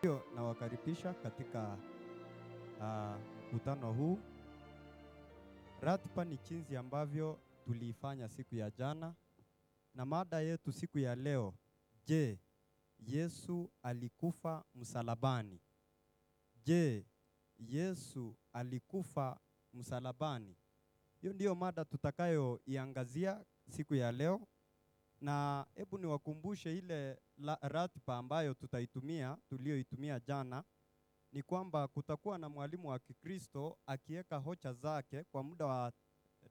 Hiyo nawakaribisha katika mkutano uh, huu. Ratiba ni jinsi ambavyo tuliifanya siku ya jana, na mada yetu siku ya leo, je, Yesu alikufa msalabani? Je, Yesu alikufa msalabani? Hiyo ndiyo mada tutakayoiangazia siku ya leo, na hebu niwakumbushe ile ratiba ambayo tutaitumia tuliyoitumia jana ni kwamba kutakuwa na mwalimu wa Kikristo akiweka hoja zake kwa muda wa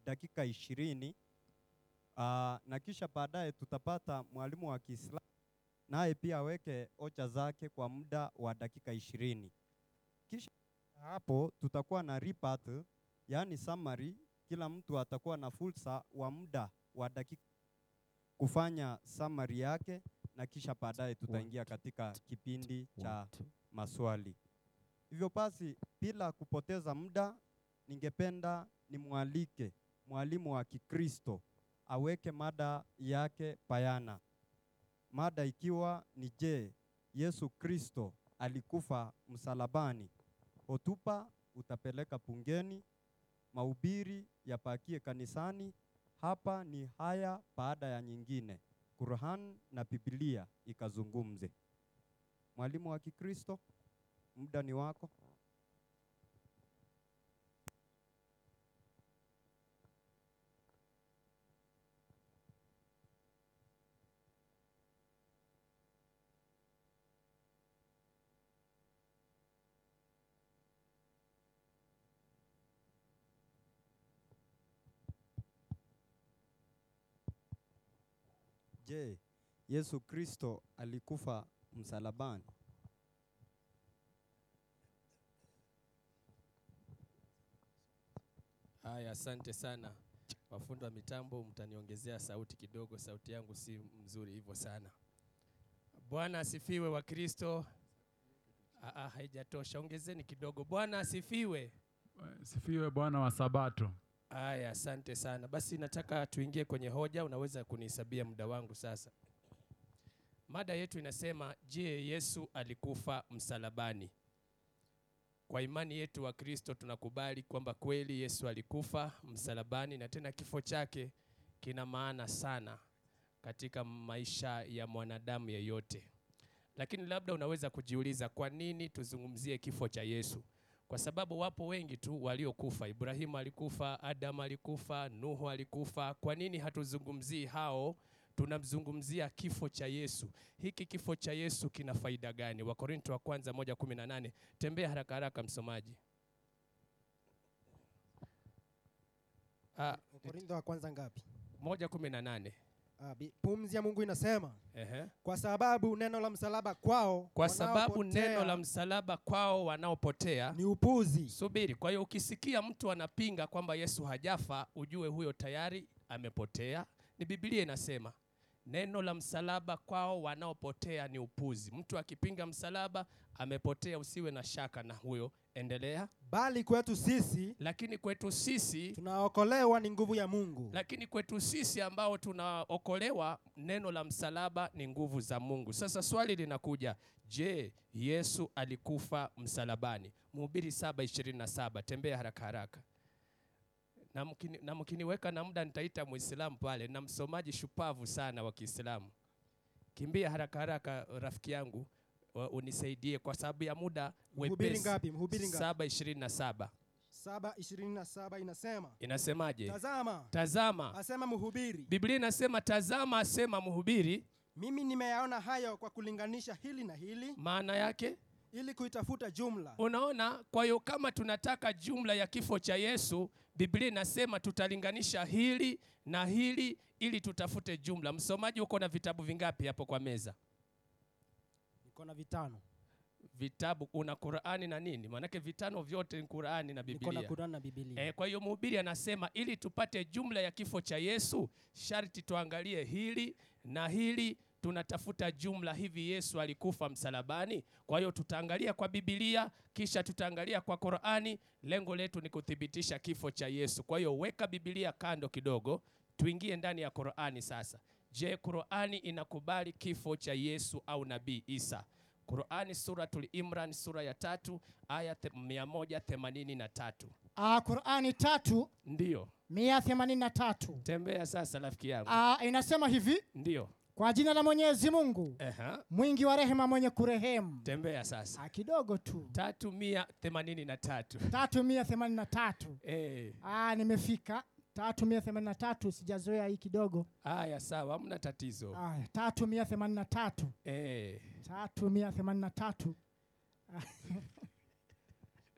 dakika ishirini aa, na kisha baadaye tutapata mwalimu wa Kiislamu naye pia aweke hoja zake kwa muda wa dakika ishirini. Kisha hapo tutakuwa na report, yaani summary. Kila mtu atakuwa na fursa wa muda wa dakika kufanya summary yake na kisha baadaye tutaingia katika kipindi cha maswali. Hivyo basi, bila kupoteza muda, ningependa nimwalike mwalimu wa Kikristo aweke mada yake bayana, mada ikiwa ni je, Yesu Kristo alikufa msalabani? Hotuba utapeleka bungeni, mahubiri yapakie kanisani. Hapa ni haya baada ya nyingine, Qur'an na Biblia ikazungumze. Mwalimu wa Kikristo, muda ni wako. Je, Yesu Kristo alikufa msalabani? Haya, asante sana wafundi wa mitambo, mtaniongezea sauti kidogo, sauti yangu si mzuri hivyo sana. Bwana asifiwe Wakristo. Ah, ah, haijatosha, ongezeni kidogo. Bwana asifiwe. Sifiwe Bwana wa Sabato. Haya, asante sana. Basi nataka tuingie kwenye hoja, unaweza kunihesabia muda wangu sasa. Mada yetu inasema, je, Yesu alikufa msalabani? Kwa imani yetu wa Kristo tunakubali kwamba kweli Yesu alikufa msalabani, na tena kifo chake kina maana sana katika maisha ya mwanadamu yeyote. Lakini labda unaweza kujiuliza, kwa nini tuzungumzie kifo cha Yesu? Kwa sababu wapo wengi tu waliokufa. Ibrahimu alikufa, Adamu alikufa, Nuhu alikufa. Kwa nini hatuzungumzii hao? Tunamzungumzia kifo cha Yesu. Hiki kifo cha Yesu kina faida gani? Wakorinto wa kwanza 1:18. Tembea haraka haraka msomaji. Ah, Wakorintho wa kwanza ngapi? 1:18. Ah, bi- Pumzi ya Mungu inasema Ehe. kwa sababu neno la msalaba kwao Kwa sababu wanaopotea neno la msalaba kwao wanaopotea ni upuzi. Subiri. Kwa hiyo ukisikia mtu anapinga kwamba Yesu hajafa, ujue huyo tayari amepotea. Ni Biblia inasema neno la msalaba kwao wanaopotea ni upuzi. Mtu akipinga msalaba amepotea, usiwe na shaka na huyo. Endelea. Bali kwetu sisi Lakini kwetu sisi tunaokolewa ni nguvu ya Mungu. lakini kwetu sisi ambao tunaokolewa neno la msalaba ni nguvu za Mungu. Sasa swali linakuja, je, Yesu alikufa msalabani? Mhubiri 7:27, tembea haraka haraka. Na mkini- na mkiniweka na muda nitaita Muislamu pale na msomaji shupavu sana wa Kiislamu. Kimbia haraka haraka rafiki yangu wa- unisaidie kwa sababu ya muda Mhubiri wepesi. ngapi? Mhubiri ngapi? 7:27. 7:27 inasema Inasemaje? tazama, Eh. Tazama asema mhubiri, Biblia inasema tazama, asema mhubiri. mimi nimeyaona hayo kwa kulinganisha hili na hili, Maana yake ili kuitafuta jumla unaona. Kwa hiyo kama tunataka jumla ya kifo cha Yesu, Biblia inasema tutalinganisha hili na hili ili tutafute jumla. Msomaji, uko na vitabu vingapi hapo kwa meza? niko na vitano, Vitabu una Qurani na nini? Maanake vitano vyote ni Qurani na niko na Biblia. Kurani na Biblia. Eh, kwa hiyo mhubiri anasema ili tupate jumla ya kifo cha Yesu sharti tuangalie hili na hili, tunatafuta jumla. Hivi Yesu alikufa msalabani? Kwa hiyo tutaangalia kwa Biblia, kisha tutaangalia kwa Qur'ani. Lengo letu ni kuthibitisha kifo cha Yesu. Kwa hiyo weka Biblia kando kidogo, tuingie ndani ya Qur'ani sasa. Je, Qur'ani inakubali kifo cha Yesu au Nabii Isa? Qurani Suratul Imran sura ya tatu aya the- mia moja themanini na tatu. Ah, Qur'ani tatu Ndiyo, mia themanini na tatu tembea sasa rafiki yangu. Ah, inasema hivi Ndiyo, kwa jina la Mwenyezi Mungu Aha. mwingi wa rehema mwenye kurehemu. tembea sasa. Ah, kidogo tu Tatu mia themanini na tatu. tatu mia themanini na tatu Eh, Ah, nimefika tatu mia themanini na tatu sijazoea hii kidogo. haya sawa, hamna tatizo. Ah, tatu mia themanini na tatu Eh, tatu mia themanini na tatu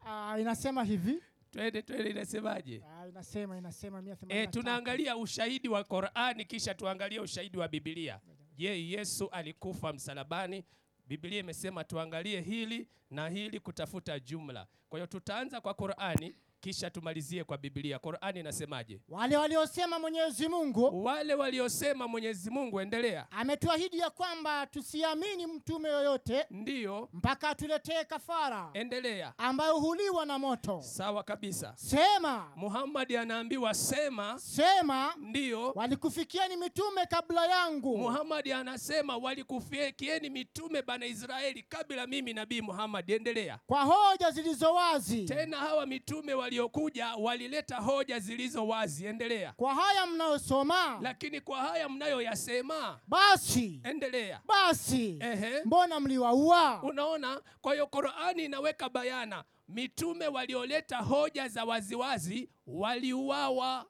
Ah, inasema hivi twende twende, inasemaje? ah, inasema inasema mia themanini E, na tatu. tunaangalia ushahidi wa Qur'ani kisha tuangalie ushahidi wa Biblia. Je, Yesu alikufa msalabani? Biblia imesema tuangalie hili na hili kutafuta jumla. Kwa hiyo tutaanza kwa Qur'ani kisha tumalizie kwa Biblia. Qur'ani inasemaje? wale waliosema Mwenyezi Mungu Wale waliosema Mwenyezi Mungu, endelea. ametuahidi ya kwamba tusiamini mtume yoyote Mm. Ndiyo, mpaka atuletee kafara Eh. endelea. ambayo huliwa na moto. Sawa kabisa. Sema Muhammad anaambiwa sema, sema, ndiyo. walikufikieni mitume kabla yangu, Muhammad anasema walikufikieni mitume bana Israeli kabla mimi nabii Muhammad. Endelea. kwa hoja zilizo wazi. Tena hawa mitume waliokuja walileta hoja zilizo wazi. Endelea. Kwa haya mnayosoma, Lakini kwa haya mnayoyasema, basi Eh. endelea. basi, Ehe. mbona mliwaua? Unaona, kwa hiyo Qur'ani inaweka bayana mitume walioleta hoja za waziwazi waliuawa.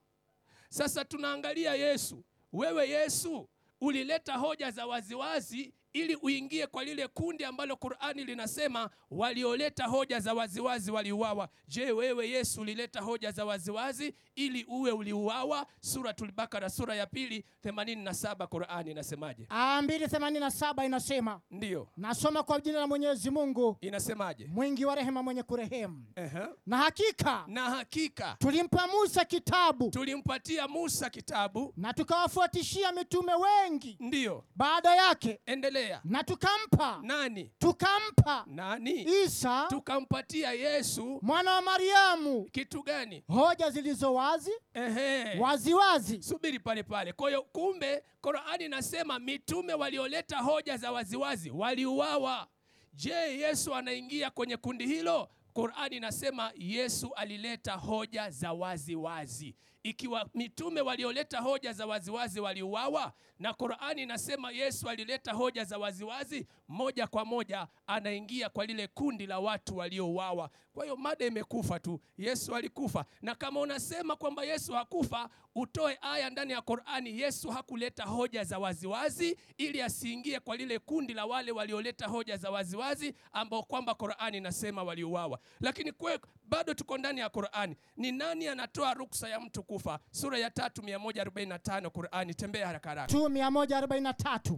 Sasa tunaangalia Yesu. Wewe Yesu ulileta hoja za waziwazi ili uingie kwa lile kundi ambalo Qur'ani linasema walioleta hoja za waziwazi waliuawa. Je, wewe Yesu ulileta hoja za waziwazi ili uwe uliuawa? Suratul Bakara sura ya pili 87 Qur'ani inasemaje? Ah, 287 inasema, Ndiyo. nasoma kwa jina la Mwenyezi Mungu Inasemaje? mwingi wa rehema, mwenye kurehemu. Ehe. Na hakika na hakika tulimpa Musa kitabu tulimpatia Musa kitabu, na tukawafuatishia mitume wengi ndiyo. baada yake, Endelea. na tukampa Nani? tukampa Nani? Isa Tukampatia Yesu mwana wa Mariamu kitu gani? hoja zilizo wazi Ehe. waziwazi. Subiri pale pale. Kwa hiyo kumbe, Qur'ani inasema mitume walioleta hoja za waziwazi waliuawa. Je, Yesu anaingia kwenye kundi hilo? Qur'ani inasema Yesu alileta hoja za waziwazi. Ikiwa mitume walioleta hoja za waziwazi waliuawa na Qur'ani inasema Yesu alileta hoja za waziwazi, moja kwa moja anaingia kwa lile kundi la watu waliouawa. Kwa hiyo mada imekufa tu, Yesu alikufa. Na kama unasema kwamba Yesu hakufa, utoe aya ndani ya Qur'ani, Yesu hakuleta hoja za waziwazi ili asiingie kwa lile kundi la wale walioleta hoja za waziwazi ambao kwamba Qur'ani inasema waliuawa. Lakini kwe, bado tuko ndani ya Qur'ani. Ni nani anatoa ruksa ya mtu kufa? Sura ya tatu 145 Qur'ani, tembea haraka haraka. tu 143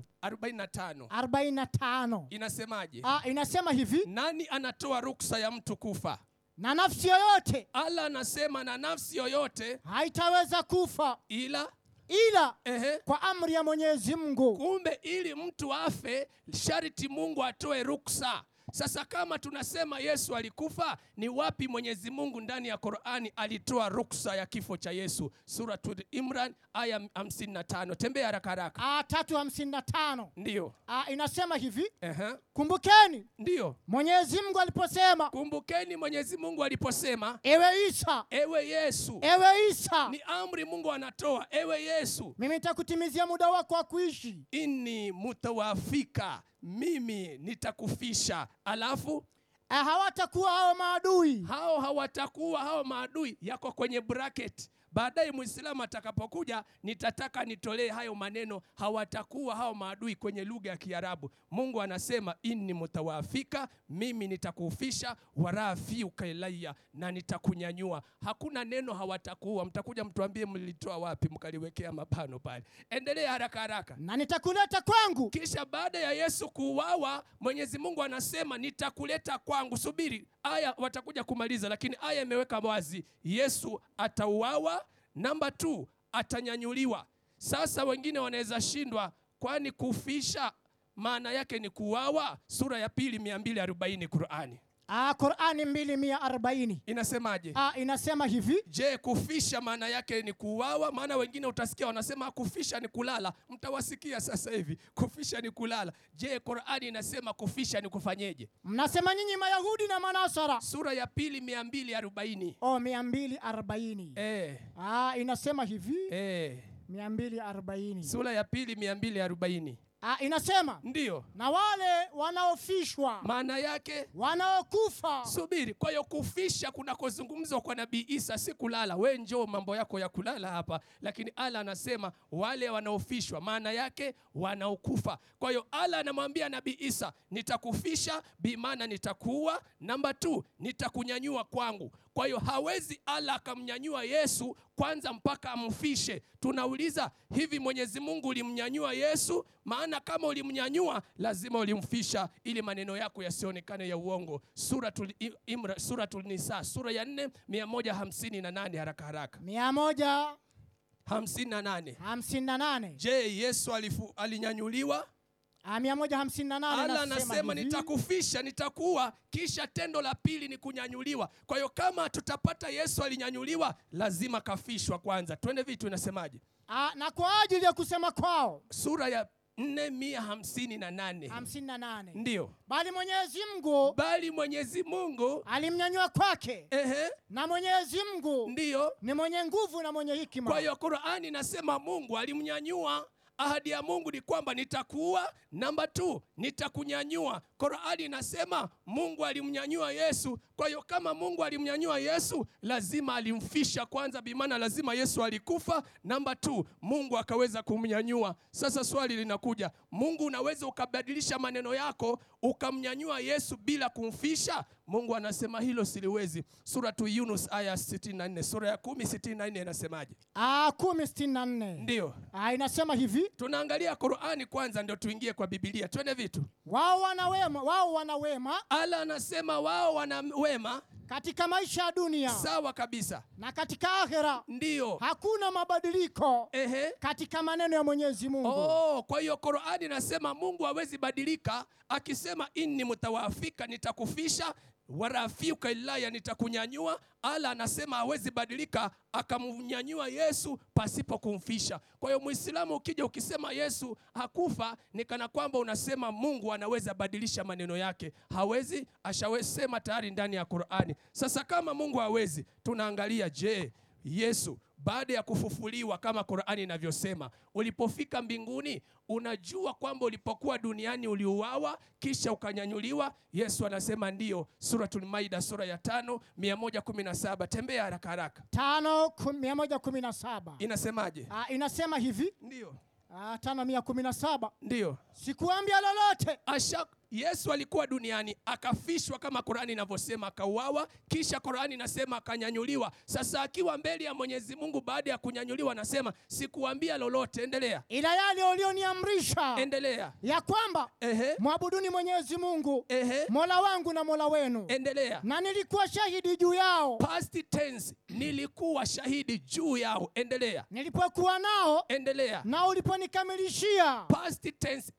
45 45 inasemaje? ah, inasema hivi Nani anatoa ruksa ya mtu kufa? na nafsi yoyote Allah anasema na nafsi yoyote haitaweza kufa ila ila ehe, kwa amri ya Mwenyezi Mungu. kumbe ili mtu afe sharti Mungu atoe ruksa. Sasa kama tunasema Yesu alikufa, ni wapi Mwenyezi Mungu ndani ya Qur'ani alitoa ruksa ya kifo cha Yesu? Suratul Imran aya 55. Tembea haraka haraka. Ah, 355 Ndiyo. ah, inasema hivi Ehe. kumbukeni Ndiyo. Mwenyezi Mungu aliposema, Kumbukeni Mwenyezi Mungu aliposema, ewe Isa, ewe Yesu, ewe Isa, ni amri Mungu anatoa, ewe Yesu, mimi nitakutimizia muda wako wa kuishi inni mutawafika, mimi nitakufisha. Alafu Ah, hawatakuwa hao maadui hao hawatakuwa hao maadui yako kwenye bracket baadaye mwislamu atakapokuja nitataka nitolee hayo maneno hawatakuwa hao maadui kwenye lugha ya kiarabu mungu anasema inni mutawafika mimi nitakufisha warafiuka ilaya na nitakunyanyua hakuna neno hawatakuwa mtakuja mtuambie mlitoa wapi mkaliwekea mapano pale endelea haraka haraka na nitakuleta kwangu kisha baada ya Yesu kuuawa, Mwenyezi Mungu anasema nitakuleta kwangu. Subiri aya, watakuja kumaliza, lakini aya imeweka wazi, Yesu atauawa, namba tu atanyanyuliwa. Sasa wengine wanaweza shindwa, kwani kufisha maana yake ni kuuawa? Sura ya pili 240 Qurani. Ah, Qur'ani mbili mia arobaini inasemaje ah, inasema hivi je kufisha maana yake ni kuuawa maana wengine utasikia wanasema kufisha ni kulala mtawasikia sasa hivi kufisha ni kulala je qurani inasema kufisha ni kufanyeje mnasema nyinyi Mayahudi na Manasara sura ya pili mia mbili arobaini oh, mia mbili arobaini eh, ah, inasema hivi eh. mia mbili arobaini sura ya pili mia mbili arobaini ah, inasema ndiyo na wale wanaofishwa maana yake wanaokufa subiri kwa hiyo kufisha kunakozungumzwa kwa nabii isa si kulala we njoo mambo yako ya kulala hapa lakini ala anasema wale wanaofishwa maana yake wanaokufa kwa hiyo ala anamwambia nabii isa nitakufisha bimaana nitakuua namba t nitakunyanyua kwangu kwa hiyo hawezi ala akamnyanyua yesu kwanza mpaka amfishe tunauliza hivi mwenyezi mungu ulimnyanyua yesu maana kama ulimnyanyua lazima ulimfisha ili maneno yako yasionekane ya uongo suratul I- Imra- suratul nisa sura ya 4 158 haraka haraka mia moja 58 hamsini na nane je yesu alifu, alinyanyuliwa Ah, mia moja hamsini na nane ala nasema anasema hivi. nitakufisha nitakuwa kisha tendo la pili ni kunyanyuliwa kwa hiyo kama tutapata yesu alinyanyuliwa lazima kafishwa kwanza twende vitu inasemaje Ah, na kwa ajili ya kusema kwao sura ya 458 hamsini na nane ndiyo bali Mwenyezi Mungu bali mwenyezi mungu alimnyanyua kwake ehe, na Mwenyezi Mungu ndiyo ni mwenye nguvu na mwenye hikima kwa hiyo qurani inasema mungu alimnyanyua ahadi ya mungu ni kwamba nitakuua namba t nitakunyanyua qurani inasema mungu alimnyanyua yesu kwa hiyo kama mungu alimnyanyua yesu lazima alimfisha kwanza bimaana lazima yesu alikufa namba t mungu akaweza kumnyanyua sasa swali linakuja mungu unaweza ukabadilisha maneno yako ukamnyanyua yesu bila kumfisha mungu anasema hilo siliwezi suratu yunus aya 64 sura ya 10 64 inasemaje Ah, kumi sitini na nne ndiyo Ah, inasema hivi tunaangalia qurani kwanza ndio tuingie kwa bibilia twende vitu wao wanawema wao wanawema ala anasema wao wana wema katika maisha ya dunia sawa kabisa na katika akhera ndiyo hakuna mabadiliko ehe katika maneno ya Mwenyezi Mungu Eh. Oh, kwa hiyo Qur'ani inasema Mungu hawezi badilika akisema inni mutawaafika ntakufisha warafiuka ilaya nitakunyanyua. Ala anasema hawezi badilika akamnyanyua Yesu pasipo kumfisha. Kwa hiyo Muislamu ukija ukisema Yesu hakufa ni kana kwamba unasema Mungu anaweza badilisha maneno yake. Hawezi, ashawesema tayari ndani ya Qur'ani. Sasa kama Mungu hawezi, tunaangalia je, Yesu baada ya kufufuliwa kama Qur'ani inavyosema, ulipofika mbinguni, unajua kwamba ulipokuwa duniani uliuawa kisha ukanyanyuliwa. Yesu anasema ndiyo. Suratul Maida sura ya tano mia moja kumi na saba tembea haraka haraka, tano kum- mia moja kumi na saba inasemaje? Ah, inasema hivi Ndiyo, ah, tano mia kumi na saba ndiyo sikuambia lolote asha yesu alikuwa duniani akafishwa kama qurani inavyosema akauawa kisha qurani inasema akanyanyuliwa sasa akiwa mbele ya mwenyezi mungu baada ya kunyanyuliwa anasema sikuambia lolote endelea ila yale ulioniamrisha endelea ya kwamba ehe mwabuduni Mwenyezi Mungu ehe mola wangu na mola wenu endelea na nilikuwa shahidi juu yao past tense nilikuwa shahidi juu yao endelea nilipokuwa nao endelea na uliponikamilishia past tense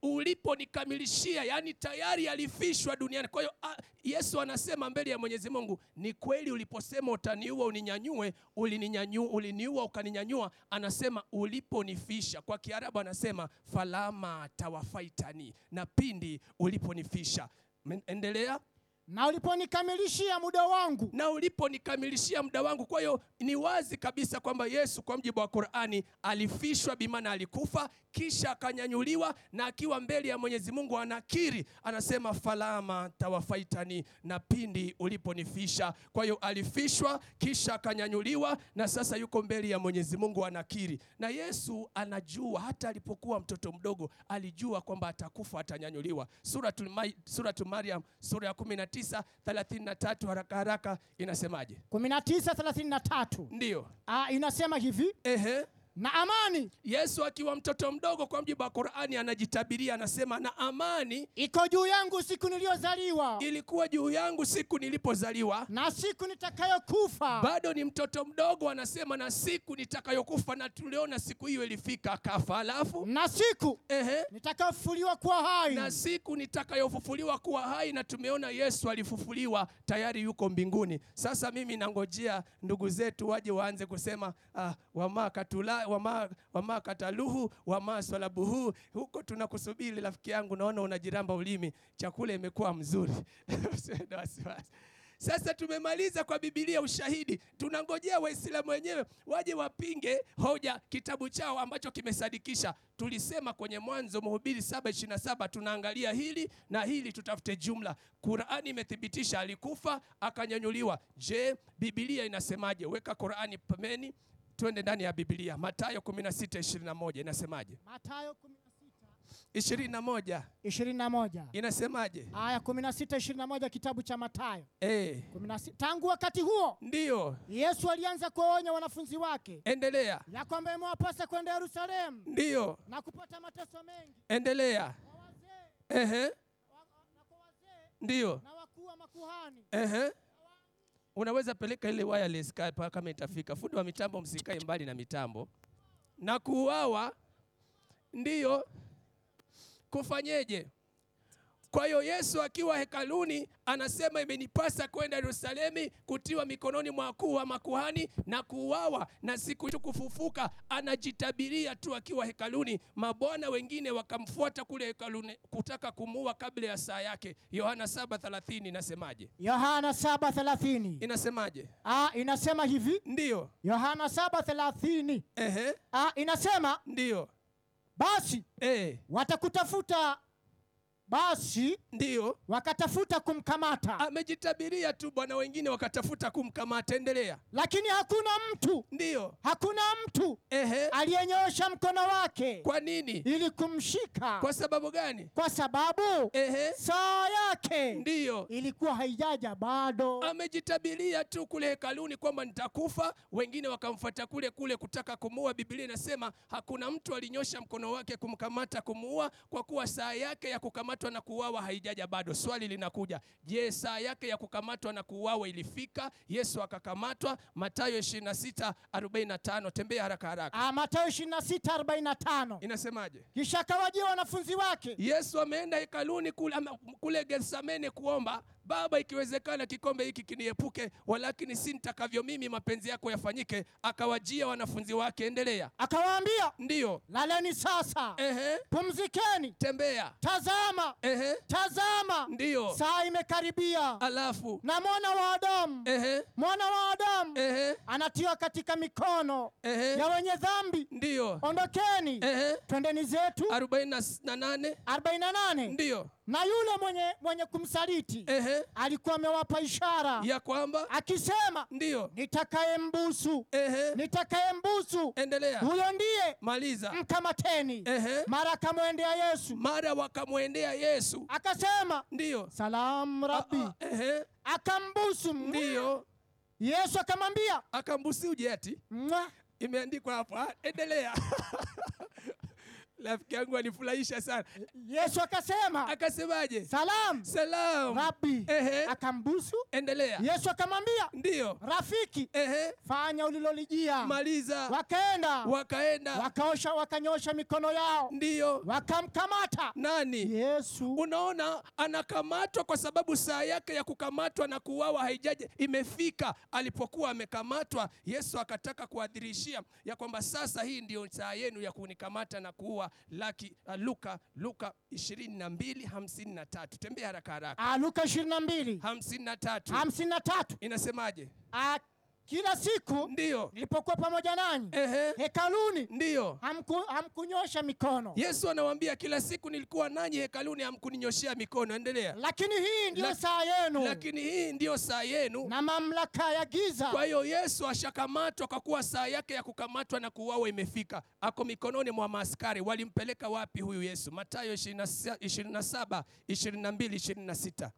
uliponikamilishia yani tayari alifishwa duniani kwa hiyo ah, yesu anasema mbele ya mwenyezi mungu ni kweli uliposema utaniua uninyanyue ulininyanyu- uliniua ukaninyanyua anasema uliponifisha kwa kiarabu anasema falama tawafaitani na pindi uliponifisha Men- endelea na uliponikamilishia muda wangu na uliponikamilishia muda wangu. Kwa hiyo ni wazi kabisa kwamba Yesu kwa mjibu wa Qur'ani alifishwa, bimana alikufa, kisha akanyanyuliwa, na akiwa mbele ya Mwenyezi Mungu anakiri, anasema falama tawafaitani, na pindi uliponifisha. Kwa hiyo alifishwa, kisha akanyanyuliwa, na sasa yuko mbele ya Mwenyezi Mungu anakiri. Na Yesu anajua, hata alipokuwa mtoto mdogo alijua kwamba atakufa, atanyanyuliwa. Suratul Mai- Suratul Maryam sura ya 19 33 haraka haraka inasemaje? 19:33 Ndiyo, ah, inasema hivi ehe, na amani yesu akiwa mtoto mdogo kwa mjibu wa qurani anajitabiria anasema na amani iko juu yangu siku niliyozaliwa ilikuwa juu yangu siku nilipozaliwa na siku nitakayokufa bado ni mtoto mdogo anasema na siku nitakayokufa na tuliona siku hiyo ilifika akafa alafu na siku ehe, nitakayofufuliwa kuwa hai na siku nitakayofufuliwa kuwa hai na tumeona yesu alifufuliwa tayari yuko mbinguni sasa mimi nangojea ndugu zetu waje waanze kusema ah, wamaa katula wamaa wama kataluhu wamaa swalabuhu huko tunakusubiri rafiki yangu naona unajiramba ulimi chakula imekuwa mzuri Usiwe na wasiwasi sasa tumemaliza kwa bibilia ushahidi tunangojea waislamu wenyewe waje wapinge hoja kitabu chao ambacho kimesadikisha tulisema kwenye mwanzo mhubiri 727 tunaangalia hili na hili tutafute jumla qurani imethibitisha alikufa akanyanyuliwa je bibilia inasemaje weka qurani pembeni twende ndani ya bibilia matayo 1621 inasemaje matayo 16, 21 21 inasemaje aya 16 21 kitabu cha matayo eh 16. tangu wakati huo ndiyo yesu alianza kuwaonya wanafunzi wake endelea ya kwamba imewapasa kwenda yerusalemu ndiyo na kupata mateso mengi endelea kwa wazee ehe wa- na kwa wazee ndiyo na wakuu wa makuhani Ehe. Unaweza peleka ile wireless ka- pa- kama itafika. Fundi wa mitambo, msikae mbali na mitambo. Na kuuawa ndiyo kufanyeje? Kwa hiyo Yesu akiwa hekaluni anasema imenipasa kwenda Yerusalemu kutiwa mikononi mwa wakuu wa makuhani na kuuawa na siku hiyo kufufuka. Anajitabiria tu akiwa hekaluni. Mabwana wengine wakamfuata kule hekaluni kutaka kumuua kabla ya saa yake. Yohana 7:30 inasemaje? yohana 7:30 Inasemaje? Ah, inasema hivi Ndiyo. yohana 7:30 Ehe. Ah, inasema Ndiyo. basi Eh. watakutafuta basi Ndiyo. wakatafuta Ah. kumkamata Amejitabiria tu bwana, wengine wakatafuta kumkamata. Endelea. lakini hakuna mtu Ndiyo. hakuna mtu Ehe. aliyenyoosha mkono wake Kwa nini? ili kumshika Kwa Eh. sababu gani? kwa sababu Ehe. saa yake Ndiyo. ilikuwa haijaja bado amejitabiria tu kule hekaluni kwamba nitakufa wengine wakamfuata kule kule kutaka kumuua biblia inasema hakuna mtu alinyosha mkono wake kumkamata kumuua kwa kuwa saa yake ya kukamatwa na kuuawa haijaja bado swali linakuja je saa yake ya kukamatwa na kuuawa ilifika yesu akakamatwa matayo 26:45 tembea haraka haraka Ah, Mathayo 26:45 inasemaje kisha akawajia wanafunzi wake yesu ameenda hekaluni kule, ama- kule getsamene kuomba baba ikiwezekana kikombe hiki kiniepuke walakini si nitakavyo mimi mapenzi yako yafanyike akawajia wanafunzi wake endelea akawaambia ndiyo laleni sasa ehe pumzikeni tembea tazama ehe tazama ndiyo saa imekaribia alafu na mwana wa adamu ehe mwana wa adamu ehe anatiwa katika mikono ehe ya wenye dhambi ndiyo ondokeni ehe twendeni zetu 48 48 ndiyo na yule mwenye, mwenye kumsaliti ehe alikuwa amewapa ishara ya kwamba akisema ndiyo nitakayembusu ehe nitakayembusu endelea huyo ndiye Mm. maliza mkamateni ehe mara akamwendea yesu mara wakamwendea yesu akasema ndiyo salamu rabi Ah, ah, ehe akambusu mwa. ndiyo yesu akamwambia akambusi ujeti mwa. imeandikwa hapo Ah, endelea rafiki yangu alifurahisha sana yesu akasema akasemaje salamu salam rabi ehe akambusu endelea yesu akamwambia ndiyo rafiki ehe fanya ulilolijia maliza wakaenda wakaenda wakaosha wakanyosha mikono yao ndiyo wakamkamata nani yesu unaona anakamatwa kwa sababu saa yake ya kukamatwa na kuuawa haijaja imefika alipokuwa amekamatwa yesu akataka kuadhirishia ya kwamba sasa hii ndiyo saa yenu ya kunikamata na kuua laki uh, luka luka 22:53 tembea haraka haraka Ah, luka 22 53 53 inasemaje Ah, kila siku ndiyo nilipokuwa pamoja nanyi ehe hekaluni ndiyo hamku, hamkunyosha mikono yesu anawaambia kila siku nilikuwa nanyi hekaluni hamkuninyoshea mikono endelea lakini hii ndiyo Lak- saa yenu lakini hii ndiyo saa yenu na mamlaka ya kwa giza hiyo yesu ashakamatwa kwa kuwa saa yake ya kukamatwa na kuuawa imefika ako mikononi mwa maaskari walimpeleka wapi huyu yesu matayo 27 22 26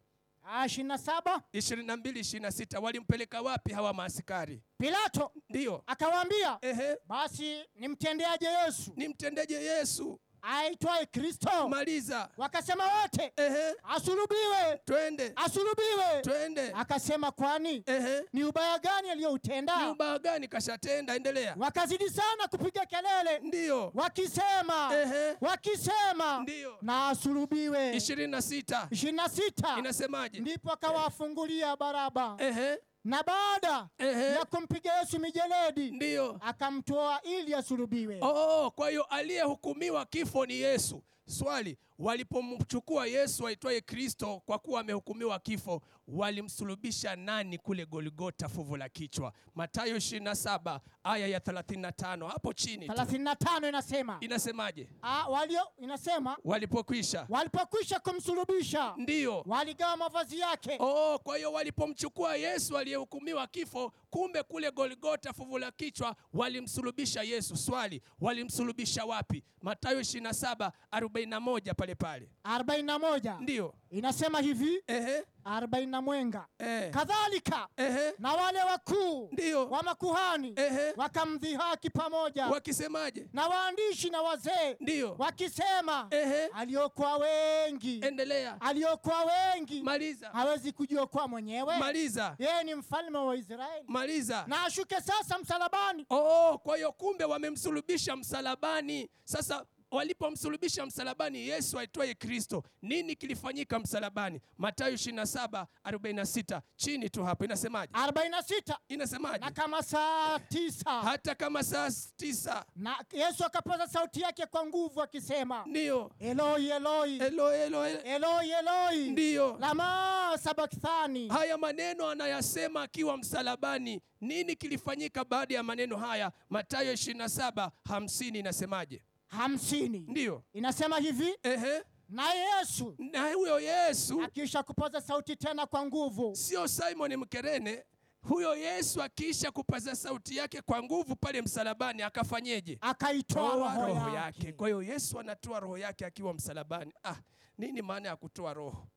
ishirini na saba 22 26 walimpeleka wapi hawa maaskari? Pilato Ndiyo, akawaambia, ehe, basi nimtendeaje Yesu nimtendeje Yesu? aitwaye Kristo? Maliza, Wakasema wote, ehe, asulubiwe, twende asulubiwe. twende, Akasema, kwani ehe, ni ubaya gani Eh. ni aliyoutenda? ubaya gani kashatenda? Endelea. Wakazidi sana kupiga kelele Ndiyo, wakisema, ehe, wakisema ndiyo. na asulubiwe. 26 ishirini na sita inasemaje? ndipo akawafungulia Baraba, Ehe, na baada ehe, ya kumpiga Yesu mijeledi ndiyo. akamtoa ili asulubiwe. Oh, kwa hiyo aliyehukumiwa kifo ni Yesu. Swali, walipomchukua Yesu aitwaye Kristo kwa kuwa amehukumiwa kifo, walimsulubisha nani kule Golgota, fuvu la kichwa? Mathayo 27 aya ya 35 hapo chini tu. 35 inasema inasemaje? ah, walio inasema Walipokwisha walipokwisha kumsulubisha ndiyo waligawa mavazi yake. Oh, kwa hiyo walipomchukua Yesu aliyehukumiwa kifo, kumbe kule Golgota fuvu la kichwa walimsulubisha Yesu. Swali, walimsulubisha wapi? Mathayo 27 41 pale pale. 41 Ndiyo. inasema hivi Ehe, 40 na mwenga eh, kadhalika ehe, na wale wakuu ndiyo. wa makuhani Ehe, wakamdhihaki pamoja wakisemaje? na waandishi na wazee Ndiyo. wakisema, Ehe, aliokuwa wengi eh, endelea. aliokuwa wengi Maliza. hawezi kujiokoa mwenyewe, Maliza. yeye ni mfalme wa Israeli, Maliza. na ashuke sasa msalabani. Oh, kwa hiyo kumbe wamemsulubisha msalabani. Sasa walipomsulubisha msalabani Yesu aitwaye Kristo, nini kilifanyika msalabani? Mathayo 27 46 chini tu hapo, inasemaje? 46 Inasemaje? na kama saa tisa Hata kama saa tisa, na Yesu akapaza sauti yake kwa nguvu akisema, ndiyo Eloi Eloi elo elo, elo. Eloi Eloi ndiyo lama sabakthani. haya maneno anayasema akiwa msalabani. Nini kilifanyika baada ya maneno haya? Mathayo 27 50 inasemaje? hamsini Ndiyo, inasema hivi, ehe, na Yesu na huyo Yesu akiisha kupaza sauti tena kwa nguvu sio Simon Mkerene. Huyo Yesu akiisha kupaza sauti yake kwa nguvu pale msalabani akafanyeje? akaitoa Toa roho yake. Kwa hiyo Yesu anatoa roho yake akiwa msalabani. Ah, nini maana ya kutoa roho?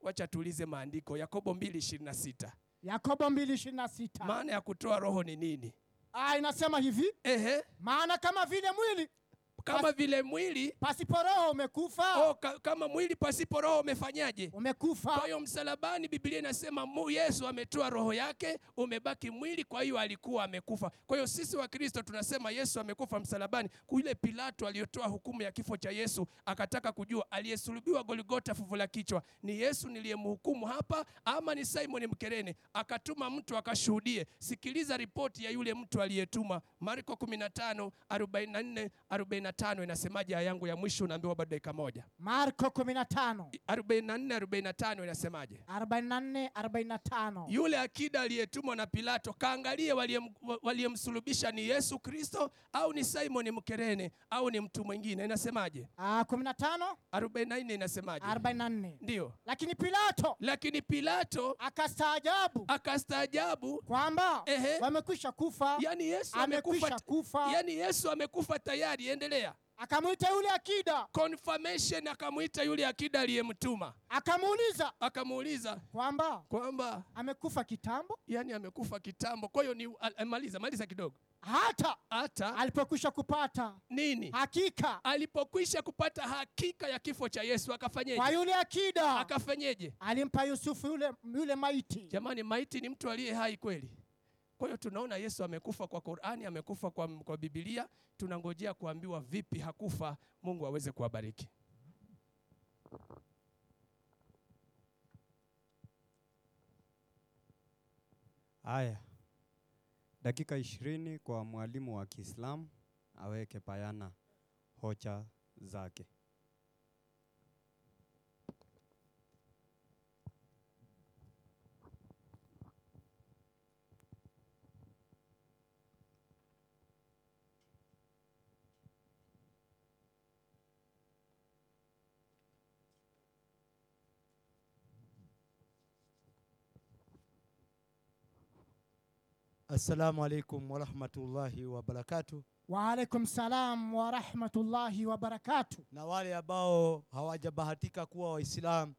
Wacha tuulize maandiko, Yakobo 2:26. Ah. Yakobo 2:26 Maana ya kutoa roho ni nini? ah, inasema hivi, Ehe, maana kama vile mwili kama vile mwili pasipo roho umekufa, oh, ka, kama mwili pasipo roho umefanyaje? Kwa umekufa. hiyo msalabani, Biblia inasema mu- Yesu ametoa roho yake, umebaki mwili, kwa hiyo alikuwa amekufa. Kwa hiyo sisi Wakristo tunasema Yesu amekufa msalabani. Kule Pilato aliyotoa hukumu ya kifo cha Yesu, akataka kujua aliyesulubiwa Golgota, fuvu la kichwa, ni Yesu niliyemhukumu hapa ama ni Simon Mkerene? Akatuma mtu akashuhudie. Sikiliza ripoti ya yule mtu aliyetuma, Marko 15 44 45, inasemaje? Aya yangu ya mwisho, unaambiwa bado dakika moja. Marko 15 44 45 inasemaje? 44 45 yule akida aliyetumwa na Pilato, kaangalie waliyem- wa- waliyemsulubisha ni Yesu Kristo au ni Simon Mkerene au ni mtu mwingine. Inasemaje? Ah, 15 44 inasemaje? 44 Ndiyo. lakini Pilato Lakini Pilato akastaajabu akastaajabu, kwamba Ah. Ehe. wamekwisha kufa, yani Yesu amekwisha amekufa, kufa. yani Yesu amekufa tayari. Endelea. Akamwita yule akida Confirmation, akamwita yule akida aliyemtuma akamuuliza akamuuliza kwamba kwamba amekufa kitambo, yani amekufa kitambo. Kwa hiyo ni al- maliza maliza kidogo, hata hata alipokwisha Ah. kupata nini hakika Ah. alipokwisha kupata hakika ya kifo cha Yesu kwa akafanyeje? yule Ah. akida Akafanyeje? alimpa Yusufu yule, yule maiti Jamani, maiti ni mtu aliye hai kweli. Kwa hiyo tunaona Yesu amekufa kwa Qur'ani, amekufa kwa, kwa Biblia. Tunangojea kuambiwa vipi hakufa. Mungu aweze kuwabariki. Haya, dakika ishirini kwa mwalimu wa Kiislamu aweke bayana hoja zake. Assalamu alaikum warahmatullahi wabarakatu. Waalaikum salam wa rahmatullahi wa barakatuh. Na wale ambao hawajabahatika kuwa Waislamu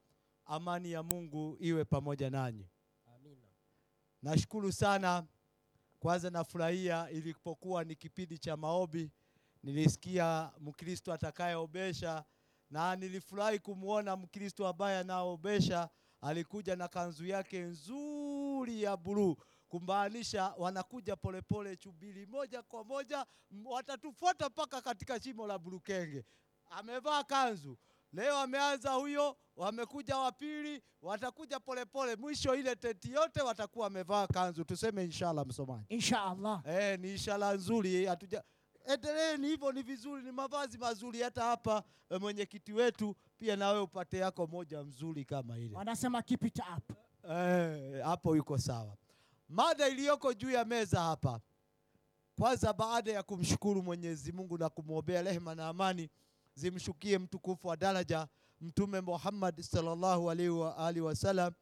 Amani ya Mungu iwe pamoja nanyi. Amina. Nashukuru sana. Kwanza nafurahia, ilipokuwa ni kipindi cha maombi, nilisikia Mkristo atakayeobesha, na nilifurahi kumwona Mkristo ambaye anaobesha alikuja na kanzu yake nzuri ya buluu, kumaanisha wanakuja polepole, chubili moja kwa moja, m- watatufuata mpaka katika shimo la Bulukenge. Amevaa kanzu Leo ameanza huyo, wamekuja wa pili, watakuja polepole, mwisho ile tenti yote watakuwa wamevaa kanzu. Tuseme inshallah, msomaji. insha allah Eh, ni ishara nzuri, hatuja endeleeni hivyo, ni vizuri, ni mavazi mazuri. Hata hapa eh, mwenyekiti wetu pia nawe upate yako moja mzuri kama ile wanasema keep it up Eh, hapo yuko sawa. Mada iliyoko juu ya meza hapa, kwanza, baada ya kumshukuru Mwenyezi Mungu na kumwombea rehema na amani zimshukie mtukufu wa daraja Mtume Muhammad sallallahu alaihi wa alihi wasallam,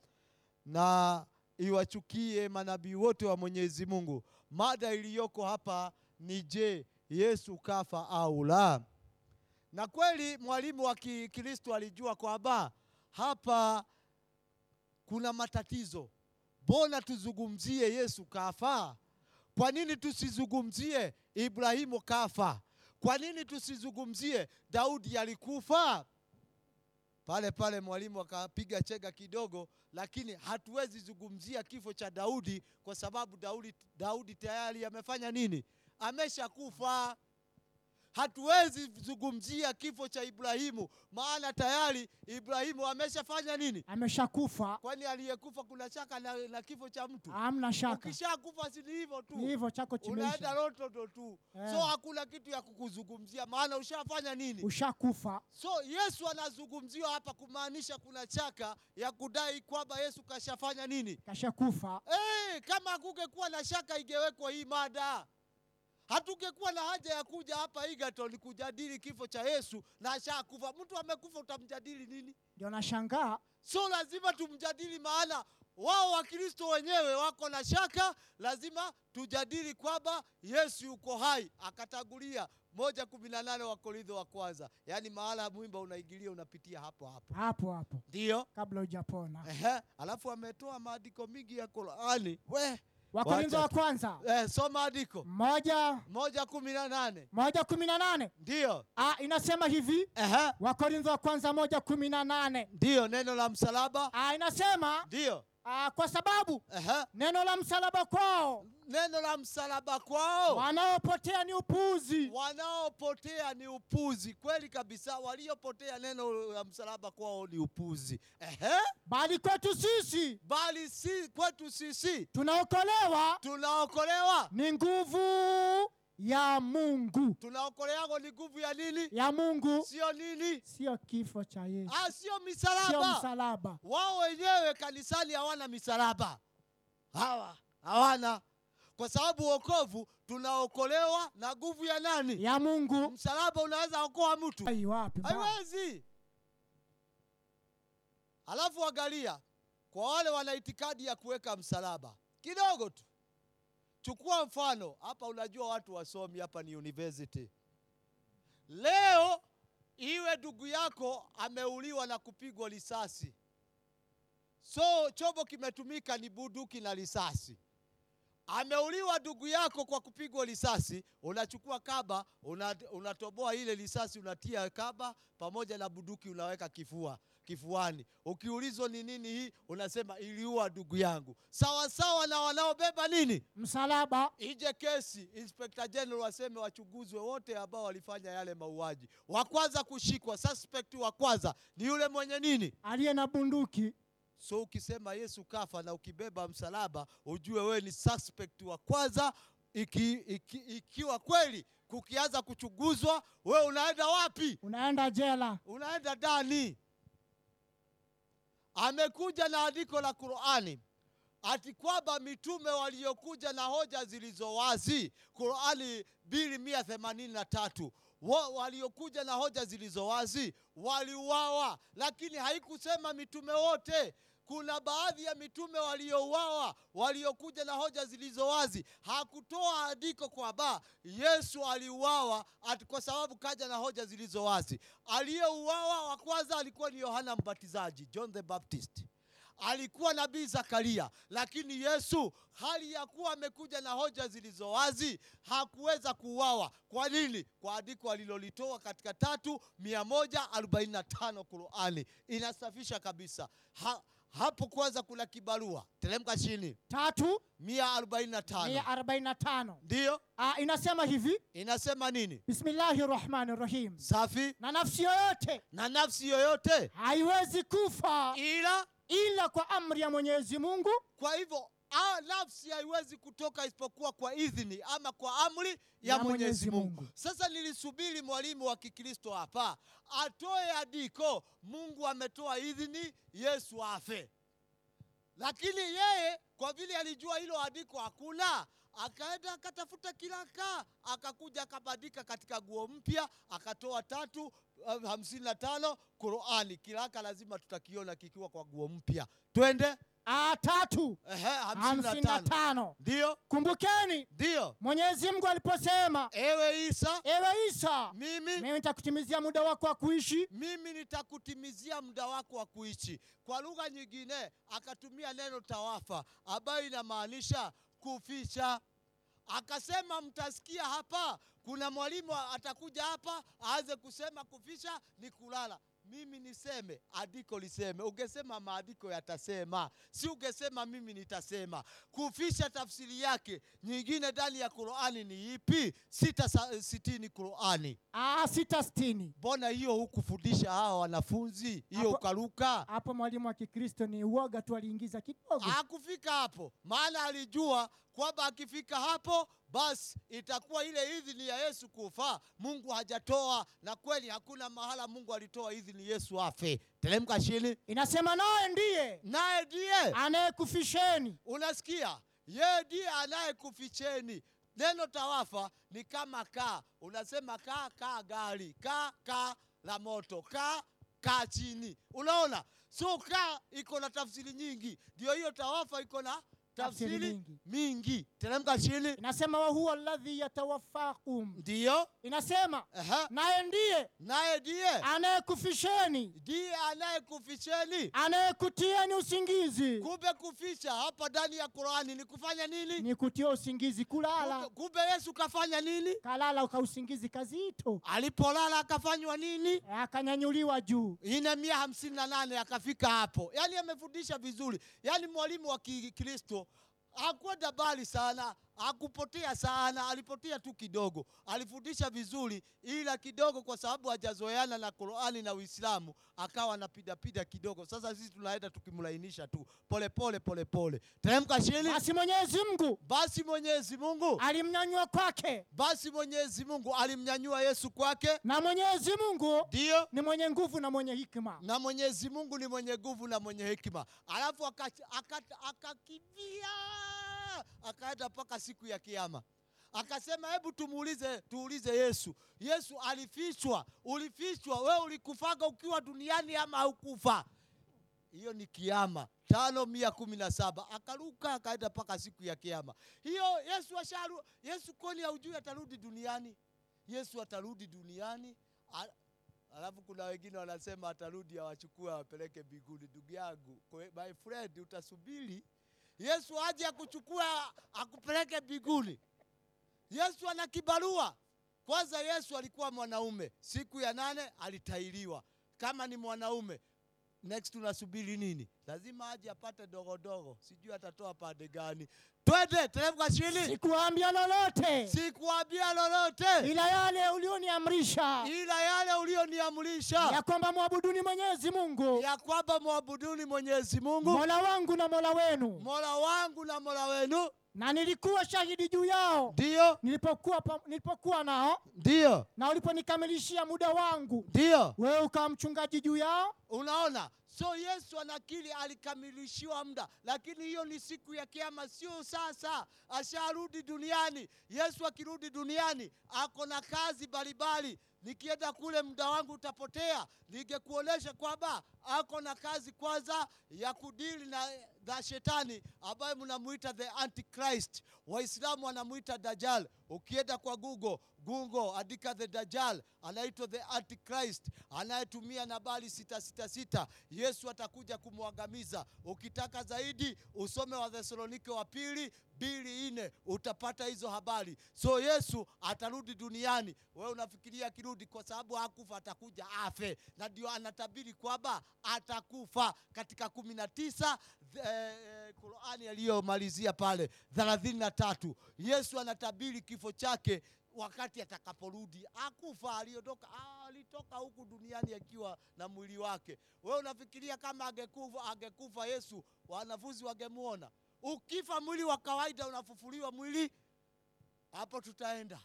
na iwachukie manabii wote wa Mwenyezi Mungu. Mada iliyoko hapa ni je, Yesu kafa au la? Na kweli mwalimu wa Kikristo alijua kwamba hapa kuna matatizo. Mbona tuzungumzie Yesu kafa? Kwa nini tusizungumzie Ibrahimu kafa? Kwa nini tusizungumzie Daudi alikufa? Pale pale mwalimu akapiga chega kidogo, lakini hatuwezi zungumzia kifo cha Daudi kwa sababu Daudi, Daudi tayari amefanya nini? Ameshakufa. Hatuwezi zungumzia kifo cha Ibrahimu maana tayari Ibrahimu ameshafanya nini? ameshakufa Kwani aliyekufa kuna shaka na, na kifo cha mtu? hamna Ah, shaka Ukishakufa si ni hivyo ni tu, hivyo chako unaenda chimeisha rototo tu, Eh. so hakuna kitu ya kukuzungumzia, maana ushafanya nini? ushakufa So Yesu anazungumziwa hapa kumaanisha kuna shaka ya kudai kwamba Yesu kashafanya nini. kashakufa Eh, kama hakungekuwa na shaka ingewekwa hii mada, hatungekuwa na haja ya kuja hapa Egerton kujadili kifo cha Yesu na ashakufa. Mtu amekufa, utamjadili nini? ndio nashangaa so lazima tumjadili, maana wao Wakristo wenyewe wako na shaka. Lazima tujadili kwamba Yesu yuko hai, akatangulia moja kumi na nane Wakorintho wa kwanza, yaani mahala mwimba unaigilia unapitia hapo hapo, hapo hapo ndio kabla hujapona ehe. Alafu ametoa maandiko mingi ya Qurani. We wakorintho wa Wacha kwanza eh, soma andiko moja moja kumi na nane moja kumi na nane ndio Ah, inasema hivi ehe, wakorintho wa kwanza moja kumi na nane ndio neno la msalaba, Ah, inasema ndio ah, kwa sababu ehe, neno la msalaba kwao neno la msalaba kwao wanaopotea ni upuzi wanaopotea ni upuzi kweli kabisa waliopotea neno la msalaba kwao ni upuzi Ehe. bali kwetu sisi bali si kwetu sisi tunaokolewa tunaokolewa ni nguvu ya mungu tunaokolewa ni nguvu ya nini ya mungu sio nini sio kifo cha yesu Ah, sio sio misalaba msalaba wao wenyewe kanisani hawana misalaba hawa hawana kwa sababu wokovu tunaokolewa na nguvu ya nani ya mungu msalaba unaweza okoa mtu Ai, wapi Bwana? haiwezi. Alafu angalia kwa wale wana itikadi ya kuweka msalaba kidogo tu, chukua mfano hapa. Unajua watu wasomi hapa ni university. Leo iwe ndugu yako ameuliwa na kupigwa risasi, so chombo kimetumika ni bunduki na risasi. Ameuliwa ndugu yako kwa kupigwa risasi, unachukua kaba, una- unatoboa ile risasi, unatia kaba pamoja na bunduki unaweka kifua kifuani. Ukiulizwa ni nini hii, unasema iliua ndugu yangu. Sawa sawa na wanaobeba nini. msalaba Ije kesi Inspector General waseme wachunguzwe wote ambao walifanya yale mauaji. Wa kwanza kushikwa, suspect wa kwanza ni yule mwenye nini. aliye na bunduki So ukisema Yesu kafa na ukibeba msalaba, ujue wewe ni suspect wa kwanza. Iki, iki, ikiwa kweli kukianza kuchunguzwa, wewe unaenda wapi? unaenda jela Unaenda ndani. Amekuja na andiko la Qur'ani ati kwamba mitume waliokuja na hoja zilizo wazi, Qur'ani 283 wa, waliokuja na hoja zilizo wazi waliuawa, lakini haikusema mitume wote. Kuna baadhi ya mitume waliouawa waliokuja na hoja zilizo wazi. Hakutoa andiko kwamba Yesu aliuawa ati kwa sababu kaja na hoja zilizo wazi. Aliyeuawa wa kwanza alikuwa ni Yohana Mbatizaji, John the Baptist alikuwa nabii Zakaria, lakini Yesu hali ya kuwa amekuja na hoja zilizo wazi hakuweza kuuawa. Kwa nini? Kwa andiko alilolitoa katika tatu mia moja arobaini na tano Qurani inasafisha kabisa ha, hapo kwanza kuna kibarua teremka chini tatu mia arobaini na tano mia arobaini na tano ndiyo Ah, inasema hivi inasema nini? bismillahi rahmani rahim Safi na nafsi yoyote na nafsi yoyote haiwezi kufa ila ila kwa amri ya mwenyezi mungu Kwa hivyo a- nafsi haiwezi kutoka isipokuwa kwa idhini ama kwa amri ya, Mwenyezi Mungu. Sasa nilisubiri mwalimu wa Kikristo hapa atoe andiko, Mungu ametoa idhini Yesu afe, lakini yeye kwa vile alijua hilo andiko hakuna, akaenda akatafuta kiraka, akakuja akabandika katika guo mpya, akatoa tatu eh, hamsini na tano Qurani. Kiraka lazima tutakiona kikiwa kwa guo mpya. Twende Ah, tatu Ehe, hamsini na hamsini na tano. tano Ndiyo, kumbukeni ndiyo. mwenyezi mungu aliposema Ewe Isa, ewe isa mimi mimi nitakutimizia muda wako wa kuishi mimi nitakutimizia muda wako wa kuishi. Kwa lugha nyingine akatumia neno tawafa ambayo inamaanisha kuficha. Akasema mtasikia hapa, kuna mwalimu atakuja hapa aanze kusema kuficha ni kulala. Mimi niseme, andiko liseme. Ungesema maandiko yatasema, si ungesema mimi nitasema. Kufisha tafsiri yake nyingine ndani ya Qurani ni ipi? sita sa- sitini Qurani Ah, sita sitini mbona hiyo hukufundisha hawa wanafunzi hiyo Hapo- ukaruka hapo mwalimu wa kikristo ni uoga tu aliingiza kidogo hakufika hapo maana alijua kwamba akifika hapo basi itakuwa ile idhini ya yesu kufa mungu hajatoa na kweli hakuna mahala mungu alitoa idhini yesu afe teremka chini inasema naye ndiye naye ndiye anayekufisheni unasikia yeye ndiye anayekuficheni neno tawafa ni kama kaa unasema kaa kaa gari kaa kaa la moto kaa kaa chini unaona so kaa iko na tafsiri nyingi ndio hiyo tawafa iko na Tafsiri tafsiri nyingi. mingi teremka chini inasema wahuwa alladhi yatawaffakum ndiyo inasema aha. naye ndiye naye ndiye anayekufisheni ndiye anayekuficheni anayekutieni usingizi kumbe kuficha hapa ndani ya qurani ni kufanya nini ni kutia usingizi kulala Kumbe- kumbe yesu kafanya nini kalala ukausingizi kaziito alipolala akafanywa nini akanyanyuliwa juu ina mia hamsini na nane akafika hapo yaani amefundisha vizuri yaani mwalimu wa kikristo hakwenda mbali sana hakupotea sana alipotea tu kidogo alifundisha vizuri ila kidogo kwa sababu hajazoeana na qurani na uislamu akawa anapidapida kidogo sasa sisi tunaenda tukimlainisha tu polepole polepole teremka chini basi mwenyezi mungu basi mwenyezi mungu alimnyanyua kwake basi mwenyezi mungu alimnyanyua yesu kwake na mwenyezi mungu ndiyo ni mwenye nguvu na mwenye hikima na mwenyezi mungu ni mwenye nguvu na mwenye hekima alafu akakimbia aka, aka akakimbia, akaenda mpaka siku ya kiama akasema hebu tumuulize tuulize yesu yesu alifichwa ulifichwa we ulikufaga ukiwa duniani ama haukufa hiyo ni kiama tano mia kumi na saba akaruka akaenda mpaka siku ya kiama hiyo yesu asharu yesu koni haujui atarudi duniani yesu atarudi duniani A- alafu kuna wengine wanasema atarudi awachukue awapeleke mbinguni ndugu yangu kwe- my friend utasubiri yesu aje akuchukua akupeleke mbinguni yesu ana kibarua kwanza yesu alikuwa mwanaume siku ya nane alitairiwa kama ni mwanaume next unasubiri nini lazima aje apate dogodogo sijui atatoa pande gani twende teremka chini sikuambia lolote sikuambia lolote ila yale ulioniamrisha ila yale ulioniamrisha ya kwamba mwabuduni mwenyezi mungu ya kwamba mwabuduni mwenyezi mungu mola wangu na mola wenu mola wangu na mola wenu na nilikuwa shahidi juu yao ndiyo nilipokuwa, pa, nilipokuwa nao ndiyo na uliponikamilishia muda wangu ndiyo wewe ukawa mchungaji juu yao unaona so yesu anakili alikamilishiwa muda lakini hiyo ni siku ya kiama sio sasa asharudi duniani yesu akirudi duniani ako na kazi mbalimbali nikienda kule muda wangu utapotea ningekuonesha kwamba ako na kazi kwanza ya kudili na na shetani ambaye mnamuita the antichrist waislamu wanamuita dajal ukienda kwa google google andika the dajal anaitwa the antichrist anayetumia nabali 666 yesu atakuja kumwangamiza ukitaka zaidi usome wathesalonike wa pili mbili nne utapata hizo habari so yesu atarudi duniani wewe unafikiria akirudi kwa sababu hakufa atakuja afe na ndio anatabiri kwamba atakufa katika kumi na tisa th- eh, eh, qurani aliyomalizia pale thelathini na tatu yesu anatabiri kifo chake wakati atakaporudi akufa aliondoka ah, alitoka huku duniani akiwa na mwili wake wewe unafikiria kama angekufa angekufa yesu wanafunzi wangemuona ukifa mwili wa kawaida unafufuliwa mwili hapo tutaenda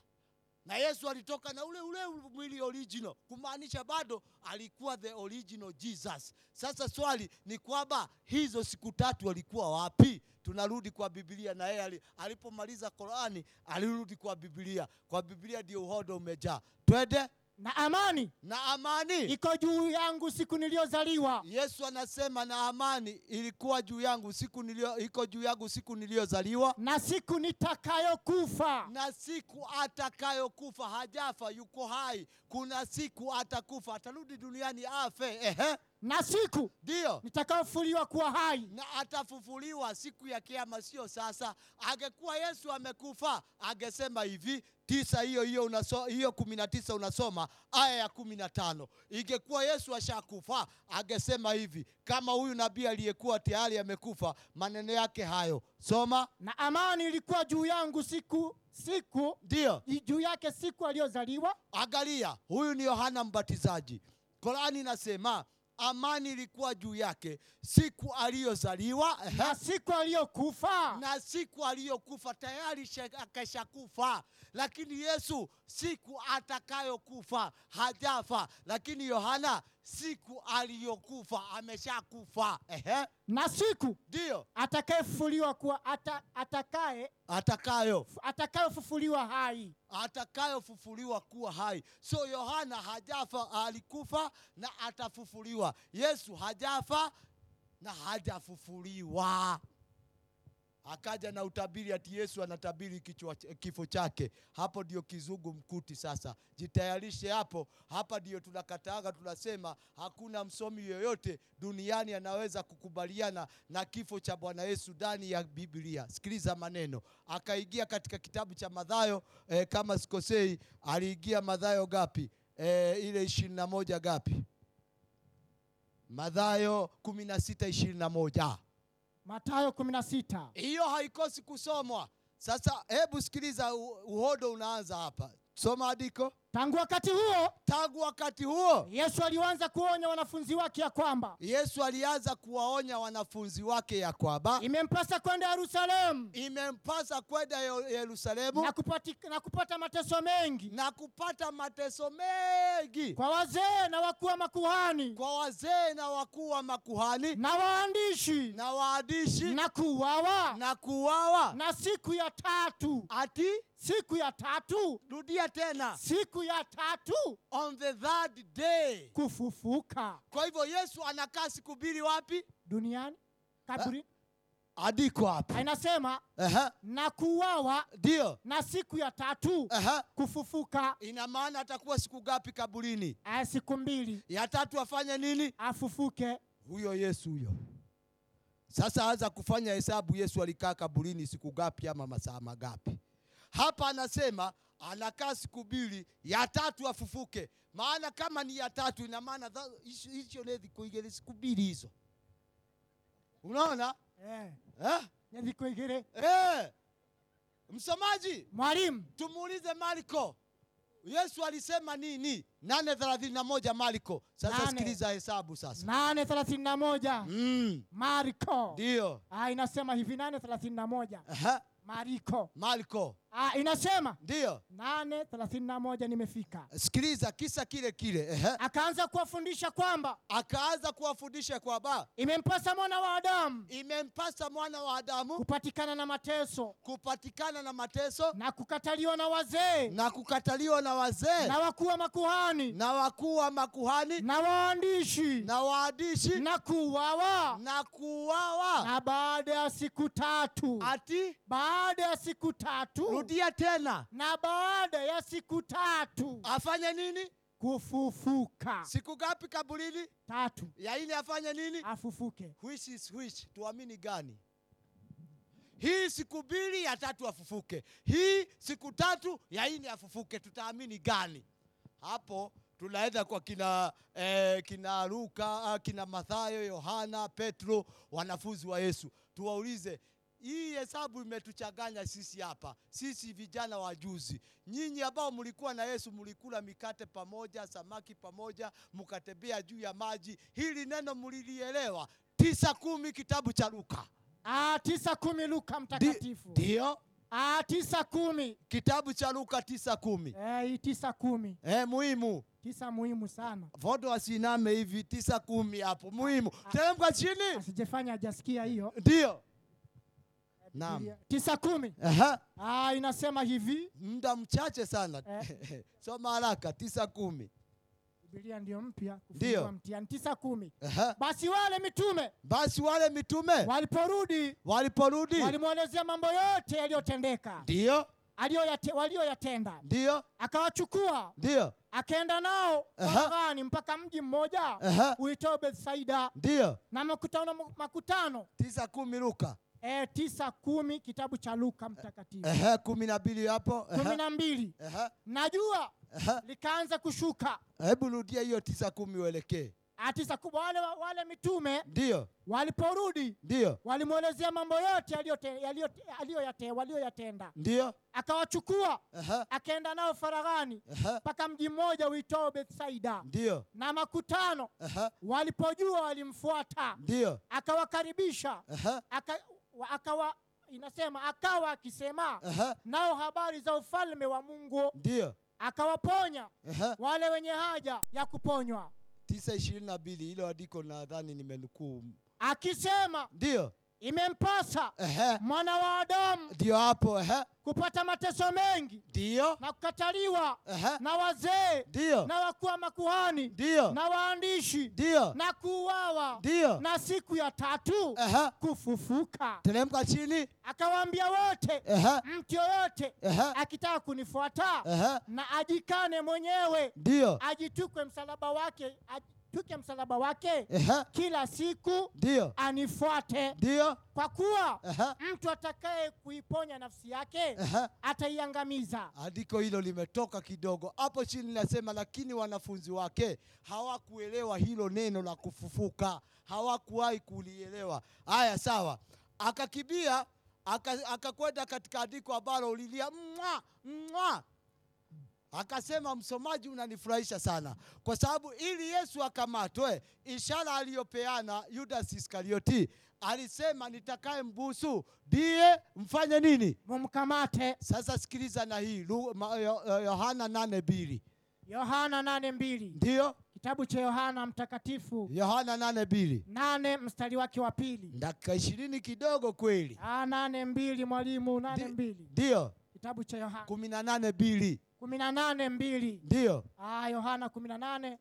na yesu alitoka na ule ule mwili original kumaanisha bado alikuwa the original jesus sasa swali ni kwamba hizo siku tatu alikuwa wapi tunarudi kwa biblia na yeye ali- alipomaliza qurani alirudi kwa biblia kwa biblia ndio uhodo umejaa twende na amani na amani iko juu yangu siku niliyozaliwa yesu anasema na amani ilikuwa juu yangu siku nilio iko juu yangu siku niliyozaliwa na siku nitakayokufa na siku atakayokufa hajafa yuko hai kuna siku atakufa atarudi duniani afe ehe na siku ndio nitakayofuliwa kuwa hai na atafufuliwa siku ya kiama sio sasa angekuwa yesu amekufa angesema hivi tisa hiyo hiyo unaso- hiyo kumi na tisa unasoma aya ya kumi na tano ingekuwa yesu ashakufa angesema hivi kama huyu nabii aliyekuwa tayari amekufa maneno yake hayo soma na amani ilikuwa juu yangu siku siku ndio i- juu yake siku aliyozaliwa angalia huyu ni yohana mbatizaji korani inasema amani ilikuwa juu yake siku aliyozaliwa ehe, na siku aliyokufa na siku aliyokufa tayari sha- akashakufa lakini yesu siku atakayokufa hajafa lakini yohana siku aliyokufa ameshakufa ehe na siku ndiyo atakayefufuliwa kuwa ata, atakaye atakayo atakayofufuliwa hai atakayofufuliwa kuwa hai so yohana hajafa alikufa na atafufuliwa yesu hajafa na hajafufuliwa akaja na utabiri ati yesu anatabiri kichwa, kifo chake hapo ndio kizungu mkuti sasa jitayarishe hapo hapa ndio tunakataaga tunasema hakuna msomi yoyote duniani anaweza kukubaliana na kifo cha bwana yesu ndani ya biblia sikiliza maneno akaingia katika kitabu cha madhayo eh, kama sikosei aliingia madhayo gapi eh, ile ishirini na moja gapi madhayo kumi na sita ishirini na moja matayo 16 hiyo haikosi kusomwa sasa hebu sikiliza u- uhodo unaanza hapa soma andiko tangu wakati huo tangu wakati huo yesu alianza kuonya wanafunzi wake ya kwamba yesu alianza kuwaonya wanafunzi wake ya kwamba imempasa kwenda yerusalemu imempasa kwenda Yo- yerusalemu na, kupati- na kupata mateso mengi na kupata mateso mengi kwa wazee na wakuu wa makuhani kwa wazee na wakuu wa makuhani na waandishi na waadishi na kuuawa na kuwawa na siku ya tatu ati siku ya tatu rudia tena siku ya tatu on the third day kufufuka kwa hivyo yesu anakaa siku mbili wapi duniani kaburi andiko hapo inasema Ehe. na kuuawa ndio na siku ya tatu Aha. kufufuka ina maana atakuwa siku ngapi kaburini aya siku mbili ya tatu afanye nini afufuke huyo yesu huyo sasa anza kufanya hesabu yesu alikaa kaburini siku ngapi ama masaa magapi hapa anasema anakaa siku mbili ya tatu afufuke maana kama ni ya tatu ina maana tha- hicho- hicho ni thiku igiri siku mbili hizo unaona eh, eh? nyadhiku igere Eh. msomaji mwalimu tumuulize marko yesu alisema nini nane thelathini na moja marko sasa Nane. sikiliza hesabu sasa nane thelathini na moja Mm, marko ndiyo ah, inasema hivi nane thelathini na moja Aha, mariko marko ah, inasema ndiyo nane thelathini na moja nimefika sikiliza kisa kile kile Aha. akaanza kuwafundisha kwamba akaanza kuwafundisha kwamba imempasa mwana wa adamu imempasa mwana wa adamu kupatikana na mateso kupatikana na mateso na kukataliwa na wazee na kukataliwa na wazee na wakuu wa makuhani na wakuu wa makuhani na waandishi na waadishi na kuuawa na kuuawa na baada ya siku tatu ati baada ya siku tatu rudia tena na baada ya siku tatu afanye nini kufufuka siku ngapi kaburini tatu yaini afanye nini afufuke which is which tuamini gani hii siku mbili ya tatu afufuke hii siku tatu ya nne afufuke tutaamini gani hapo tunaenda kwa kina eh, kina luka ah, kina mathayo yohana petro wanafunzi wa yesu tuwaulize hii hesabu imetuchanganya sisi hapa sisi vijana wa juzi nyinyi ambao mlikuwa na yesu mlikula mikate pamoja samaki pamoja mkatembea juu ya maji hili neno mlilielewa tisa kumi kitabu cha luka Ah, tisa kumi luka mtakatifu ndio Ah, tisa kumi kitabu cha luka tisa kumi Eh, hii tisa kumi e, muhimu tisa muhimu sana vodo wasiname hivi tisa kumi hapo muhimu teremka chini asijefanya hajasikia hiyo ndio naam tisa kumi Aha. Ah, inasema hivi muda mchache sana Eh. soma haraka tisa kumi bibilia ndiyo mpya Ndiyo. kufungua mtihani tisa kumi Aha. basi wale mitume basi wale mitume waliporudi waliporudi walimwelezea mambo yote yaliyotendeka ndio aliyoyate- waliyoyatenda ndio akawachukua ndio akaenda nao Aha. faraghani mpaka mji mmoja Aha. uitao bethsaida ndio na makutano makutano tisa kumi luka e, tisa kumi kitabu cha luka mtakatifu Aha, kumi na mbili hapo Aha. kumi na mbili Aha. na jua Aha. likaanza kushuka hebu rudia hiyo tisa kumi uelekee Ah, tisa kubwa wale, wale mitume ndio waliporudi ndio walimwelezea mambo yote yaliyote- yaliyote- aliyoyate- waliyoyatenda ndio akawachukua Aha. akaenda nao faraghani Aha. mpaka mji mmoja uitao bethsaida ndio na makutano Aha. walipojua walimfuata ndio akawakaribisha Aha. aka, wa- akawa inasema akawa akisema Aha. nao habari za ufalme wa mungu ndio akawaponya Aha. wale wenye haja ya kuponywa tisa ishirini na mbili hilo andiko nadhani nimenukuu akisema ndio imempasa Aha. mwana wa adamu ndio hapo Aha. kupata mateso mengi ndio na kukataliwa Aha. na wazee ndio na wakuu wa makuhani ndio na waandishi ndio na kuuawa ndio na siku ya tatu Aha. kufufuka teremka chini akawaambia wote Aha. mtu yoyote Aha. akitaka kunifuata Aha. na ajikane mwenyewe ndio ajitukwe msalaba wake ajituke msalaba wake Aha. kila siku ndio anifuate ndio kwa kuwa Aha. mtu atakaye kuiponya nafsi yake Aha. ataiangamiza andiko hilo limetoka kidogo hapo chini nasema lakini wanafunzi wake hawakuelewa hilo neno la kufufuka hawakuwahi kulielewa haya sawa akakibia aka- akakwenda katika andiko ambalo ulilia mwa mwa akasema msomaji unanifurahisha sana kwa sababu ili yesu akamatwe ishara aliyopeana yudas iskarioti alisema nitakaye mbusu ndiye mfanye nini mumkamate sasa sikiliza na hii Lu- ma- Yo- Yo- Yohana nane mbili yohana nane mbili ndiyo, kitabu cha yohana mtakatifu Yohana nane mbili nane mstari wake wa pili dakika ishirini kidogo kweli, Ah, nane mbili mwalimu nane Ndi- mbili ndiyo kitabu cha yohana kumi na nane mbili kumi na nane mbili ndiyo Ah, yohana kumi na nane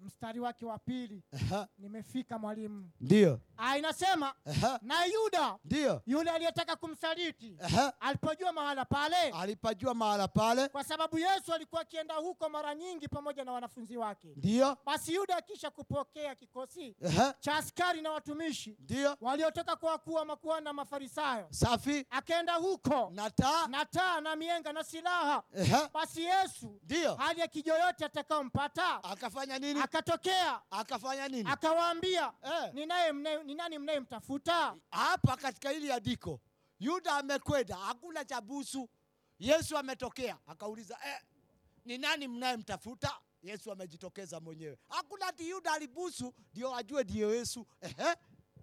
mstari wake wa pili Aha, nimefika mwalimu ndiyo Ah, inasema Aha, na yuda ndiyo yule aliyetaka kumsaliti Aha, alipojua mahala pale alipajua mahala pale, kwa sababu yesu alikuwa akienda huko mara nyingi pamoja na wanafunzi wake ndiyo basi yuda akisha kupokea kikosi Aha, cha askari na watumishi ndiyo waliotoka kwa wakuu wa makuhani na mafarisayo safi akaenda huko na taa, na taa na mienga na silaha Aha, basi yesu ndiyo hali ya kijoyote atakayompata akafanya nini? akatokea Akafanya nini? akawaambia Eh. "Ni naye mnaye- ni nani mnayemtafuta hapa katika hili andiko yuda amekwenda hakuna cha busu yesu ametokea akauliza eh, ni nani mnayemtafuta yesu amejitokeza mwenyewe hakuna ati yuda alibusu ndio ajue ndiyo yesu Ehe.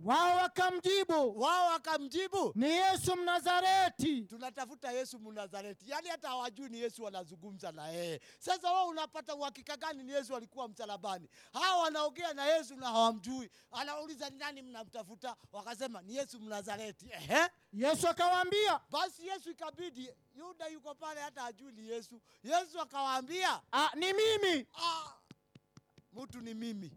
Wao wakamjibu wao wakamjibu ni Yesu Mnazareti. tunatafuta yesu mnazareti yaani hata hawajui ni yesu wanazungumza na yeye sasa wao unapata uhakika gani ni yesu alikuwa msalabani hawa wanaongea na yesu na hawamjui anauliza ni nani mnamtafuta wakasema ni yesu mnazareti ehe Yesu akawaambia basi yesu ikabidi yuda yuko pale hata hajui ni yesu yesu akawaambia "Ah, ni mimi. "Ah, mtu ni mimi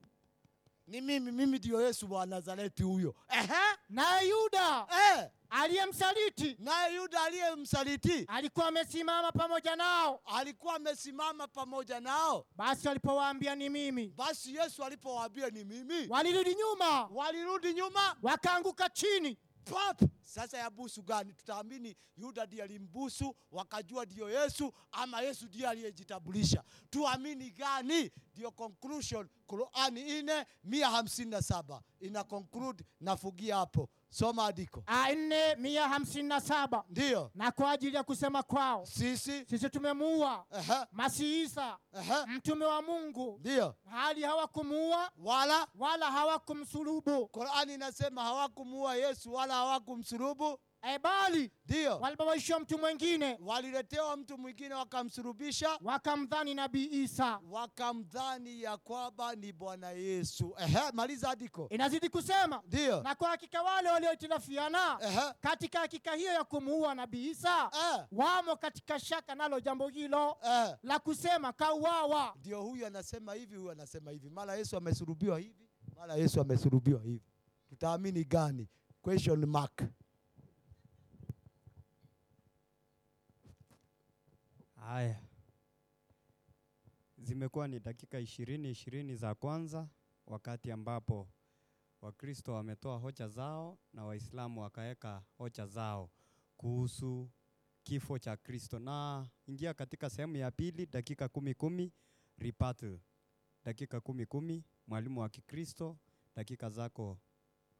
ni mimi mimi ndiyo yesu wa nazareti huyo ehe Naye Yuda eh, aliyemsaliti naye yuda aliyemsaliti alikuwa amesimama pamoja nao. alikuwa amesimama pamoja nao Basi walipowaambia ni mimi, basi yesu alipowaambia ni mimi walirudi nyuma, walirudi nyuma wakaanguka chini. pap sasa ya busu gani tutaamini yuda ndiye alimbusu wakajua ndiyo yesu ama yesu ndiye aliyejitambulisha tuamini gani ndiyo conclusion qurani ine mia hamsini na saba ina conclude nafugia hapo soma andiko Ah, nne mia hamsini na saba ndiyo na kwa ajili ya kusema kwao sisi sisi tumemuua ehe, Masihi Isa ehe, mtume wa Mungu, ndiyo hali hawakumuua wala wala hawakumsulubu, qurani inasema hawakumuua yesu wala hawakumsurubu e, bali ndiyo walibabaishia mtu mwingine, waliletewa mtu mwingine wakamsurubisha wakamdhani nabii Isa. wakamdhani ya kwamba ni bwana yesu Ehe, maliza andiko Inazidi kusema, ndiyo na kwa hakika wale waliohitilafiana Ehe, katika hakika hiyo ya kumuua nabii Isa eh, wamo katika shaka nalo jambo hilo eh. la kusema kauawa. ndio huyu anasema hivi huyu anasema hivi mara yesu amesurubiwa hivi mara yesu amesurubiwa hivi tutaamini gani question mark Haya, zimekuwa ni dakika ishirini ishirini za kwanza, wakati ambapo Wakristo wametoa hoja zao na Waislamu wakaweka hoja zao kuhusu kifo cha Kristo, na ingia katika sehemu ya pili, dakika kumi kumi repartle, dakika kumi kumi mwalimu wa Kikristo, dakika zako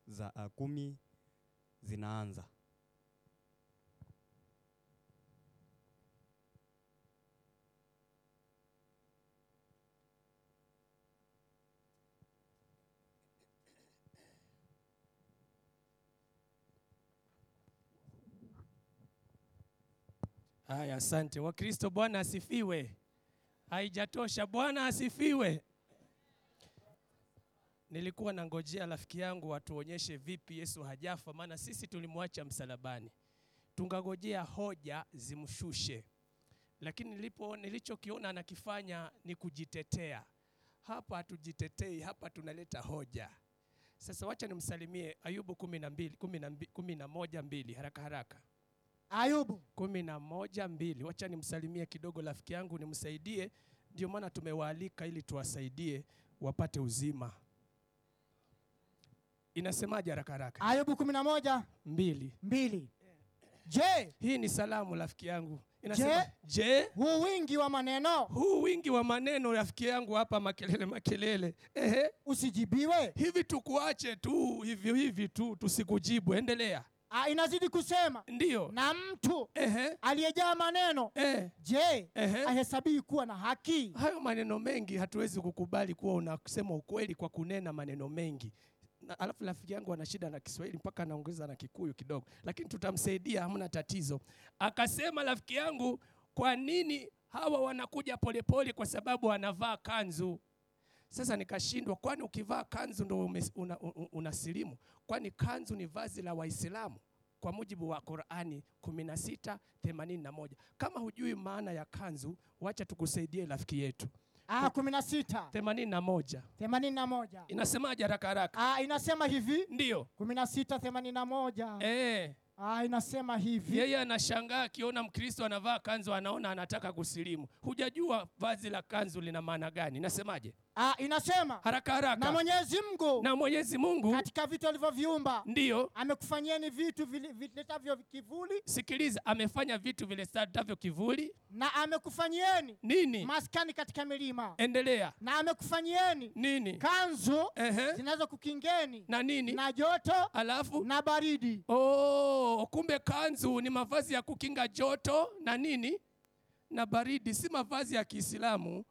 za ah, kumi zinaanza. Haya, asante Wakristo. Bwana asifiwe. Haijatosha, Bwana asifiwe. Nilikuwa nangojea rafiki yangu atuonyeshe vipi Yesu hajafa, maana sisi tulimwacha msalabani, tungagojea hoja zimshushe, lakini nilipo nilichokiona anakifanya ni kujitetea. Hapa hatujitetei, hapa tunaleta hoja. Sasa wacha nimsalimie Ayubu kumi na mbili kumi na mbi- kumi na moja mbili haraka haraka Ayubu kumi na moja mbili. Wacha nimsalimie kidogo rafiki yangu nimsaidie, ndio maana tumewaalika ili tuwasaidie wapate uzima. Inasemaje haraka haraka? Ayubu kumi na moja Mbili. mbili. Je, Hii ni salamu rafiki yangu. Inasema je, huu wingi wa maneno huu wingi wa maneno rafiki yangu hapa, makelele makelele, ehe, usijibiwe? hivi tukuache tu hivyo hivi tu tusikujibu? Endelea. Ah, Inazidi kusema Ndiyo, na mtu ehe, aliyejaa maneno eh, je ehe. ahesabii kuwa na haki hayo maneno mengi hatuwezi kukubali kuwa unasema ukweli kwa kunena maneno mengi na, alafu rafiki yangu ana shida na Kiswahili mpaka anaongeza na Kikuyu kidogo, lakini tutamsaidia, hamna tatizo. Akasema rafiki yangu, kwa nini hawa wanakuja polepole? Kwa sababu wanavaa kanzu. Sasa nikashindwa, kwani ukivaa kanzu ndo ume- una, una, unasilimu? Kwani kanzu ni vazi la Waislamu kwa mujibu wa Qur'ani 16:81. Kama hujui maana ya kanzu, wacha tukusaidie rafiki yetu. ah, kumi na sita 81 themanini na moja inasemaje haraka haraka? ah, inasema hivi Ndio kumi na sita themanini na moja eh, ah, inasema hivi yeye anashangaa akiona Mkristo anavaa kanzu, anaona anataka kusilimu. Hujajua vazi la kanzu lina maana gani? Inasemaje ah, inasema haraka na haraka? Mwenyezi Mungu Na Mwenyezi Mungu katika vitu alivyoviumba ndio amekufanyieni vitu vili- viletavyo kivuli sikiliza, amefanya vitu vile viletavyo kivuli na amekufanyieni nini, maskani katika milima endelea na amekufanyieni nini, kanzu ehe, zinazo kukingeni na nini, na joto alafu na baridi Oh, kumbe kanzu ni mavazi ya kukinga joto na nini na baridi, si mavazi ya Kiislamu.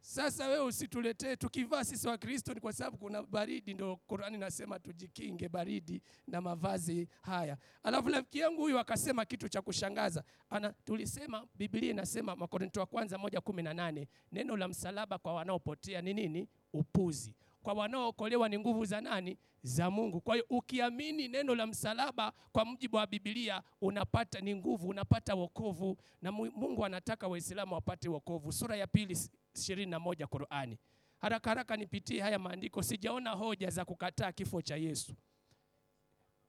Sasa wewe usituletee tukivaa sisi wa Kristo ni kwa sababu kuna baridi, ndio Qur'ani nasema tujikinge baridi na mavazi haya. Alafu rafiki yangu huyu akasema kitu cha kushangaza. Ana tulisema Biblia inasema Wakorintho wa kwanza moja kumi na nane neno la msalaba kwa wanaopotea ni nini? Upuzi. Kwa wanaookolewa ni nguvu za nani? Za Mungu. Kwa hiyo ukiamini neno la msalaba kwa mujibu wa Biblia unapata ni nguvu, unapata wokovu, na Mu- Mungu anataka Waislamu wapate wokovu. Sura ya pili s- 21 Qur'ani. Haraka haraka nipitie haya maandiko, sijaona hoja za kukataa kifo cha Yesu.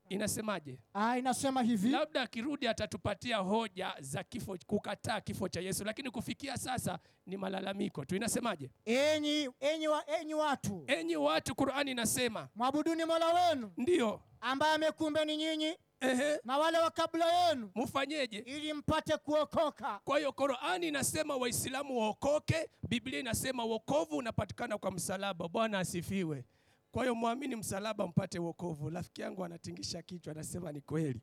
Inasemaje? Ah, inasema hivi labda akirudi atatupatia hoja za kifo kukataa kifo cha Yesu, lakini kufikia sasa ni malalamiko tu. Inasemaje? enyi, enyi, wa, enyi watu Enyi watu, Qur'ani inasema mwabuduni mola wenu ndiyo, ambaye amekumbeni nyinyi ehe, na wale wa kabla yenu mfanyeje? ili mpate kuokoka Kwa hiyo Qur'ani inasema Waislamu waokoke, Biblia inasema wokovu unapatikana kwa msalaba. Bwana asifiwe. Kwa hiyo mwamini msalaba mpate wokovu. Rafiki yangu anatingisha kichwa, anasema ni kweli.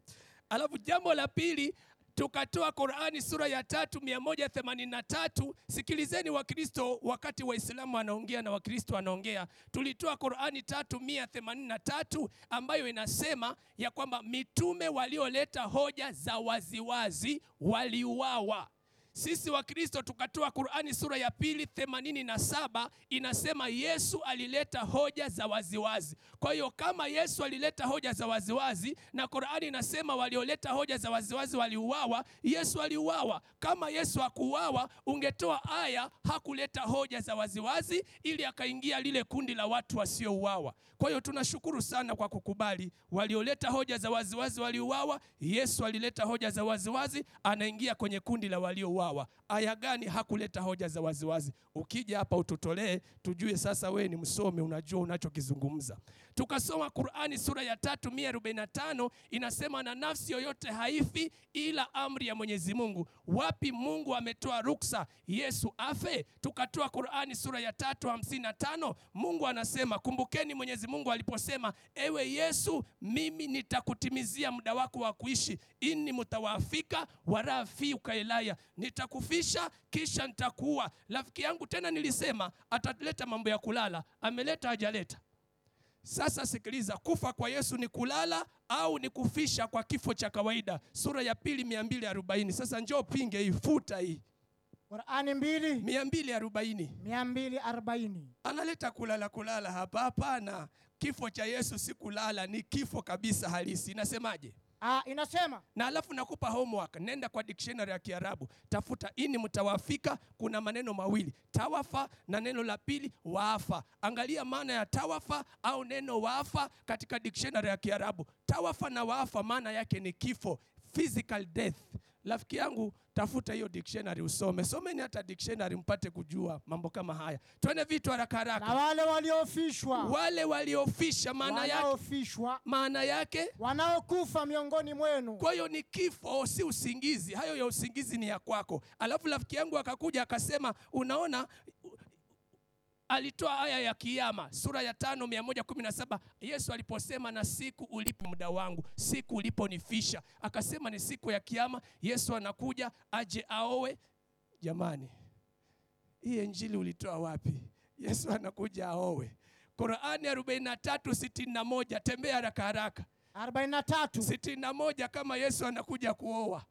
Alafu jambo la pili tukatoa Qur'ani sura ya tatu mia moja themanini na tatu. Sikilizeni Wakristo, wakati Waislamu wanaongea na Wakristo wanaongea, tulitoa Qur'ani tatu mia themanini na tatu ambayo inasema ya kwamba mitume walioleta hoja za waziwazi waliuawa. Sisi Wakristo tukatoa Qur'ani sura ya pili themanini na saba inasema Yesu alileta hoja za waziwazi. Kwa hiyo kama Yesu alileta hoja za waziwazi na Qur'ani inasema walioleta hoja za waziwazi waliuawa, Yesu aliuawa. Kama Yesu hakuuawa, ungetoa aya hakuleta hoja za waziwazi ili akaingia lile kundi la watu wasiouawa. Kwa hiyo tunashukuru sana kwa kukubali walioleta hoja za waziwazi waliuawa, Yesu alileta hoja za waziwazi, anaingia kwenye kundi la waliouawa. Aya gani hakuleta hoja za waziwazi? Ukija hapa ututolee tujue, sasa wewe ni msomi, unajua unachokizungumza. Tukasoma Qur'ani sura ya tatu mia arobaini na tano inasema, na nafsi yoyote haifi ila amri ya Mwenyezi Mungu. Wapi Mungu ametoa ruksa Yesu afe? Tukatoa Qur'ani sura ya tatu hamsini na tano Mungu anasema, kumbukeni Mwenyezi Mungu aliposema, ewe Yesu, mimi nitakutimizia muda wako wa kuishi, inni mutawafika warafika elaya, nitakufisha kisha nitakuua. Rafiki yangu tena nilisema ataleta mambo ya kulala, ameleta hajaleta? Sasa sikiliza, kufa kwa Yesu ni kulala au ni kufisha kwa kifo cha kawaida? Sura ya pili mia mbili arobaini. Sasa njoo pinge hii, futa hii qurani mbili mia mbili arobaini. mia mbili arobaini Analeta kulala kulala hapa? Hapana, kifo cha Yesu si kulala, ni kifo kabisa halisi. Inasemaje? Ah, inasema na alafu nakupa homework, nenda kwa dictionary ya Kiarabu, tafuta ini mtawafika. Kuna maneno mawili tawafa na neno la pili waafa. Angalia maana ya tawafa au neno waafa katika dictionary ya Kiarabu. Tawafa na waafa maana yake ni kifo, physical death. Rafiki yangu tafuta hiyo dictionary usome, someni hata dictionary mpate kujua mambo kama haya. Twende vitu haraka na haraka, wale waliofishwa wale waliofisha maana yake, wanaofishwa maana yake wanaokufa miongoni mwenu Kwa hiyo ni kifo, si usingizi. Hayo ya usingizi ni ya kwako. Alafu rafiki yangu akakuja akasema, unaona alitoa aya ya Kiyama sura ya tano mia moja kumi na saba Yesu aliposema na siku ulipo muda wangu, siku uliponifisha, akasema ni siku ya Kiyama. Yesu anakuja aje aowe. Jamani, hii injili ulitoa wapi? Yesu anakuja aowe. Qurani 43:61 tembea haraka haraka 43 sitini na moja kama yesu anakuja kuoa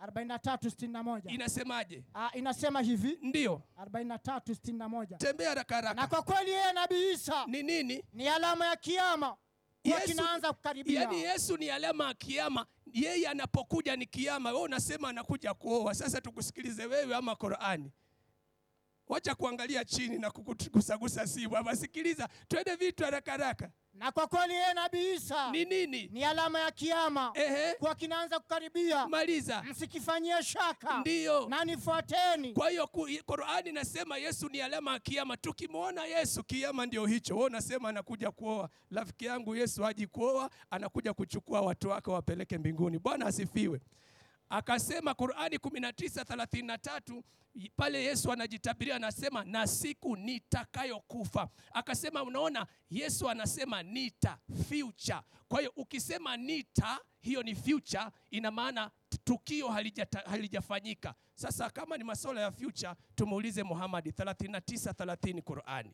43 61 inasemaje Ah, inasema hivi ndiyo 43 61 tembea haraka na haraka kwa kweli yeye nabii Isa ni nini ni alama ya kiama kuwa Yesu- kinaanza kukaribia yaani yesu ni alama ya kiama yeye anapokuja ni kiama wewe unasema anakuja kuoa sasa tukusikilize wewe ama qurani wacha kuangalia chini na kukugusagusa simu ama sikiliza twende vitu haraka haraka na kwa kweli yeye nabii Isa ni E- nini ni alama ya kiama ehe kuwa kinaanza kukaribia maliza msikifanyie shaka ndiyo na nifuateni Kwa hiyo ku- Qur'ani nasema Yesu ni alama ya kiyama. Tukimwona Yesu, kiyama ndio hicho. Wewe unasema anakuja kuoa. Rafiki yangu Yesu haji kuoa, anakuja kuchukua watu wake wapeleke mbinguni. Bwana asifiwe. Akasema Qur'ani 19:33 pale Yesu anajitabiria anasema na siku nitakayokufa. Akasema unaona Yesu anasema nita future. Kwa hiyo ukisema nita hiyo ni future ina maana tukio halijata- halijafanyika. Sasa kama ni masuala ya future, tumuulize Muhammad 39:30 Qur'ani.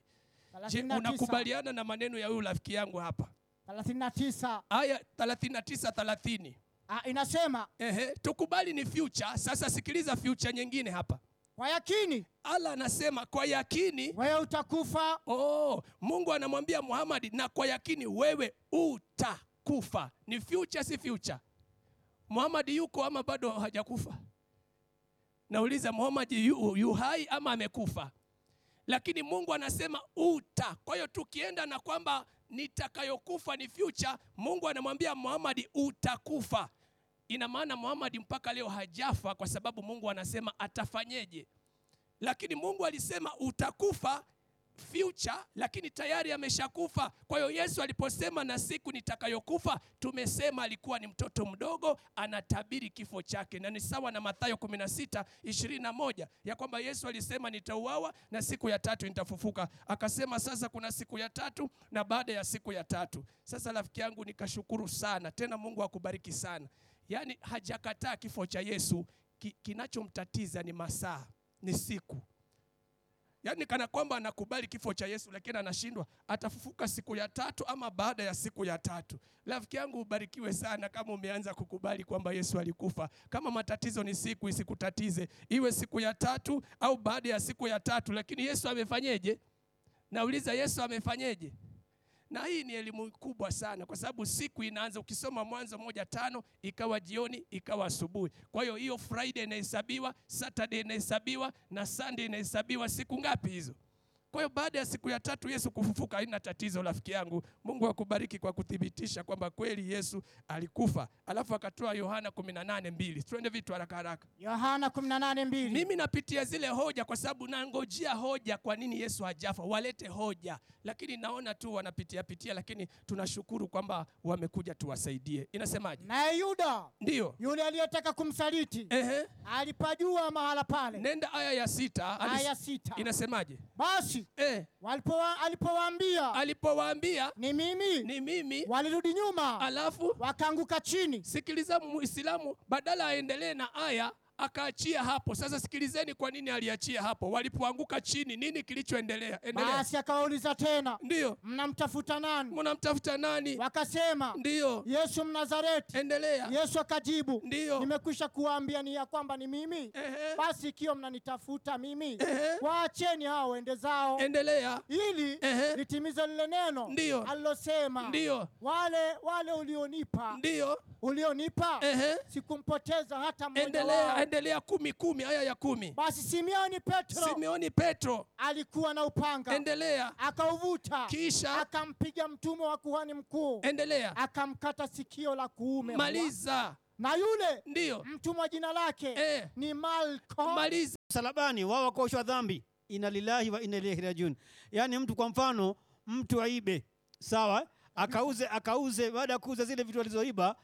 Je, 39, unakubaliana na maneno ya huyu rafiki yangu hapa? 39, Aya 39:30. ah, inasema Ehe, tukubali ni future. Sasa sikiliza future nyingine hapa. kwa yakini Allah anasema kwa yakini wewe utakufa Oh, Mungu anamwambia Muhammad na kwa yakini wewe utakufa. Ni future si future? Muhammad yuko ama bado hajakufa? Nauliza Muhammad yu, yu hai ama amekufa? Lakini Mungu anasema uta. Kwa hiyo tukienda na kwamba nitakayokufa ni future, Mungu anamwambia Muhammad utakufa. Ina maana Muhammad mpaka leo hajafa kwa sababu Mungu anasema atafanyeje? Lakini Mungu alisema utakufa future, lakini tayari ameshakufa. Kwa hiyo Yesu aliposema na siku nitakayokufa, tumesema alikuwa ni mtoto mdogo, anatabiri kifo chake, na ni sawa na Mathayo 16 21 ya kwamba Yesu alisema nitauawa na siku ya tatu nitafufuka. Akasema sasa kuna siku ya tatu na baada ya siku ya tatu. Sasa rafiki yangu, nikashukuru sana tena, Mungu akubariki sana. Yaani hajakataa kifo cha Yesu, ki, kinachomtatiza ni masaa, ni siku yaani kana kwamba anakubali kifo cha Yesu lakini anashindwa atafufuka siku ya tatu ama baada ya siku ya tatu. Rafiki yangu ubarikiwe sana kama umeanza kukubali kwamba Yesu alikufa. Kama matatizo ni siku, isikutatize iwe siku ya tatu au baada ya siku ya tatu, lakini Yesu amefanyeje? Nauliza, Yesu amefanyeje? na hii ni elimu kubwa sana kwa sababu siku inaanza ukisoma mwanzo moja tano ikawa jioni ikawa asubuhi kwa hiyo hiyo friday inahesabiwa saturday inahesabiwa na sunday inahesabiwa siku ngapi hizo kwa hiyo baada ya siku ya tatu yesu kufufuka haina tatizo rafiki yangu mungu akubariki kwa kuthibitisha kwamba kweli yesu alikufa alafu akatoa yohana 18 mbili twende vitu haraka haraka Yohana 18:2. mimi napitia zile hoja kwa sababu nangojea hoja, kwa nini Yesu hajafa, walete hoja, lakini naona tu wanapitia pitia, lakini tunashukuru kwamba wamekuja tuwasaidie. Inasemaje? Naye Yuda Ndiyo, yule aliyetaka kumsaliti ehe, alipajua mahala pale. nenda aya ya sita hadi- Aya sita. inasemaje? Basi Eh, walipowa- alipowaambia alipowaambia ni mimi, ni mimi, walirudi nyuma alafu wakaanguka chini. sikiliza, Muislamu badala aendelee na aya akaachia hapo. Sasa sikilizeni, kwa nini aliachia hapo? Walipoanguka chini, nini kilichoendelea? Endelea. Basi akawauliza tena, Ndiyo, mnamtafuta nani? mnamtafuta nani? Wakasema Ndiyo, Yesu Mnazareti. endelea. Yesu akajibu, Ndiyo. nimekwisha kuwaambia ni ya kwamba ni mimi. Ehe. Basi ikiwa mnanitafuta mimi, waacheni hao waende zao, Endelea. ili Ehe. litimize lile neno Ndiyo. alilosema, Ndiyo, wale wale ulionipa ndiyo. ulionipa, Ehe. sikumpoteza hata mmoja Endelea, wao. endelea. Kumi kumi, aya ya kumi. Basi Simeoni Petro Simeoni Petro, alikuwa na upanga endelea. akauvuta, Kisha akampiga mtumwa wa kuhani mkuu, endelea, akamkata sikio la kuume, Eh. maliza. na yule Ndiyo, mtumwa jina lake Eh. ni Malko. maliza. msalabani wao wakoshwa dhambi ina lillahi wa ina ilaihi rajiun yaani mtu kwa mfano mtu aibe sawa akauze akauze baada ya kuuza zile vitu alizoiba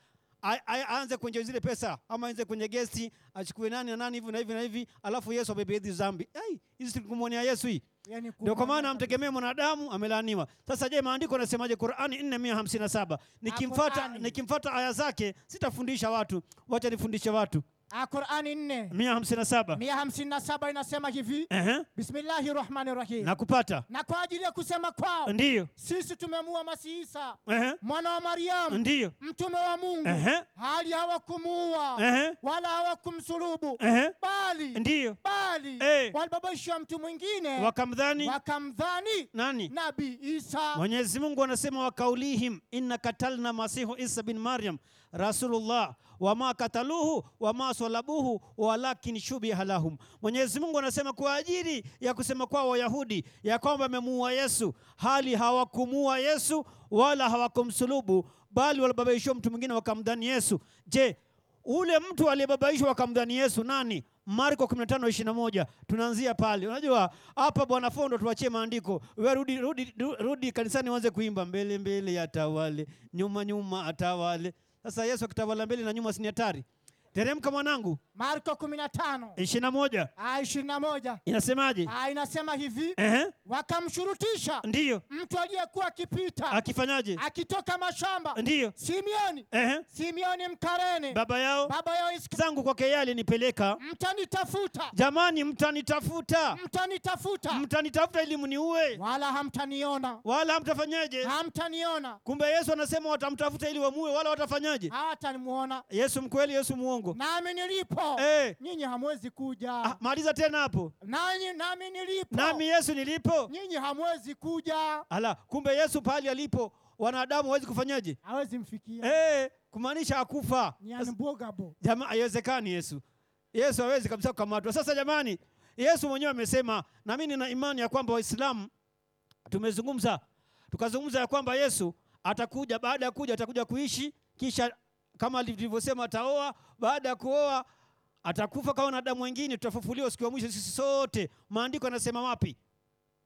a- a- aanze kwenye zile pesa ama aanze kwenye gesti achukue nani na nani hivi na hivi na hivi alafu yesu abebe hizi zambi Ai, hizi sikumwonea yesu hii Yani ndio kwa maana kumwona- amtegemee mwanadamu amelaaniwa sasa je maandiko anasemaje qurani 457 nikimfata Qur'ani. nikimfata aya zake sitafundisha watu wacha nifundishe watu Ah, Qur'ani 4 157 157 inasema hivi Ehe. Bismillahi rahmani rahim na, nakupata kwa ajili ya kusema kwao ndiyo sisi tumemua Masihi Isa Ehe. mwana wa Mariamu ndiyo mtume wa Mungu Ehe. hali hawakumuua Ehe. wala hawakumsulubu Ehe. bali ndiyo bali Eh. walibabaishwa mtu mwingine wakamdhani wakamdhani nani Nabii Isa mwenyezi mungu anasema wakaulihim inna katalna masihu isa bin maryam rasulullah wama kataluhu wama swalabuhu walakin shubiha lahum mwenyezi mungu anasema kwa ajili ya kusema kwao wayahudi ya kwamba amemuua yesu hali hawakumuua yesu wala hawakumsulubu bali walibabaishiwa mtu mwingine wakamdhani yesu je ule mtu aliyebabaishwa wakamdhani Yesu nani? Marko 15:21 tunaanzia pale. Unajua hapa Bwana Fondo, tuachie maandiko. Wewe rudi, rudi, ru- rudi kanisani uanze kuimba mbele mbele atawale, nyuma nyuma atawale. Sasa Yesu akitawala mbele na nyuma si ni hatari? Teremka mwanangu, marko kumi na tano ishirini na moja aya ishirini na moja inasemaje? aya Ah, inasema hivi Ehe, wakamshurutisha ndiyo mtu aliyekuwa akipita akifanyaje? akitoka mashamba Ndiyo simioni ehe, simioni mkarene Eh. baba yao baba yao Iska- zangu kwake yeye alinipeleka. mtanitafuta Jamani, mtanitafuta, mtanitafuta mtanitafuta ili mniue, wala hamtaniona wala hamtafanyaje? hamtaniona Kumbe Yesu anasema watamtafuta ili wamuue, wala Ah. watafanyaje? hatanimuona Yesu mkweli, Yesu muongo. nami nilipo Eh, nyinyi hamwezi ah, kuja maliza tena hapo. nanyi nami nilipo Nami Yesu nilipo. nyinyi hamwezi kuja Ala, kumbe Yesu pahali alipo wanadamu hawezi kufanyaje? hawezi mfikia Eh, kumaanisha akufa. ni unbogable Jamaa, haiwezekani Yesu. Yesu hawezi kabisa kukamatwa. Sasa jamani, Yesu mwenyewe amesema, na mimi nina imani ya kwamba Waislamu tumezungumza, tukazungumza ya kwamba Yesu atakuja. Baada ya kuja atakuja kuishi, kisha kama tulivyosema ataoa. Baada ya kuoa atakufa kama wanadamu wengine, tutafufuliwa siku ya mwisho sisi sote. Maandiko yanasema wapi?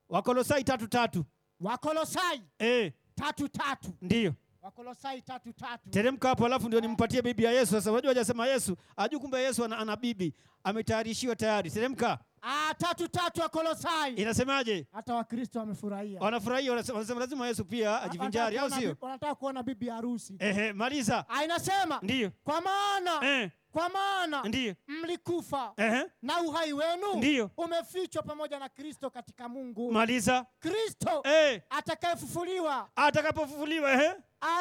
Wakolosai tatu tatu. wakolosai Eh, tatu tatu ndiyo wakolosai tatu tatu teremka hapo alafu ndio nimpatie bibi ya Yesu. Sasa unajua hajasema Yesu, ajui kumbe Yesu ana, ana bibi ametayarishiwa tayari. Teremka, ah, tatu tatu wakolosai inasemaje? hata wakristo wamefurahia Wanafurahia, wanasema wanasema lazima Yesu pia ajivinjari, au Wanataka kuona sio? bi- wanataka kuona bibi harusi Ehe, maliza. Ah, inasema Ndiyo, kwa maana eh, kwa maana ndiyo, mlikufa ehe, na uhai wenu Ndiyo. umefichwa pamoja na kristo katika mungu maliza. kristo Eh, atakayefufuliwa atakapofufuliwa, ehe,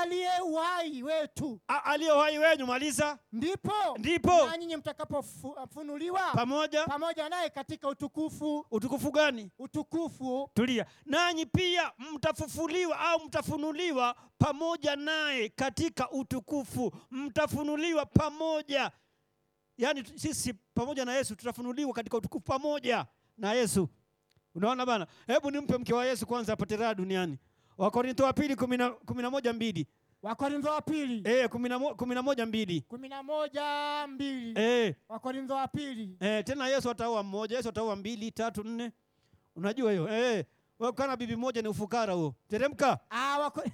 aliye uhai wetu a- aliye uhai wenyu, maliza. ndipo Ndipo na nyinyi mtakapofunuliwa pamoja, pamoja naye katika utukufu utukufu gani? utukufu Tulia, nanyi pia mtafufuliwa au mtafunuliwa pamoja naye katika utukufu. Mtafunuliwa pamoja, yaani tu- sisi pamoja na Yesu tutafunuliwa katika utukufu pamoja na Yesu. Unaona bana, hebu nimpe mke wa Yesu kwanza apate raha duniani. Wakorintho wa pili kumi na- kumi na moja mbili wakorintho wa pili Eh, kumi na mo- kumi na moja mbili kumi na moja mbili Eh, wakorintho wa pili eh, tena Yesu ataua mmoja, Yesu ataua mbili, tatu, nne. Unajua hiyo eh, wewe kukaa na bibi moja ni ufukara huo. Teremka Ah, wako-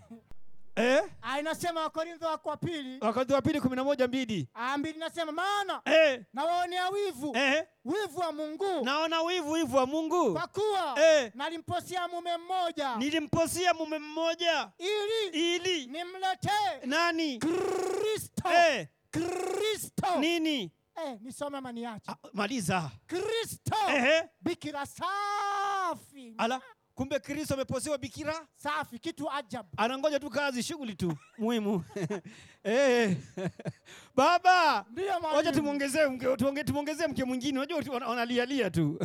eh. Ah, inasema wakorintho wa kwa pili Wakorintho wa pili kumi na moja mbili Ah, mbili inasema maana eh, nawaonea wivu eh, wivu wa mungu naona wivu wivu wa Mungu kwa kuwa eh, nalimposia mume mmoja nilimposia mume mmoja ili ili nimletee nani kristo eh, kristo nini eh, nisome ama niache ah, maliza kristo eh, Ah. bikira safi ala kumbe Kristo ameposiwa bikira, safi kitu ajabu anangoja tu kazi, shughuli tu muhimu eh, baba ndiyo Wacha mwalimu tumuongezee mke- tuonge- tumuongezee mke mwingine, unajua tu- wana- wanalialia tu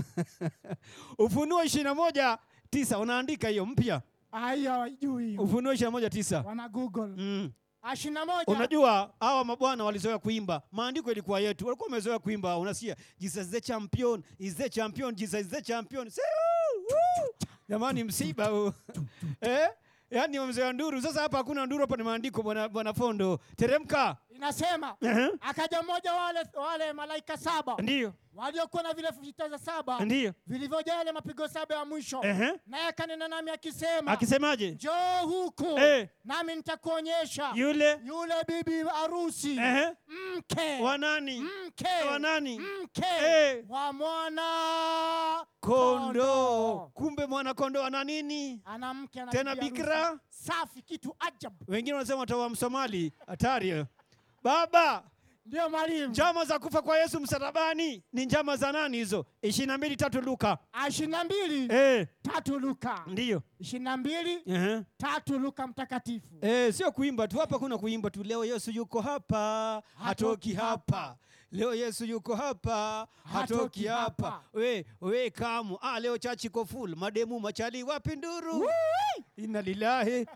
Ufunuo ishirini na moja tisa unaandika hiyo mpya, aiyo hawaijui Ah, hiyo. Ufunuo ishirini na moja tisa wana google Ah, mm. ishirini na moja Unajua hawa mabwana walizoea kuimba, maandiko ilikuwa yetu, walikuwa wamezoea kuimba, unasikia Jesus is the champion, is the champion, Jesus is the champion. Say, "Woo, woo." Jamani, msiba huu eh? Yaani wamezoea nduru. Sasa hapa hakuna nduru, hapa ni maandiko, bwana bwana Fondo. Teremka. inasema Ehe. akaja mmoja wale, wale malaika saba Ndiyo, waliokuwa na vile vitaza saba ndiyo. vilivyojaa yale mapigo saba ya mwisho Ehe. naye akanena nami akisema Eh, Akisemaje? njoo huku Eh. nami nitakuonyesha Yule Mm. yule bibi harusi ehe, mke Eh, wa nani? mke Wa nani? mke Eh. wa mwana Kondoo. Kumbe mwana kondoo ana nini? ana mke ana Tena bibi harusi. bikira? safi kitu ajabu Wengine wanasema watawa Msomali, hatari. hiyo. Baba, ndio mwalimu njama za kufa kwa Yesu msalabani ni njama za nani hizo? ishirini na mbili tatu Luka. ishirini na mbili Eh, Mm. tatu luka ndiyo. ishirini na mbili Ehe. tatu luka mtakatifu Eh, sio kuimba tu hapa, kuna kuimba tu. Leo Yesu yuko hapa, hatoki hapa. Leo Yesu yuko hapa, hatoki Hatoki hapa. hapa. We we kamu ah, leo chachi ko full, mademu machali wapi nduru? Inna lillahi.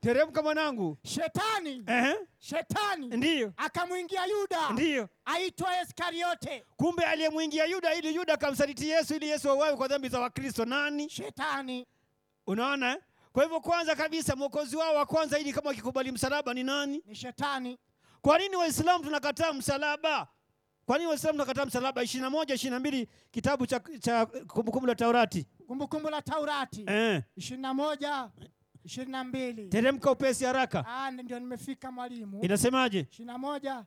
Teremka mwanangu. shetani Eh, shetani ndiyo akamwingia yuda ndiyo. aitwa iskariote Kumbe aliyemwingia Yuda ili Yuda akamsaliti Yesu ili Yesu auawe kwa dhambi za Wakristo nani? shetani Unaona? eh? Kwa hivyo kwanza kabisa mwokozi wao wa kwanza ili kama akikubali msalaba ni nani? ni shetani Kwa nini Waislamu tunakataa msalaba? Kwa nini Waislamu tunakataa msalaba? 21 22 kitabu cha, cha Kumbukumbu la Taurati. kumbukumbu la taurati Eh, ishirini na moja ishirini na mbili teremka upesi haraka. Ah, ndio nimefika mwalimu Inasemaje? ishirini na moja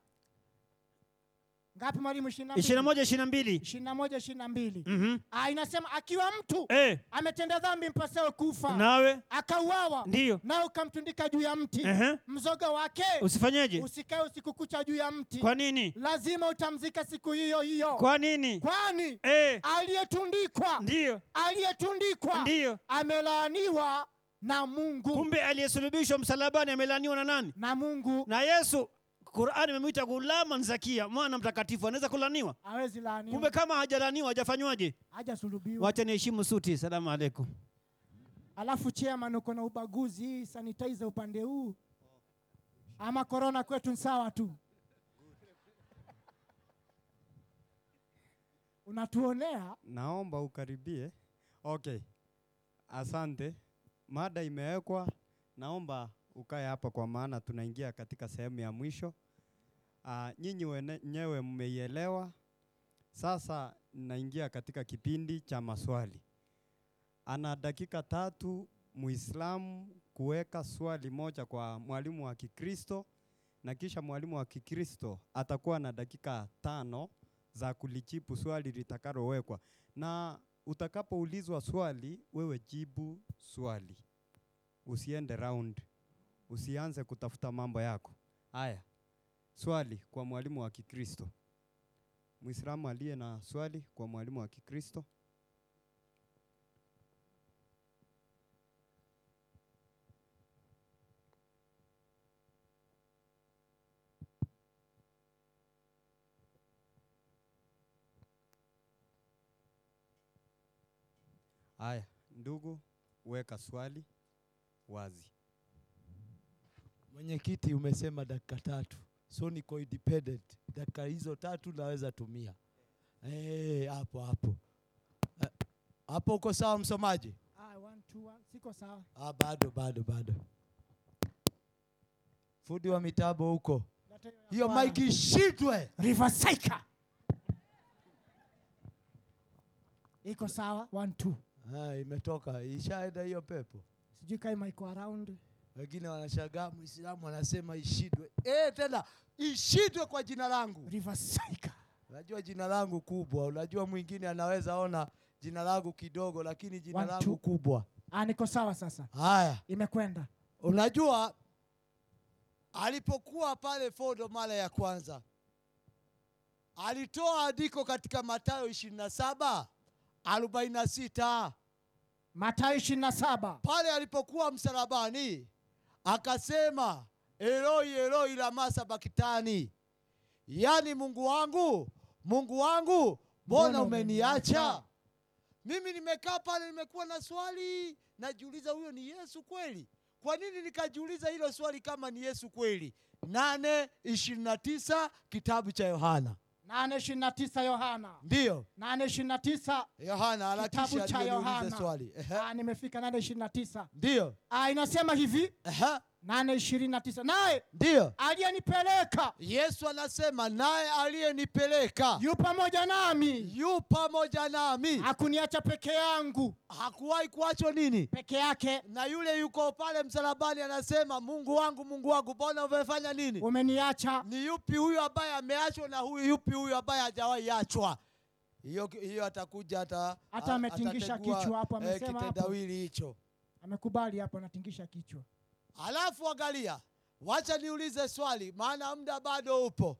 ngapi mwalimu ishirini na ishirini na mbili? moja ishirini na mbili ishirini na moja ishirini na mbili Mhm. Ah, inasema akiwa mtu Eh, ametenda dhambi mpasao kufa nawe akauawa ndiyo na ukamtundika juu ya mti Ehe. mzoga wake usifanyeje usikae usiku kucha juu ya mti kwa nini lazima utamzika siku hiyo hiyo kwa nini kwani Eh, aliyetundikwa ndiyo aliyetundikwa ndiyo amelaaniwa na mungu kumbe aliyesulubishwa msalabani amelaniwa na nani na mungu na yesu qurani imemwita gulaman zakia mwana mtakatifu anaweza kulaniwa hawezi kumbe laaniwa kama hajalaniwa hajafanywaje hajasulubiwa wacha niheshimu suti salamu alaikum alafu chairman uko na ubaguzi hii sanitize upande huu ama korona kwetu ni sawa tu unatuonea Naomba ukaribie. Okay, asante. Mada imewekwa, naomba ukae hapa kwa maana tunaingia katika sehemu ya mwisho. Uh, nyinyi wenyewe mmeielewa. Sasa naingia katika kipindi cha maswali. Ana dakika tatu Muislamu kuweka swali moja kwa mwalimu wa Kikristo na kisha mwalimu wa Kikristo atakuwa na dakika tano za kulijibu swali litakalowekwa na utakapoulizwa swali, wewe jibu swali, usiende round, usianze kutafuta mambo yako. Haya, swali kwa mwalimu wa Kikristo. Muislamu aliye na swali kwa mwalimu wa Kikristo. Haya, ndugu, weka swali wazi. Mwenyekiti, umesema dakika tatu, so ni co-dependent. Dakika hizo tatu naweza tumia Eh, hapo hapo Eh, hapo. Uko sawa msomaji? Ah, one, two, one. siko sawa Ah, bado bado bado. Fundi wa mitambo huko, hiyo Bwana. maiki ishindwe. rivasaika iko sawa one, two. Ah, imetoka, ishaenda hiyo pepo. sijui kaima iko around Wengine wanashangaa, Muislamu anasema ishindwe. Eh, tena ishindwe kwa jina langu. rivasaika Unajua jina langu kubwa, unajua mwingine anaweza ona jina langu kidogo, lakini jina One, langu two. kubwa. ah, niko sawa sasa Haya, imekwenda unajua alipokuwa pale Fodo mara ya kwanza alitoa andiko katika Mathayo ishirini na saba arobaini na sita matayo ishirini na saba pale alipokuwa msalabani akasema eloi eloi lama sabakitani yaani mungu wangu mungu wangu mbona Mbona umeniacha umeniacha? mimi nimekaa pale nimekuwa na swali najiuliza huyo ni yesu kweli kwa nini nikajiuliza hilo swali kama ni yesu kweli nane ishirini na tisa kitabu cha yohana nane ishirini na tisa yohana ndiyo nane ishirini na tisa yohana Kitabu harakisha cha aliyeniuliza Yohana. swali Ehe. ah, nimefika nane ishirini na tisa ndiyo ah, inasema hivi Ehe. nane ishirini na tisa naye ndiyo aliyenipeleka Yesu anasema naye aliyenipeleka yu pamoja nami yu pamoja nami, hakuniacha peke yangu hakuwahi kuachwa nini. peke yake Na yule yuko pale msalabani anasema, Mungu wangu, Mungu wangu, mbona umefanya Um-, nini? umeniacha Ni yupi huyu ambaye ameachwa na huyu yupi huyu ambaye hajawahi achwa? Hiyo hiyo atakuja hata Hata ametingisha kichwa hapo, amesema hapo. eh, kitendawili hicho. amekubali hapo anatingisha kichwa Alafu angalia, wacha niulize swali, maana muda bado upo.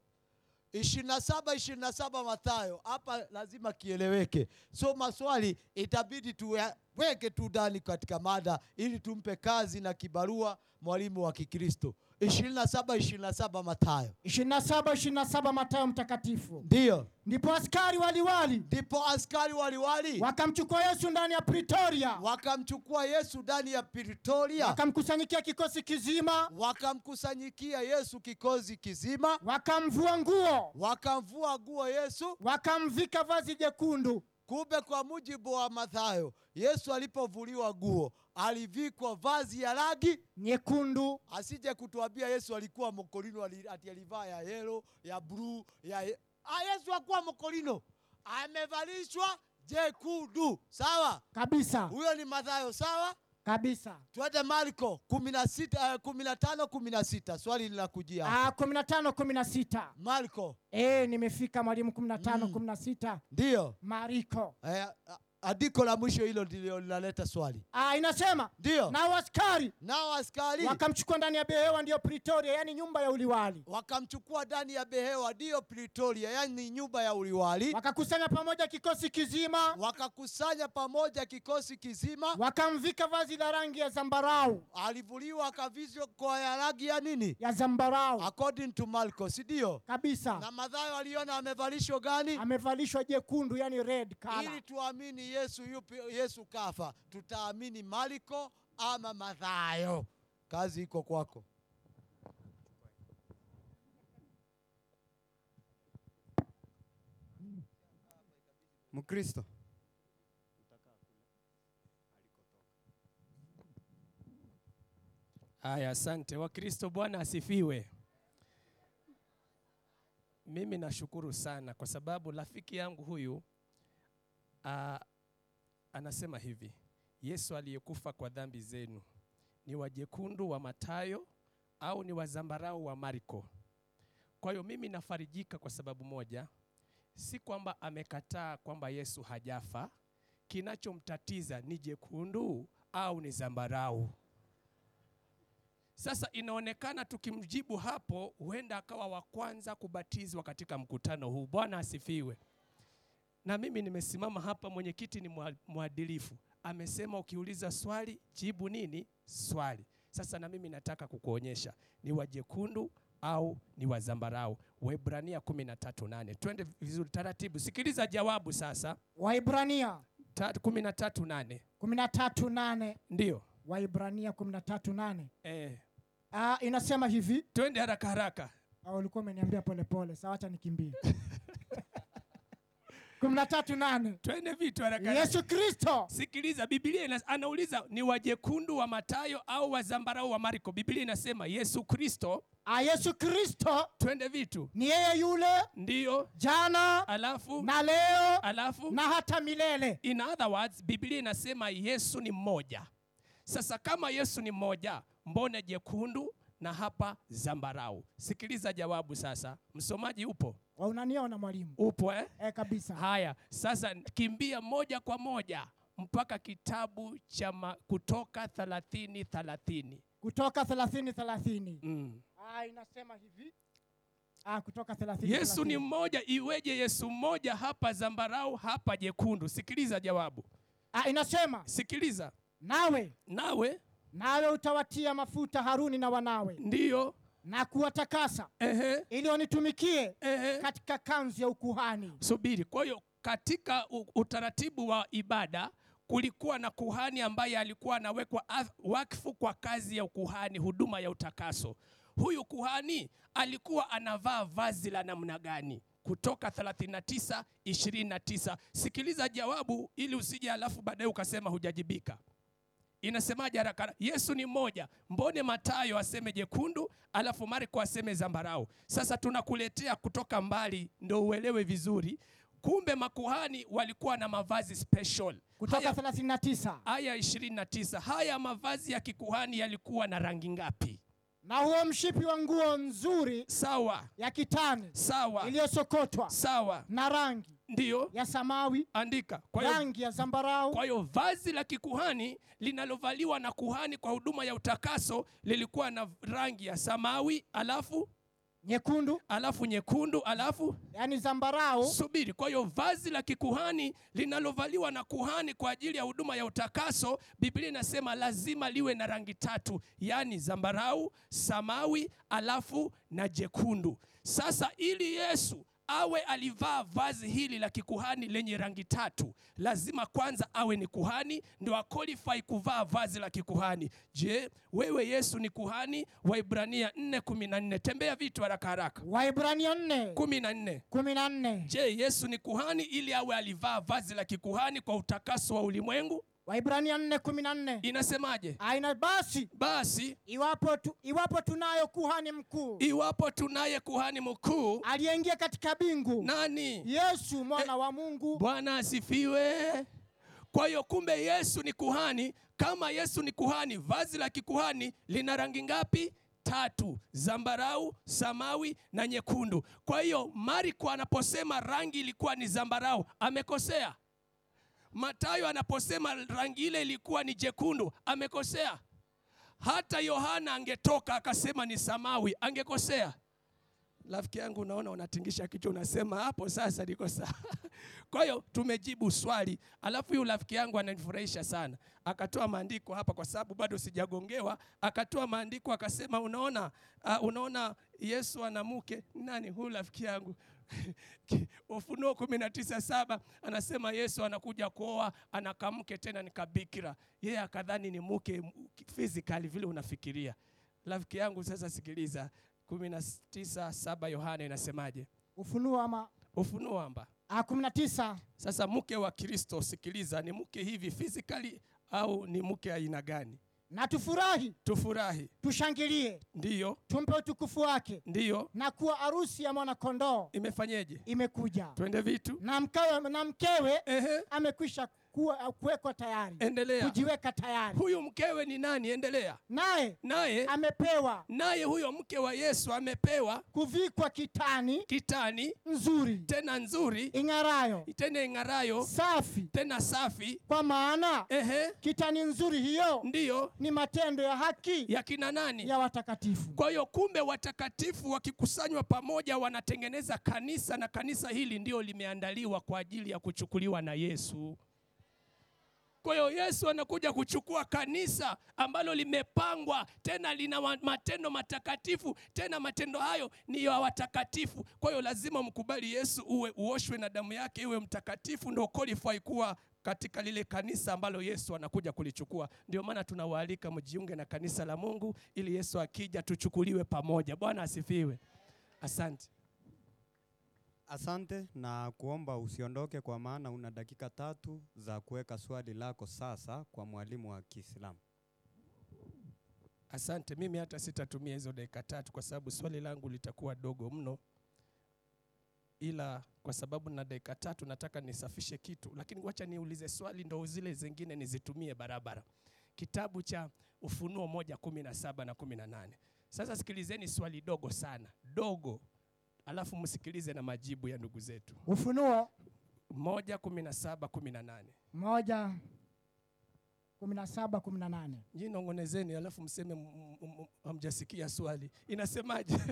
ishirini na saba ishirini na saba Mathayo hapa lazima kieleweke, so maswali itabidi tuweke tu ndani katika mada ili tumpe kazi na kibarua mwalimu wa Kikristo. ishirini na saba ishirini na saba Mathayo, ishirini na saba ishirini na saba matayo mtakatifu ndiyo ndipo askari waliwali ndipo askari waliwali wakamchukua yesu ndani ya pretoria wakamchukua Yesu ndani ya Pretoria, wakamkusanyikia kikosi kizima wakamkusanyikia Yesu kikosi kizima, wakamvua nguo wakamvua nguo Yesu wakamvika vazi jekundu Kumbe kwa mujibu wa Mathayo, Yesu alipovuliwa nguo alivikwa vazi ya rangi. nyekundu Asije kutuambia Yesu alikuwa mokolino ali- ati alivaa ya yelo ya bluu ya ye... ah, Yesu hakuwa mokolino, amevalishwa jekundu. Sawa, kabisa huyo ni Mathayo. Sawa, kabisa. twende marko kumi na sita kumi na tano kumi na sita swali linakujia hapa. Ah, kumi na tano kumi na sita marko Eh, nimefika mwalimu kumi na tano Mm. kumi na sita ndiyo Mariko. eh, a- andiko la mwisho hilo ndilo linaleta swali Ah, inasema ndiyo nao askari nao askari wakamchukua ndani ya behewa, ndiyo Pretoria, yani nyumba ya uliwali, wakamchukua ndani ya behewa ndiyo pretoria yani nyumba ya uliwali wakakusanya pamoja kikosi kizima, wakakusanya pamoja kikosi kizima wakamvika vazi la rangi ya zambarau alivuliwa akavizwa kwa ya rangi ya nini ya zambarau according to marko si ndio na kabisa, madhayo aliona amevalishwa gani amevalishwa jekundu, yani red ili color. tuamini yesu yupi, yesu kafa tutaamini marko ama madhayo kazi iko kwako Mkristo Haya, asante Wakristo. Bwana asifiwe. Mimi nashukuru sana kwa sababu rafiki yangu huyu a, anasema hivi, Yesu aliyekufa kwa dhambi zenu ni wa jekundu wa Mathayo au ni wa zambarau wa Marko? Kwa hiyo mimi nafarijika kwa sababu moja, si kwamba amekataa kwamba Yesu hajafa. Kinachomtatiza ni jekundu au ni zambarau. Sasa inaonekana tukimjibu hapo, huenda akawa wa kwanza kubatizwa katika mkutano huu. Bwana asifiwe. Na mimi nimesimama hapa, mwenyekiti ni mwa- mwadilifu, amesema ukiuliza swali jibu nini swali. Sasa na mimi nataka kukuonyesha ni wajekundu au ni wa zambarau. Waebrania 13:8. Twende vizuri taratibu, sikiliza jawabu sasa. Waibrania Ta- 13:8 kumi na tatu nane ndio Waibrania kumi na tatu nane eh, Ah, inasema hivi twende haraka haraka. Ah, ulikuwa umeniambia polepole, sawa, acha nikimbie. kumi na tatu nane Twende vitu haraka haraka. Yesu Kristo Sikiliza, Biblia ina, anauliza ni wajekundu wa Mathayo au wa zambarau wa Marko. Biblia inasema Yesu Kristo, ah, Yesu Kristo twende vitu ni yeye yule ndiyo, jana alafu na leo alafu na hata milele. in other words, Biblia inasema Yesu ni mmoja. Sasa kama Yesu ni mmoja, mbona jekundu na hapa zambarau? Sikiliza jawabu sasa, msomaji upo Wa, Unaniona mwalimu? upo eh? Eh, kabisa. Haya, sasa kimbia moja kwa moja mpaka kitabu cha ma- Kutoka thelathini thelathini Kutoka thelathini thelathini mm. ah, inasema hivi ah, Kutoka thelathini Yesu ni 30. mmoja, iweje Yesu mmoja hapa zambarau, hapa jekundu? Sikiliza jawabu, ah, inasema sikiliza. nawe Nawe nawe utawatia mafuta Haruni na wanawe ndiyo, na kuwatakasa ehe, ili wanitumikie ehe. katika kanzu ya ukuhani. Subiri. Kwa hiyo katika u- utaratibu wa ibada kulikuwa na kuhani ambaye alikuwa anawekwa ath- wakfu kwa kazi ya ukuhani, huduma ya utakaso. Huyu kuhani alikuwa anavaa vazi la namna gani? Kutoka 39 29. Sikiliza jawabu ili usije alafu baadaye ukasema hujajibika. Inasemaje haraka? haraka? Yesu ni mmoja. Mbone Mathayo aseme jekundu, alafu Marko aseme zambarau. Sasa tunakuletea kutoka mbali ndo uelewe vizuri. Kumbe makuhani walikuwa na mavazi special. Kutoka Haya- thelathini na tisa Aya 29. Haya mavazi ya kikuhani yalikuwa na rangi ngapi? na huo mshipi wa nguo nzuri Sawa, ya kitani sawa, iliyosokotwa sawa. na rangi Ndiyo, ya samawi, andika. Kwa hiyo rangi ya zambarau, Kwa hiyo vazi la kikuhani linalovaliwa na kuhani kwa huduma ya utakaso lilikuwa na rangi ya samawi, alafu nyekundu, alafu nyekundu, alafu yani zambarau, subiri. Kwa hiyo vazi la kikuhani linalovaliwa na kuhani kwa ajili ya huduma ya utakaso, Biblia inasema lazima liwe na rangi tatu, yaani zambarau, samawi, alafu na jekundu. Sasa ili Yesu awe alivaa vazi hili la kikuhani lenye rangi tatu, lazima kwanza awe ni kuhani ndio aqualify kuvaa vazi la kikuhani. Je, wewe Yesu ni kuhani? Waibrania 4:14. Tembea vitu haraka haraka. Waibrania nne 14 kumi na nne Je, Yesu ni kuhani ili awe alivaa vazi la kikuhani kwa utakaso wa ulimwengu? Waibrania nne kumi na nne Inasemaje? aina basi, Basi iwapo, tu, iwapo tunayo kuhani mkuu iwapo tunaye kuhani mkuu aliyeingia katika bingu, nani? Eh. Yesu mwana wa Mungu, Bwana asifiwe. Kwa hiyo kumbe Yesu ni kuhani. Kama Yesu ni kuhani, vazi la kikuhani lina rangi ngapi? Tatu: zambarau, samawi na nyekundu. Kwa hiyo Marko anaposema rangi ilikuwa ni zambarau, amekosea. Matayo anaposema rangi ile ilikuwa ni jekundu, amekosea. Hata Yohana angetoka akasema ni samawi, angekosea. Rafiki yangu, unaona unatingisha kichwa, unasema hapo sasa niko sawa. Kwa hiyo tumejibu swali, alafu huyu rafiki yangu ananifurahisha sana, akatoa maandiko hapa, kwa sababu bado sijagongewa. Akatoa maandiko akasema, unaona uh, unaona Yesu ana mke nani? Huyu rafiki yangu Ufunuo kumi na tisa saba anasema Yesu anakuja kuoa, anakamke tena nikabikira. Yeye akadhani ni mke physically vile unafikiria. Rafiki yangu, sasa sikiliza, kumi na tisa saba Yohana inasemaje? Ufunuo ama Ufunuo amba ah, kumi na tisa sasa mke wa Kristo, sikiliza, ni mke hivi physically au ni mke aina gani? na tufurahi Tufurahi, tushangilie ndiyo tumpe utukufu wake ndiyo. na kuwa arusi ya mwanakondoo Imefanyeje? imekuja Twende vitu. na mkewe, na mkewe Ehe, amekwisha kuwa- kuwekwa tayari endelea. kujiweka tayari Huyu mkewe ni nani? Endelea naye naye amepewa naye huyo mke wa Yesu amepewa kuvikwa kitani kitani nzuri tena nzuri ing'arayo tena ing'arayo safi tena safi. kwa maana Ehe, kitani nzuri hiyo ndiyo ni matendo ya haki ya kina nani? ya watakatifu Kwa hiyo kumbe, watakatifu wakikusanywa pamoja wanatengeneza kanisa, na kanisa hili ndio limeandaliwa kwa ajili ya kuchukuliwa na Yesu. Kwa hiyo Yesu anakuja kuchukua kanisa ambalo limepangwa tena lina wa- matendo matakatifu, tena matendo hayo ni ya watakatifu. Kwa hiyo lazima mkubali Yesu, uwe uoshwe na damu yake, iwe mtakatifu, ndio qualify kuwa katika lile kanisa ambalo Yesu anakuja kulichukua. Ndio maana tunawaalika mjiunge na kanisa la Mungu, ili Yesu akija tuchukuliwe pamoja. Bwana asifiwe. Asante. Asante na kuomba usiondoke, kwa maana una dakika tatu za kuweka swali lako sasa kwa mwalimu wa Kiislamu. Asante. Mimi hata sitatumia hizo dakika tatu kwa sababu swali langu litakuwa dogo mno, ila kwa sababu na dakika tatu nataka nisafishe kitu, lakini wacha niulize swali ndo zile zingine nizitumie barabara. Kitabu cha Ufunuo moja kumi na saba na kumi na nane. Sasa sikilizeni swali dogo sana dogo, alafu msikilize na majibu ya ndugu zetu. ufunuo moja kumi na saba kumi na nane. moja kumi na saba kumi na nane Nyinyi nong'onezeni, alafu mseme m- m- m- hamjasikia swali inasemaje?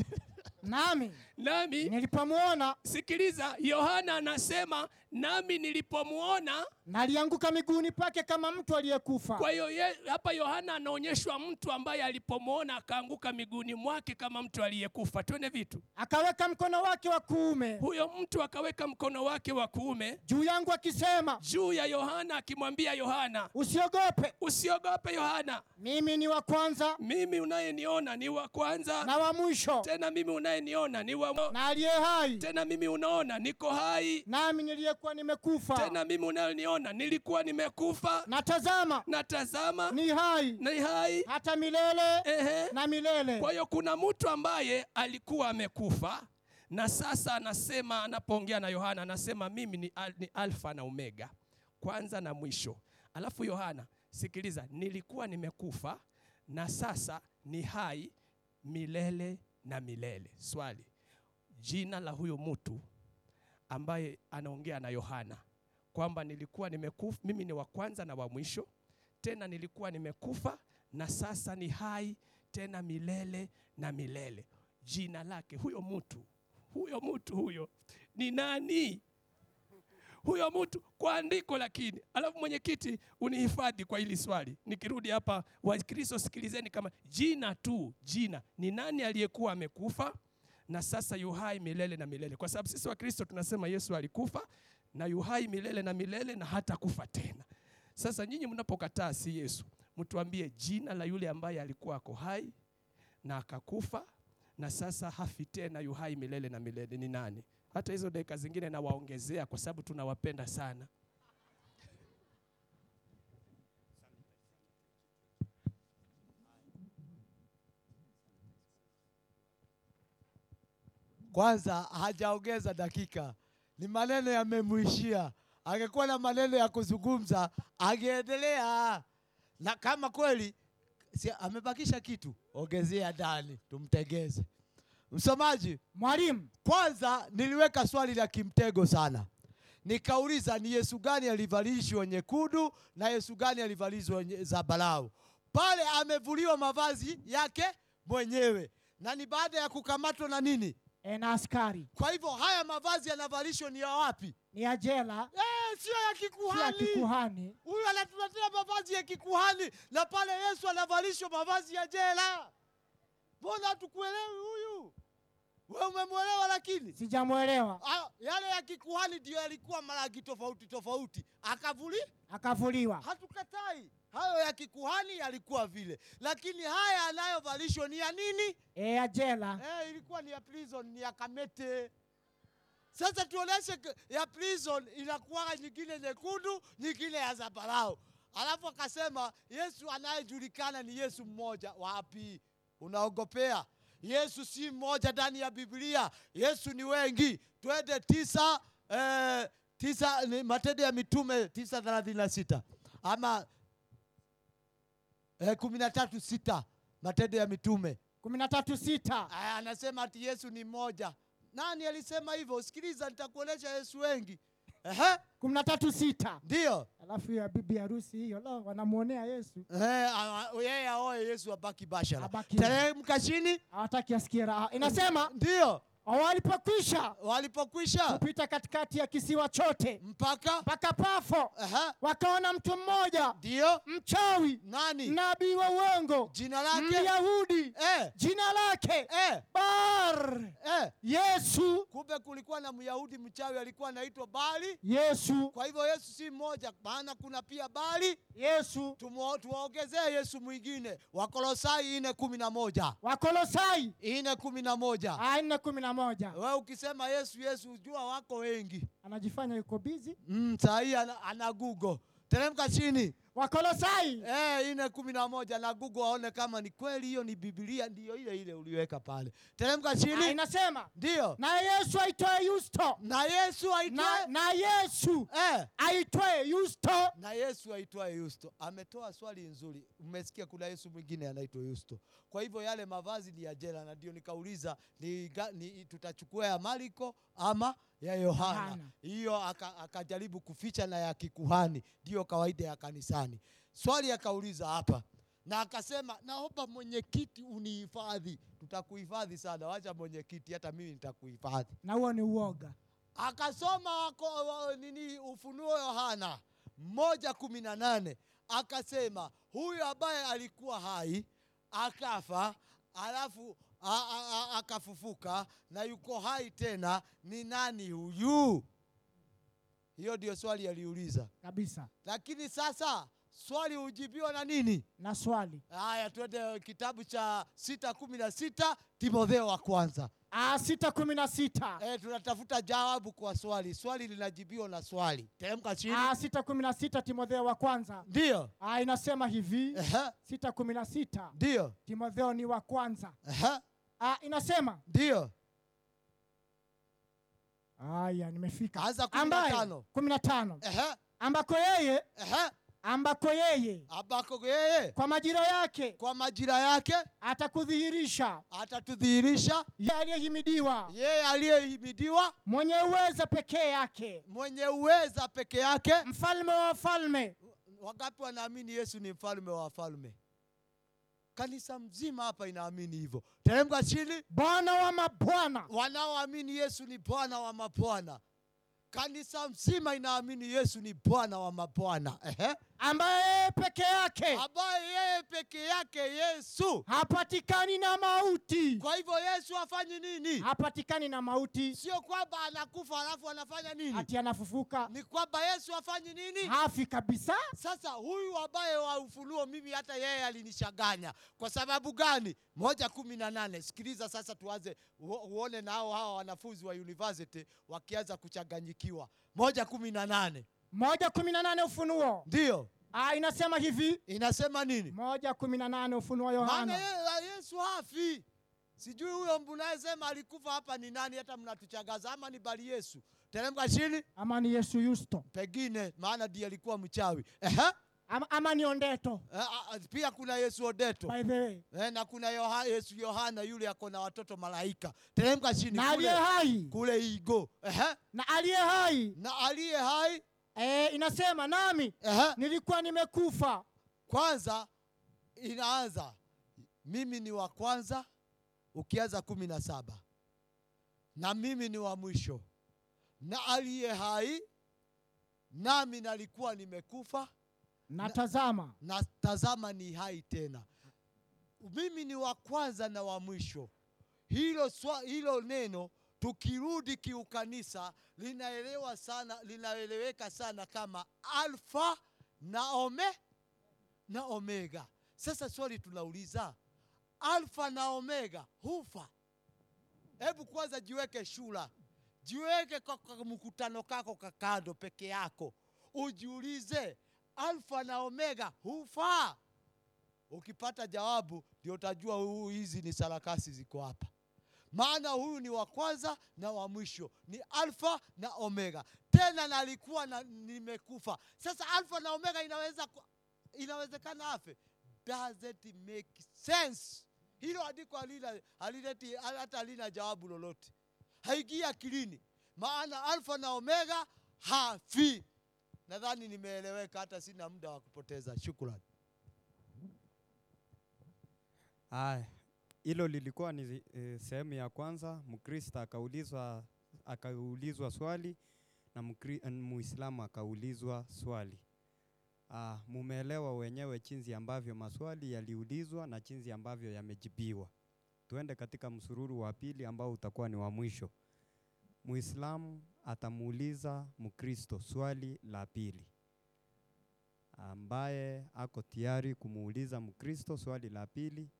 nami nami nilipomwona Sikiliza, Yohana anasema nami nilipomwona. nalianguka miguuni pake kama mtu Kwa aliyekufa hiyo ye- hapa Yohana anaonyeshwa mtu ambaye alipomwona akaanguka miguuni mwake kama mtu aliyekufa. Twende vitu, akaweka mkono wake wa kuume huyo mtu akaweka mkono wake wa kuume juu yangu akisema juu ya Yohana akimwambia Yohana, usiogope usiogope Yohana, mimi ni wa kwanza mimi unayeniona ni wa kwanza, na wa mwisho tena mimi unayeniona ni wa na aliye hai tena mimi unaona niko hai, nami niliyekuwa nimekufa tena mimi unayeniona nilikuwa nimekufa na tazama na tazama ni hai ni hai. hata milele Ehe. na milele Kwa hiyo kuna mtu ambaye alikuwa amekufa na sasa anasema, anapoongea na Yohana anasema mimi ni, al, ni alfa na omega, kwanza na mwisho. Alafu Yohana, sikiliza, nilikuwa nimekufa na sasa ni hai milele na milele. Swali, jina la huyo mtu ambaye anaongea na Yohana kwamba nilikuwa nimekufa, mimi ni wa kwanza na wa mwisho, tena nilikuwa nimekufa na sasa ni hai tena milele na milele. Jina lake huyo mtu, huyo mtu huyo ni nani? Huyo mtu kwa andiko, lakini alafu mwenyekiti unihifadhi kwa hili swali. Nikirudi hapa, Wakristo sikilizeni, kama jina tu, jina ni nani aliyekuwa amekufa na sasa yuhai milele na milele, kwa sababu sisi Wakristo tunasema Yesu alikufa na yuhai milele na milele na hata kufa tena. Sasa nyinyi mnapokataa si Yesu, mtuambie jina la yule ambaye alikuwa ako hai na akakufa na sasa hafi tena, yu hai milele na milele ni nani? Hata hizo dakika zingine nawaongezea kwa sababu tunawapenda sana. kwanza hajaongeza dakika, ni maneno yamemuishia, angekuwa na maneno ya kuzungumza angeendelea, na kama kweli si, amebakisha kitu, ongezea ndani tumtegeze. Msomaji, Mwalimu, kwanza niliweka swali la kimtego sana, nikauliza ni Yesu gani alivalishwa nyekundu na Yesu gani alivalishwa nye- zambarau. Pale amevuliwa mavazi yake mwenyewe, na ni baada ya kukamatwa na nini. e, na askari Kwa hivyo haya mavazi yanavalishwa ni ya wapi? ni ya jela, Eh, sio ya si ya kikuhani. kikuhani. Huyu anatuletea mavazi ya kikuhani, na pale Yesu anavalishwa mavazi ya jela. Mbona hatukuelewi huyu? Wewe umemwelewa lakini Sijamwelewa, Ah, yale ya kikuhani ndio yalikuwa marangi tofauti tofauti, akavuli akavuliwa. hatukatai. Hayo ya kikuhani yalikuwa vile, lakini haya anayovalishwa ni ya nini? E, ya jela Eh, ilikuwa ni ya prison, ni ya kamete. Sasa tuoneshe k- ya prison inakuwa nyingine nyekundu, nyingine ya zambarau. Alafu akasema Yesu anayejulikana ni Yesu mmoja. Wapi? Unaogopea? Yesu si mmoja ndani ya Biblia. Yesu ni wengi. Twende tisa, eh, tisa ni Matendo ya Mitume tisa thelathini na sita ama eh, kumi na tatu sita Matendo ya Mitume kumi na tatu sita Aya, anasema ati Yesu ni mmoja. Nani alisema hivyo? Sikiliza, nitakuonesha Yesu wengi. Ehe, kumi na tatu sita ndio alafu hiyo ya bibi harusi hiyo lo, wanamwonea Yesu, Ehe, awa- yeye aoe Yesu abaki bashara, Abaki. teremka chini. hawataki asikie raha. Inasema Ndio walipokwisha walipokwisha kupita katikati ya kisiwa chote mpaka mpaka Pafo, ehe, wakaona mtu mmoja ndio mchawi, nani nabii wa uongo, jina lake Myahudi, eh, jina lake eh, Bar eh. Yesu. Kumbe kulikuwa na Myahudi mchawi alikuwa anaitwa Bali. Yesu, Kwa hivyo Yesu si mmoja, maana kuna pia Bali. Yesu. Tumo- Tuwaongezee Yesu mwingine, Wakolosai nne kumi na moja Wakolosai nne kumi na moja aya nne kumi na moja Wewe ukisema Yesu Yesu, ujua wako wengi. anajifanya yuko bizi. Mm, saa hii ana, ana Google. Teremka chini Wakolosai eh, ine kumi na moja na Google aone kama ni kweli hiyo ni Biblia ndiyo ile ile uliweka pale. Teremka aya, chini inasema ndiyo, Ah, na Yesu aitwaye Yusto na Yesu na, aitwaye na Yesu eh, aitwaye Yusto na Yesu aitwaye Yusto ametoa swali nzuri. Mmesikia kuna Yesu mwingine anaitwa Yusto. Kwa hivyo yale mavazi ni ya jela, na ndio nikauliza ni, ga- ni, tutachukua ya Mariko ama ya Yohana. Yohana. Hiyo aka- akajaribu kuficha na ya kikuhani, ndiyo kawaida ya kanisani. Swali akauliza hapa na akasema, naomba mwenyekiti unihifadhi. Tutakuhifadhi sana, wacha mwenyekiti, hata mimi nitakuhifadhi na huo ni uoga. akasoma wako, wa- nini Ufunuo Yohana moja kumi na nane akasema huyu ambaye alikuwa hai akafa, alafu a, a, a, akafufuka na yuko hai tena, ni nani huyu? Hiyo ndio swali aliuliza, kabisa lakini sasa swali hujibiwa na nini? na swali Haya, twende kitabu cha sita kumi na sita Timotheo wa kwanza ah, sita kumi na sita Eh, tunatafuta jawabu kwa swali. Swali linajibiwa na swali. Teremka chini. ah, sita kumi na sita Timotheo wa kwanza Ndio. ah, inasema hivi Ehe, sita kumi na sita Ndio. Timotheo ni wa kwanza Ehe, ah, inasema Ndio. haya nimefika Anza kumi na ambaye tano. Eh. kumi na tano Ehe, ambako yeye ehe. ambako yeye Ambako yeye kwa majira yake kwa majira yake atakudhihirisha atatudhihirisha yeye aliyehimidiwa yeye aliyehimidiwa mwenye uweza pekee yake mwenye uweza peke yake. mfalme wa wafalme Wangapi wanaamini Yesu ni mfalme wa wafalme? Kanisa mzima hapa inaamini hivyo. Teremka chini. bwana wa mabwana wanaoamini Yesu ni Bwana wa mabwana. Kanisa mzima inaamini Yesu ni Bwana wa mabwana, Ehe. ambaye yeye peke yake ambaye yeye peke yake Yesu. hapatikani na mauti Kwa hivyo Yesu afanye nini? hapatikani na mauti Sio kwamba anakufa alafu anafanya nini, ati anafufuka ni kwamba Yesu afanye nini? hafi kabisa Sasa huyu ambaye wa ufunuo, mimi hata yeye alinichanganya. Kwa sababu gani? moja kumi na nane. Sikiliza sasa, tuanze uo- uone na hao hawa wanafunzi wa university wakianza kuchanganyikiwa. moja kumi na nane moja kumi na nane ufunuo ndiyo ah, inasema hivi inasema nini? moja kumi na nane ufunuo Maana yohana ye- Yesu hafi. Sijui huyo mnayesema alikufa hapa ni nani, hata mnatuchagaza ama ni bali Yesu. teremka chini ama ni yesu yusto pengine maana ndiye alikuwa mchawi Ehe. ama, ama ni ondeto Eh, ah, ah, pia kuna yesu odeto by the way eh, na kuna Yoha, yesu yohana yule ako na watoto malaika teremka chini na aliye kule, hai kule igo Ehe. na aliye hai na aliye hai e, inasema nami Ehe. nilikuwa nimekufa kwanza inaanza mimi ni wa kwanza ukianza kumi na saba na mimi ni wa mwisho na aliye hai nami nalikuwa nimekufa na tazama na tazama ni hai tena mimi ni wa kwanza na wa mwisho hilo, swa, hilo neno tukirudi kiukanisa linaelewa sana linaeleweka sana kama alfa na, ome, na omega sasa swali tunauliza alfa na omega hufa hebu kwanza jiweke shura jiweke kwa kwa mkutano kako kakando peke yako ujiulize alfa na omega hufa ukipata jawabu ndio utajua huu hizi ni sarakasi ziko hapa maana huyu ni wa kwanza na wa mwisho ni alfa na omega tena nalikuwa na, nimekufa sasa alfa na omega inaweza ku- inawezekana afe doesn't make sense hilo andiko halina- halileti hata halina jawabu lolote haingii akilini maana alfa na omega hafi nadhani nimeeleweka hata sina muda wa kupoteza shukrani Haya, hilo lilikuwa ni e, sehemu ya kwanza. Mkristo akaulizwa akaulizwa swali na Mkri- eh, Muislamu akaulizwa swali. Ah, mumeelewa wenyewe jinsi ambavyo maswali yaliulizwa na jinsi ambavyo yamejibiwa. Tuende katika msururu wa pili ambao utakuwa ni wa mwisho. Muislamu atamuuliza Mkristo swali la pili ambaye ako tayari kumuuliza Mkristo swali la pili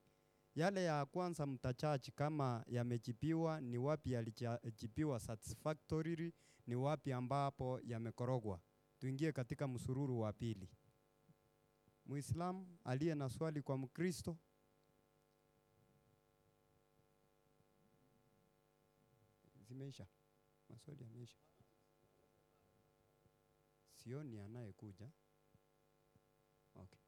yale ya kwanza mtachaji kama yamejibiwa, ni wapi yalijibiwa satisfactorily, ni wapi ambapo yamekorogwa. Tuingie katika msururu wa pili. Muislamu aliye na swali kwa Mkristo zimeisha, maswali yameisha, sioni anayekuja. Okay.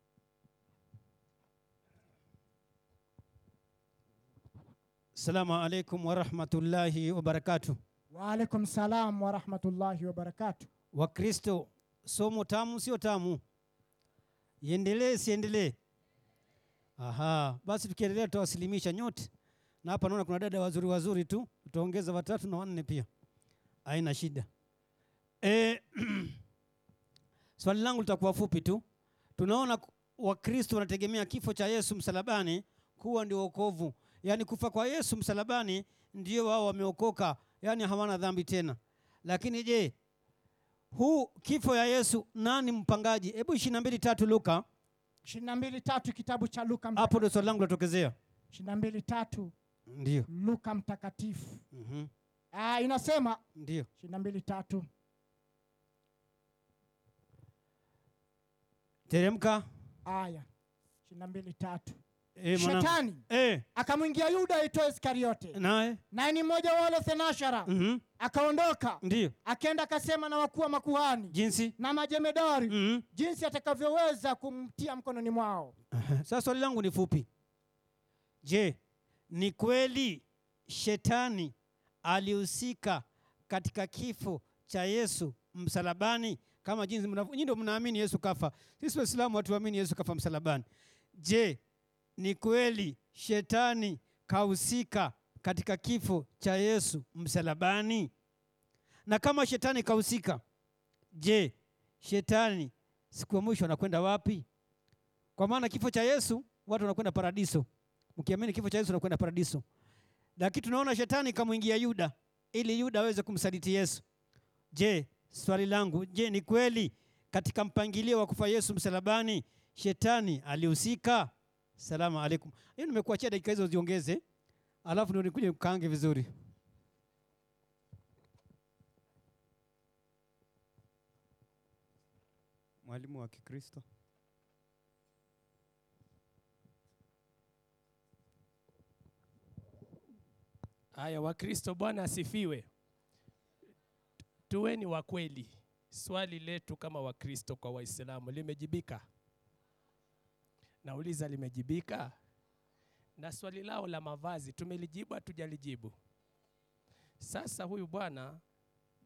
Assalamu alaikum warahmatullahi wabarakatuh. waalaikum salam warahmatullahi wabarakatu Wakristo, somo tamu sio tamu? Iendelee siendelee? Aha, basi tukiendelea tutawasilimisha nyote, na hapa naona kuna dada wazuri wazuri tu, tutaongeza watatu na wanne pia, haina shida. E, swali langu litakuwa fupi tu. Tunaona ku- Wakristo wanategemea kifo cha Yesu msalabani kuwa ndio wokovu, yaani kufa kwa Yesu msalabani ndio wao wameokoka, yaani hawana dhambi tena. Lakini je, huu kifo ya Yesu nani mpangaji? Hebu ishirini na mbili tatu Luka, ishirini na mbili tatu kitabu cha luka mta- hapo ndo swali langu latokezea. ishirini na mbili tatu Ndio, luka mtakatifu Mhm. ah, inasema ndio. ishirini na mbili tatu Teremka aya ishirini na mbili tatu eh, mwanangu. Mm. shetani eh, akamwingia yuda aitwa iskariote naye naye ni mmoja wa wale thenashara Mhm. akaondoka ndio akaenda akasema na wakuu wa makuhani jinsi na majemedari Mhm. jinsi atakavyoweza kumtia mkononi mwao Sasa swali langu ni fupi. Je, ni kweli shetani alihusika katika kifo cha Yesu msalabani kama jinsi mnavyo- nyinyi ndio mnaamini Yesu kafa? Sisi Waislamu hatuamini Yesu kafa msalabani. Je, ni kweli shetani kahusika katika kifo cha Yesu msalabani? Na kama shetani kahusika, je, shetani siku ya mwisho anakwenda wapi? Kwa maana kifo cha Yesu watu wanakwenda paradiso. Mkiamini kifo cha Yesu wanakwenda paradiso. Lakini tunaona shetani kamwingia Yuda ili Yuda aweze kumsaliti Yesu. Je, swali langu, je, ni kweli katika mpangilio wa kufa Yesu msalabani shetani alihusika? Salamu alaikum. Hiyo nimekuachia dakika hizo ziongeze. Alafu ndio nikuje kukaange vizuri. Mwalimu wa Kikristo Haya, Wakristo, Bwana asifiwe. tuweni wa kweli. Swali letu kama Wakristo kwa Waislamu limejibika? Nauliza, limejibika? Na swali lao la mavazi tumelijibu, hatujalijibu? Sasa huyu bwana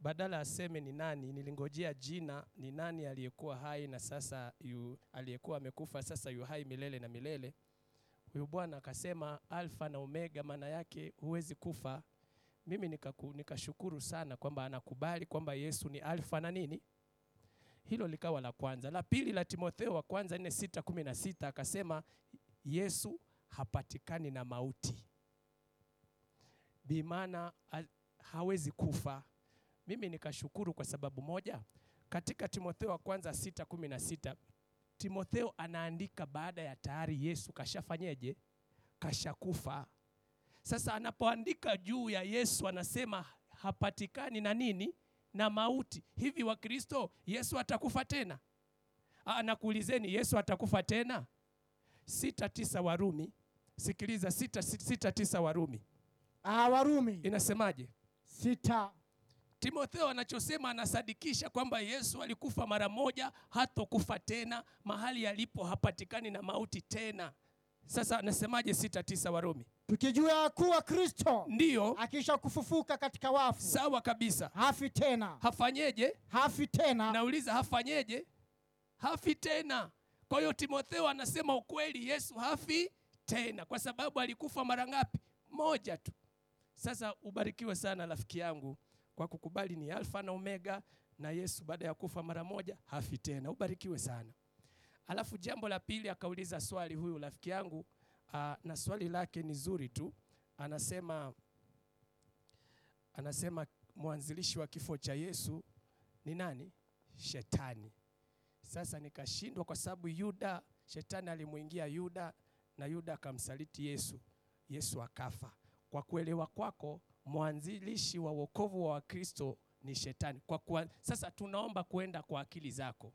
badala aseme ni nani, nilingojea jina, ni nani aliyekuwa hai na sasa yu, aliyekuwa amekufa sasa yu hai milele na milele. Huyu bwana akasema Alfa na Omega, maana yake huwezi kufa. Mimi nikaku, nikashukuru sana kwamba anakubali kwamba Yesu ni Alfa na nini. Hilo likawa la kwanza. La pili la Timotheo wa kwanza nne sita kumi na sita akasema Yesu hapatikani na mauti, bi maana ha- hawezi kufa mimi nikashukuru kwa sababu moja katika timotheo wa kwanza sita kumi na sita timotheo anaandika baada ya tayari yesu kashafanyeje kashakufa sasa anapoandika juu ya yesu anasema hapatikani na nini na mauti hivi wakristo yesu atakufa tena Ah, nakuulizeni yesu atakufa tena sita tisa warumi sikiliza sita, sita tisa warumi Ah, Warumi inasemaje sita Timotheo anachosema anasadikisha kwamba Yesu alikufa mara moja, hatokufa tena, mahali alipo hapatikani na mauti tena. Sasa anasemaje sita tisa Warumi? tukijua ya kuwa Kristo Ndiyo, akisha kufufuka katika wafu sawa kabisa. hafi tena, Hafanyeje? hafi tena. Nauliza, hafanyeje? Hafi tena. Kwa hiyo Timotheo anasema ukweli, Yesu hafi tena, kwa sababu alikufa mara ngapi? Moja tu. Sasa ubarikiwe sana rafiki yangu kwa kukubali ni Alfa na Omega, na Yesu baada ya kufa mara moja hafi tena. Ubarikiwe sana. Alafu jambo la pili akauliza swali huyu rafiki yangu aa, na swali lake ni zuri tu, anasema anasema mwanzilishi wa kifo cha Yesu ni nani? Shetani. Sasa nikashindwa kwa sababu Yuda, shetani alimwingia Yuda na Yuda akamsaliti Yesu, Yesu akafa. Kwa kuelewa kwako, mwanzilishi wa wokovu wa Wakristo ni shetani. Kwa kuwa, sasa tunaomba kuenda kwa akili zako.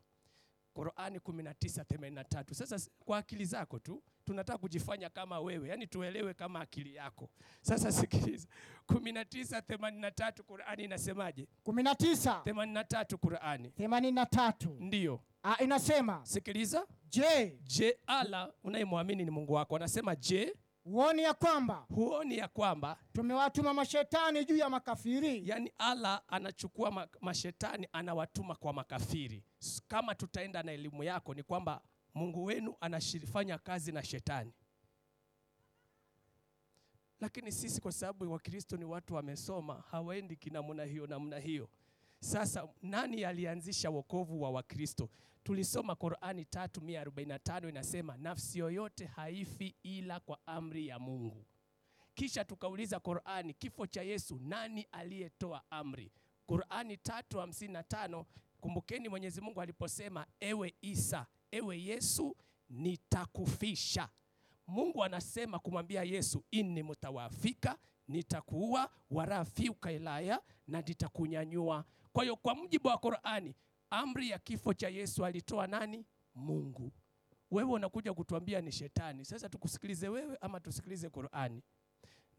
Qurani 19:83. Sasa s- kwa akili zako tu tunataka kujifanya kama wewe, yani tuelewe kama akili yako. Sasa sikiliza 19:83 Qurani inasemaje? kumi na tisa 83 Qurani themanini na tatu ndiyo Ah, inasema sikiliza je, je ala unayemwamini ni mungu wako anasema je huoni ya kwamba huoni ya kwamba tumewatuma mashetani juu ya makafiri yani ala Yaani anachukua ma- mashetani anawatuma kwa makafiri S- kama tutaenda na elimu yako ni kwamba mungu wenu anashifanya kazi na shetani lakini sisi kwa sababu wakristo ni watu wamesoma hawaendi kinamna hiyo namna hiyo sasa nani alianzisha wokovu wa wakristo tulisoma qurani 345 inasema nafsi yoyote haifi ila kwa amri ya mungu kisha tukauliza Qurani, kifo cha Yesu, nani aliyetoa amri? Qurani tatu hamsini na tano. Kumbukeni Mwenyezi Mungu aliposema, ewe Isa, ewe Yesu, nitakufisha. Mungu anasema kumwambia Yesu, inni mutawafika, nitakuua, warafiuka Ilaya, na nitakunyanyua. Kwa hiyo kwa mujibu wa Qurani, amri ya kifo cha Yesu alitoa nani? Mungu. Wewe unakuja kutuambia ni shetani. Sasa tukusikilize wewe ama tusikilize Qurani?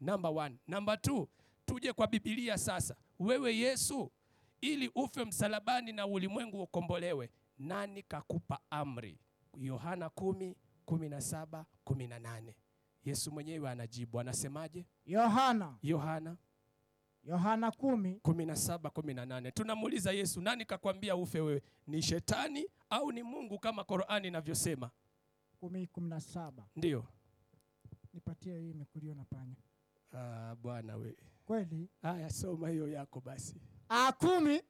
Number one. Number two, tuje kwa Biblia sasa. Wewe Yesu, ili ufe msalabani na ulimwengu ukombolewe, nani kakupa amri? Yohana kumi kumi na saba kumi na nane. Yesu mwenyewe anajibu, anasemaje? Yohana Yohana Yohana kumi kumi na saba kumi na nane. Tunamuuliza Yesu, nani kakwambia ufe wewe? Ni shetani au ni Mungu kama Qur'ani inavyosema? kumi kumi na saba Ndiyo. nipatie hii imekulio na panya Ah, Bwana wewe. kweli Haya, soma hiyo yako basi. ah, kumi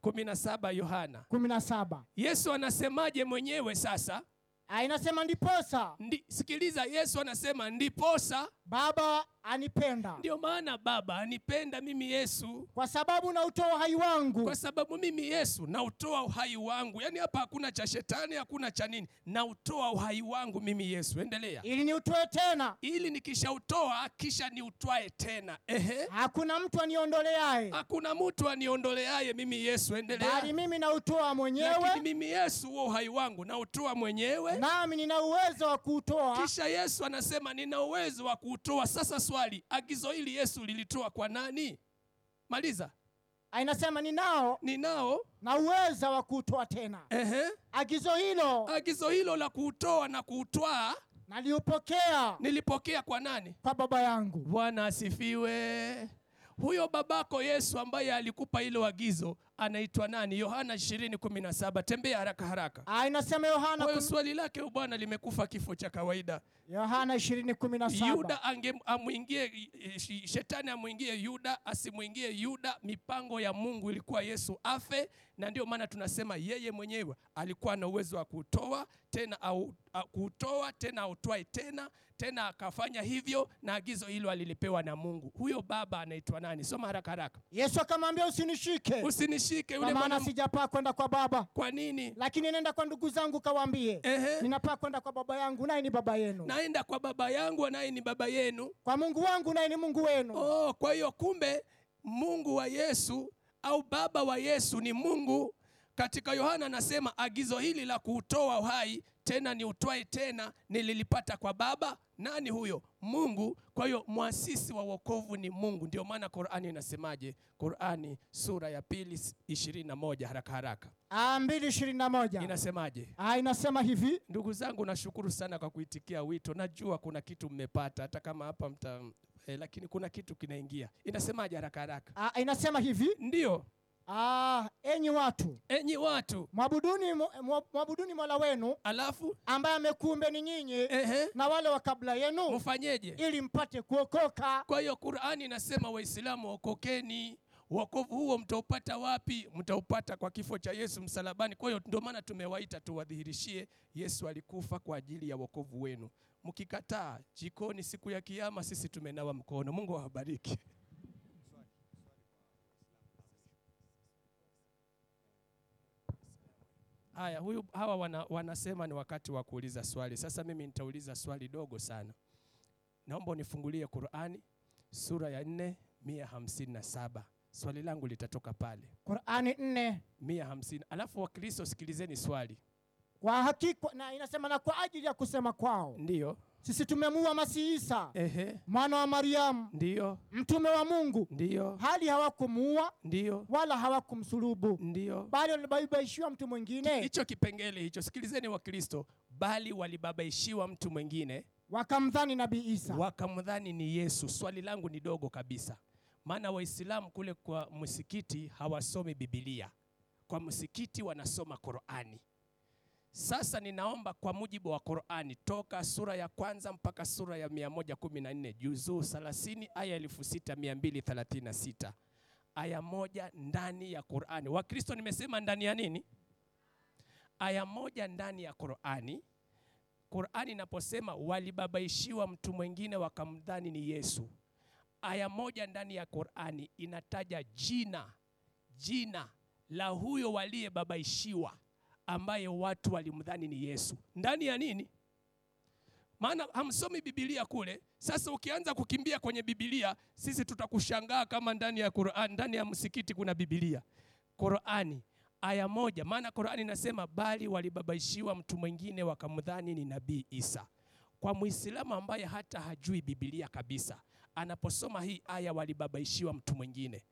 kumi na saba Yohana kumi na saba Yesu anasemaje mwenyewe sasa? ah, inasema ndiposa Ndi, sikiliza, Yesu anasema ndiposa, baba anipenda ndio maana Baba anipenda mimi Yesu, kwa sababu na utoa uhai wangu kwa sababu mimi Yesu nautoa uhai wangu. Yaani hapa hakuna cha shetani, hakuna cha nini, nautoa uhai wangu mimi Yesu. Endelea, ili niutoe tena ili nikishautoa kisha niutwae tena. Ehe, hakuna mtu aniondoleaye hakuna mtu aniondoleaye mimi Yesu. bali Ah, Endelea. mimi nautoa Lakini mwenyewe mimi Yesu huo uhai wangu nautoa mwenyewe nami nina uwezo wa kuutoa kisha yesu anasema nina uwezo wa kuutoa sasa swali agizo hili yesu lilitoa kwa nani maliza Ah, inasema ninao ninao na uweza wa kuutoa tena ehe, agizo hilo agizo hilo la kuutoa na kuutwaa naliupokea nilipokea kwa nani? kwa baba yangu Bwana asifiwe. Huyo babako Yesu ambaye alikupa hilo agizo anaitwa nani? Yohana 20:17. Tembea haraka haraka. Ah, inasema yohana Kwa hiyo kumi- swali lake huyu bwana limekufa kifo cha kawaida. yohana ishirini kumi na saba Yuda ange amwingie sh- shetani amwingie Yuda, asimwingie Yuda. Mipango ya Mungu ilikuwa Yesu afe, na ndio maana tunasema yeye mwenyewe alikuwa na uwezo wa kutoa tena au, a, kutoa tena autoe tena tena, akafanya hivyo, na agizo hilo alilipewa na Mungu. Huyo baba anaitwa nani? Soma haraka haraka. yesu akamwambia usinishike Usinishike Eh. kwa yule maana mwana. sijapaa kwenda kwa baba Kwa nini? lakini nenda kwa ndugu zangu kawaambie Ehe, ninapaa kwenda kwa baba yangu naye ni baba yenu naenda kwa baba yangu anaye ni baba yenu. kwa mungu wangu naye ni mungu wenu Oh, kwa hiyo kumbe Mungu wa Yesu au baba wa Yesu ni Mungu. Katika Yohana anasema agizo hili la kuutoa uhai tena ni utwae tena nililipata kwa baba. Nani huyo? Mungu. Kwa hiyo mwasisi wa wokovu ni Mungu. Ndio maana Qur'ani inasemaje? Qur'ani sura ya pili ishirini na moja haraka haraka Ah, mbili ishirini na moja inasemaje? Ah, inasema hivi Ndugu zangu, nashukuru sana kwa kuitikia wito. Najua kuna kitu mmepata, hata kama hapa mta eh, lakini kuna kitu kinaingia. Inasemaje haraka haraka? Ah, inasema hivi Ndiyo, ah, enyi watu enyi watu, mwabuduni, mo- mwa- mwabuduni mola wenu alafu ambaye amekuumbeni nyinyi ehe, na wale wa kabla yenu mfanyeje? ili mpate kuokoka Kwa hiyo Qur'ani inasema Waislamu okokeni. Wokovu huo mtaupata wapi? Mtaupata kwa kifo cha Yesu msalabani. Kwa hiyo ndio maana tumewaita tuwadhihirishie Yesu alikufa kwa ajili ya wokovu wenu. Mkikataa jikoni siku ya Kiyama, sisi tumenawa mkono. Mungu awabariki. Haya, huyu hawa wana, wanasema ni wakati wa kuuliza swali. Sasa mimi nitauliza swali dogo sana. Naomba unifungulie Qur'ani sura ya 4 157. Swali langu litatoka pale qurani nne 150. Alafu Wakristo sikilizeni swali. kwa hakika na inasema na kwa ajili ya kusema kwao Ndiyo. sisi tumemua masihi isa Ehe. mwana wa mariamu Ndiyo. mtume wa mungu Ndiyo. hali hawakumuua Ndiyo. wala hawakumsulubu Ndiyo. bali walibabaishiwa mtu mwingine Hicho kipengele hicho, sikilizeni Wakristo, bali walibabaishiwa mtu mwengine wakamdhani nabii isa wakamdhani ni Yesu. Swali langu ni dogo kabisa, maana Waislamu kule kwa msikiti hawasomi Biblia, kwa msikiti wanasoma Qurani. Sasa ninaomba kwa mujibu wa Qurani, toka sura ya kwanza mpaka sura ya 114 juzuu 30 aya 6236 aya moja ndani ya Qurani. Wakristo, nimesema ndani ya nini? Aya moja ndani ya Qurani. Qur'ani inaposema walibabaishiwa mtu mwingine wakamdhani ni Yesu. Aya moja ndani ya Qur'ani inataja jina jina la huyo waliyebabaishiwa ambaye watu walimdhani ni Yesu. Ndani ya nini? Maana hamsomi Biblia kule. Sasa ukianza kukimbia kwenye Biblia, sisi tutakushangaa kama ndani ya Qur'an, ndani ya msikiti kuna Biblia. Qur'ani aya moja, maana Qur'ani inasema bali walibabaishiwa mtu mwingine wakamdhani ni nabii Isa. Kwa Muislamu ambaye hata hajui Biblia kabisa, anaposoma hii aya walibabaishiwa mtu mwingine,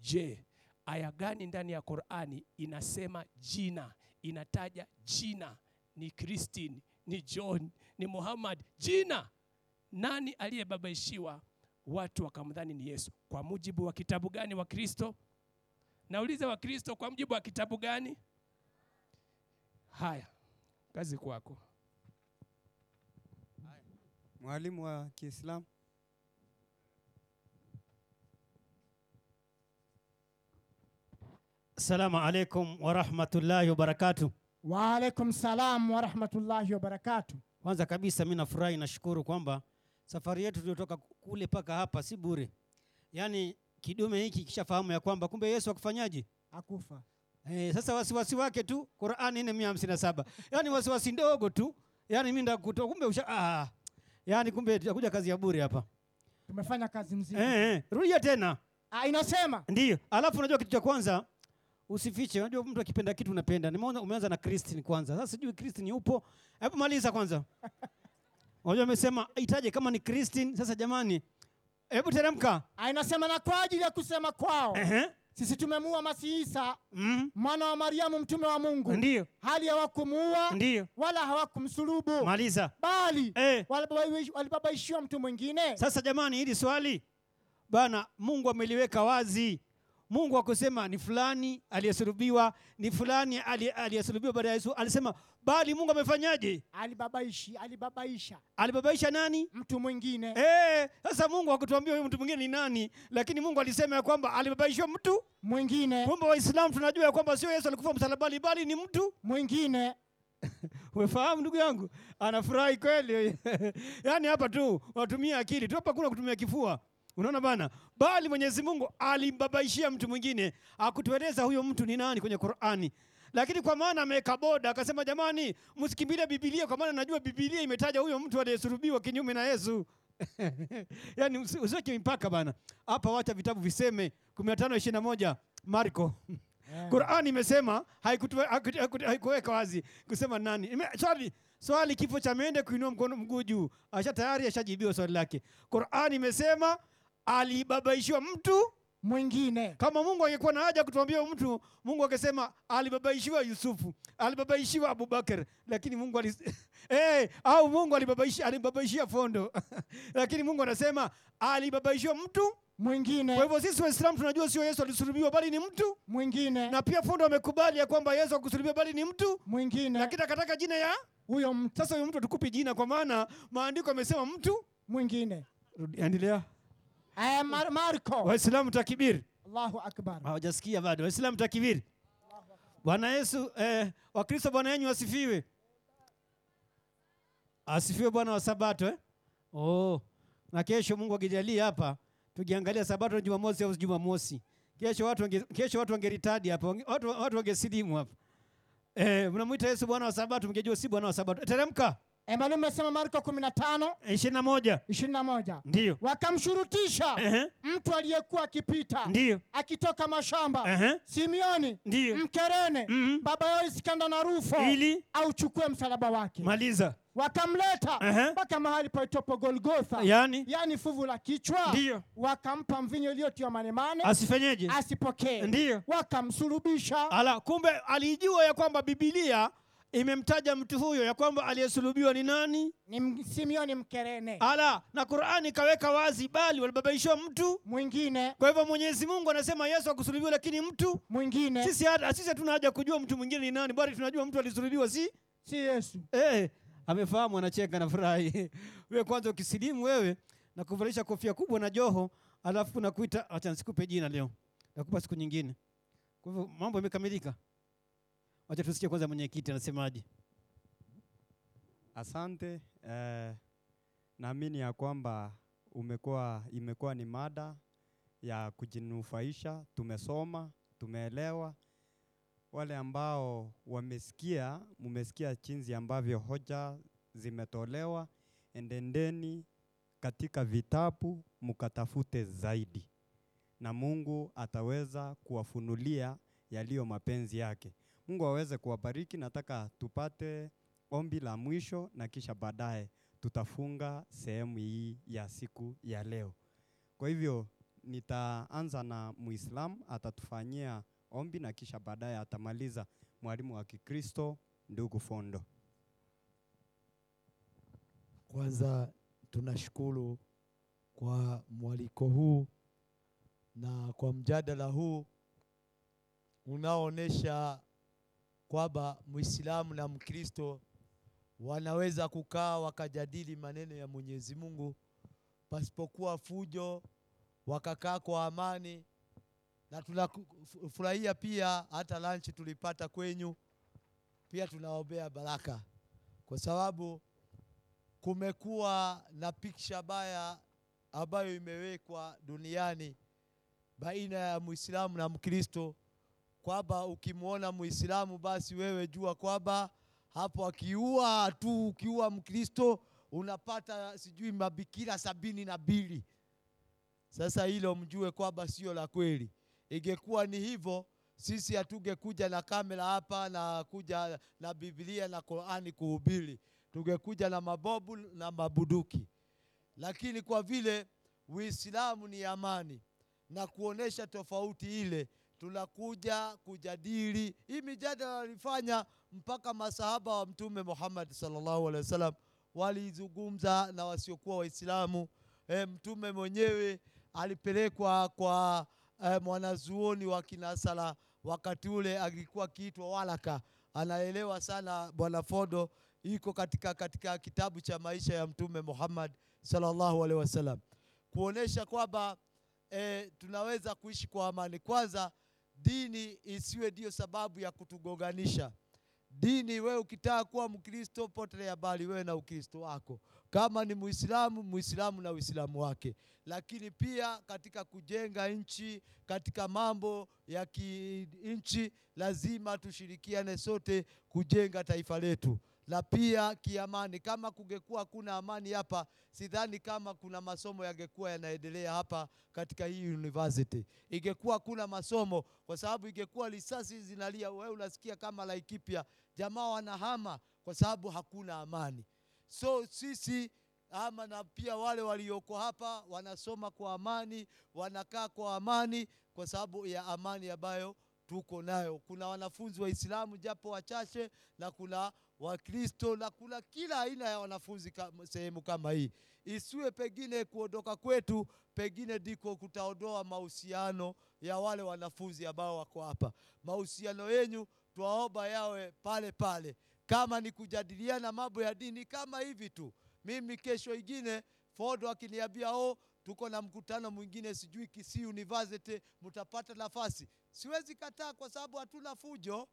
je, aya gani ndani ya Qur'ani inasema jina, inataja jina ni Christine, ni John, ni Muhammad, jina nani aliyebabaishiwa watu wakamdhani ni Yesu? Kwa mujibu wa kitabu gani wa Kristo? Nauliza Wakristo kwa mujibu wa kitabu gani? Haya, kazi kwako. Mwalimu wa Kiislamu, Assalamu alaikum warahmatullahi wabarakatu. waalaikum salam warahmatullahi wabarakatu Kwanza kabisa mimi nafurahi, nashukuru kwamba safari yetu tuliotoka kule mpaka hapa si bure. Yaani kidume hiki kishafahamu ya kwamba kumbe Yesu akufanyaje? akufa Eh, sasa wasiwasi wake tu Qur'ani 457. Yaani wasiwasi ndogo tu. Yaani mimi ndakutoa kumbe usha ah. Yaani kumbe tutakuja kazi ya bure hapa. tumefanya kazi mzima Eh, eh, rudia tena. Ah, inasema Ndiyo. Alafu unajua kitu cha kwanza usifiche. Unajua mtu akipenda kitu unapenda. Nimeona umeanza na Christine kwanza. Sasa sijui Christine yupo. Hebu maliza kwanza. Unajua amesema itaje kama ni Christine. Sasa jamani, hebu teremka. Ah, inasema na kwa ajili ya kusema kwao Ehe. sisi tumemuua masihi isa mm? mwana wa mariamu mtume wa mungu ndiyo hali hawakumuua ndiyo wala hawakumsulubu maliza bali eh. walibabaish- walibabaishiwa mtu mwingine Sasa jamani, hili swali bana, Mungu ameliweka wazi. Mungu akusema ni fulani aliyesulubiwa, ni fulani ali- aliyesulubiwa baada ya Yesu. Alisema bali Mungu amefanyaje? alibabaishi alibabaisha Alibabaisha nani? mtu mwingine Eh, sasa Mungu hakutuambia huyu mtu mwingine ni nani, lakini Mungu alisema ya kwamba alibabaishwa mtu. mwingine Kumbe Waislamu tunajua ya kwamba sio Yesu alikufa msalabani, bali ni mtu. mwingine Umefahamu ndugu yangu? Anafurahi kweli. Yaani hapa tu watumia akili tu, hapa kuna kutumia kifua. Unaona bana, bali Mwenyezi Mungu alimbabaishia mtu mwingine, akutueleza huyo mtu ni nani kwenye Qur'ani. Lakini kwa maana ameweka boda akasema, jamani, msikimbilie Biblia kwa maana najua Biblia imetaja huyo mtu aliyesulubiwa kinyume na Yesu. yaani usi- usiweke mipaka bana. Hapa wacha vitabu viseme 15:21 Marko. Qur'ani imesema haikutuwe- haikutu- haikutu- haikuweka wazi kusema nani. Ime- Swali, swali kifo cha mende kuinua mkono mguu juu, asha tayari ashajibiwa swali lake. Qur'ani imesema alibabaishiwa mtu. mwingine Kama Mungu angekuwa na haja kutuambia huyu mtu, Mungu akisema alibabaishiwa Yusufu, alibabaishiwa Abubakar, lakini Mungu alis eh, au Mungu alibabaisha alibabaishia fondo lakini Mungu anasema alibabaishiwa mtu. Kwa mwingine hivyo sisi Waislamu tunajua sio Yesu alisulubiwa, bali ni mtu mwingine na pia Fondo amekubali ya kwamba Yesu hakusulubiwa bali ni mtu, mwingine lakini akataka jina ya huyo mtu sasa. Huyo mtu atukupi jina, kwa maana maandiko amesema mtu. mwingine Rudi, Endelea. Eh, Mar- marko Waislamu takibiri, allahu akbar Oh. hawajasikia bado. Waislamu takibiri. Bwana Yesu eh, Wakristo, Bwana yenyu asifiwe, asifiwe Bwana wa Sabato eh? Oh, na kesho Mungu akijalia hapa tukiangalia Sabato na Jumamosi au Jumamosi kesho watu wange, kesho watu wangeritadi hapa wange- watu, watu wangesilimu hapa eh, mnamwita Yesu Bwana wa Sabato, mngejua si Bwana wa Sabato. Teremka Emmanuel umesema Marko 15 ishirini na moja 21 ndiyo wakamshurutisha Ehe. mtu aliyekuwa akipita ndiyo akitoka mashamba Ehe. Simioni Eh. ndiyo Mkerene Mhm. baba yao Iskanda na Rufo ili auchukue msalaba wake maliza wakamleta Ehe. mpaka mahali paitwapo Golgotha yani yaani fuvu la kichwa Ndiyo. wakampa mvinyo uliotiwa manemane asifanyeje? asipokee Ndiyo. wakamsulubisha Ala, kumbe alijua ya kwamba Biblia imemtaja mtu huyo ya kwamba aliyesulubiwa ni nani. ni M- Simioni Mkerene Ala, na Qur'ani ikaweka wazi, bali walibabaishwa mtu. mwingine Kwa hivyo Mwenyezi Mungu anasema Yesu akusulubiwa, lakini mtu mwingine sisi, hata- sisi hatuna haja kujua mtu mwingine ni nani, bali tunajua mtu alisulubiwa, si si Yesu eh? Amefahamu, anacheka na furahi. Wewe kwanza ukisilimu wewe na kuvalisha kofia kubwa na joho, alafu nakuita, acha nisikupe jina leo, nakupa siku nyingine. Kwa hivyo mambo yamekamilika. Wacha tusikie kwanza mwenyekiti anasemaje. Asante eh, naamini ya kwamba umekuwa imekuwa ni mada ya kujinufaisha. Tumesoma, tumeelewa. Wale ambao wamesikia, mmesikia jinsi ambavyo hoja zimetolewa. Endendeni katika vitabu mkatafute zaidi, na Mungu ataweza kuwafunulia yaliyo mapenzi yake. Mungu aweze kuwabariki. Nataka tupate ombi la mwisho na kisha baadaye tutafunga sehemu hii ya siku ya leo. Kwa hivyo nitaanza na Muislamu atatufanyia ombi na kisha baadaye atamaliza mwalimu wa Kikristo ndugu Fondo. Kwanza tunashukuru kwa mwaliko huu na kwa mjadala huu unaoonyesha kwamba Muislamu na Mkristo wanaweza kukaa wakajadili maneno ya Mwenyezi Mungu pasipokuwa fujo, wakakaa kwa amani, na tunafurahia pia hata lunch tulipata kwenyu. Pia tunaombea baraka kwa sababu kumekuwa na picha baya ambayo imewekwa duniani baina ya Muislamu na Mkristo, kwamba ukimwona Muislamu basi wewe jua kwamba hapo akiua tu, ukiua Mkristo unapata sijui mabikira sabini na mbili. Sasa hilo mjue kwamba sio la kweli. Ingekuwa ni hivyo, sisi hatungekuja na kamera hapa na kuja na Biblia na Qurani kuhubiri tungekuja na mabobu na mabuduki, lakini kwa vile Uislamu ni amani na kuonesha tofauti ile, tunakuja kujadili hii mijadala walifanya mpaka masahaba wa mtume Muhammad sallallahu alaihi wasallam walizungumza na wasiokuwa Waislamu. E, mtume mwenyewe alipelekwa kwa e, mwanazuoni wa Kinasala wakati ule alikuwa kiitwa Walaka, anaelewa sana bwana Fodo, iko katika, katika kitabu cha maisha ya mtume Muhammad sallallahu alaihi wasallam kuonesha kwamba e, tunaweza kuishi kwa amani. Kwanza dini isiwe ndiyo sababu ya kutugoganisha. Dini wewe ukitaka kuwa Mkristo, potelea habari wewe na Ukristo wako. Kama ni Muislamu, Muislamu na Uislamu wake. Lakini pia katika kujenga nchi, katika mambo ya kinchi, lazima tushirikiane sote kujenga taifa letu na pia kiamani. Kama kungekuwa hakuna amani hapa, sidhani kama kuna masomo yangekuwa yanaendelea hapa katika hii university. Ingekuwa kuna masomo, kwa sababu ingekuwa risasi zinalia, wewe unasikia kama Laikipia, jamaa wanahama kwa sababu hakuna amani. So sisi ama na pia wale walioko hapa wanasoma kwa amani, wanakaa kwa amani, kwa sababu ya amani ambayo tuko nayo. Kuna wanafunzi Waislamu japo wachache, na kuna Wakristo na kuna kila aina ya wanafunzi ka, sehemu kama hii. Isiwe pengine kuondoka kwetu pengine ndiko kutaondoa mahusiano ya wale wanafunzi ambao wako hapa. Mahusiano yenyu twaomba yawe pale pale, kama ni kujadiliana mambo ya dini kama hivi tu. Mimi kesho ingine Fodo akiniambia o, tuko na mkutano mwingine sijui Kisii University, mtapata nafasi, siwezi kataa kwa sababu hatuna fujo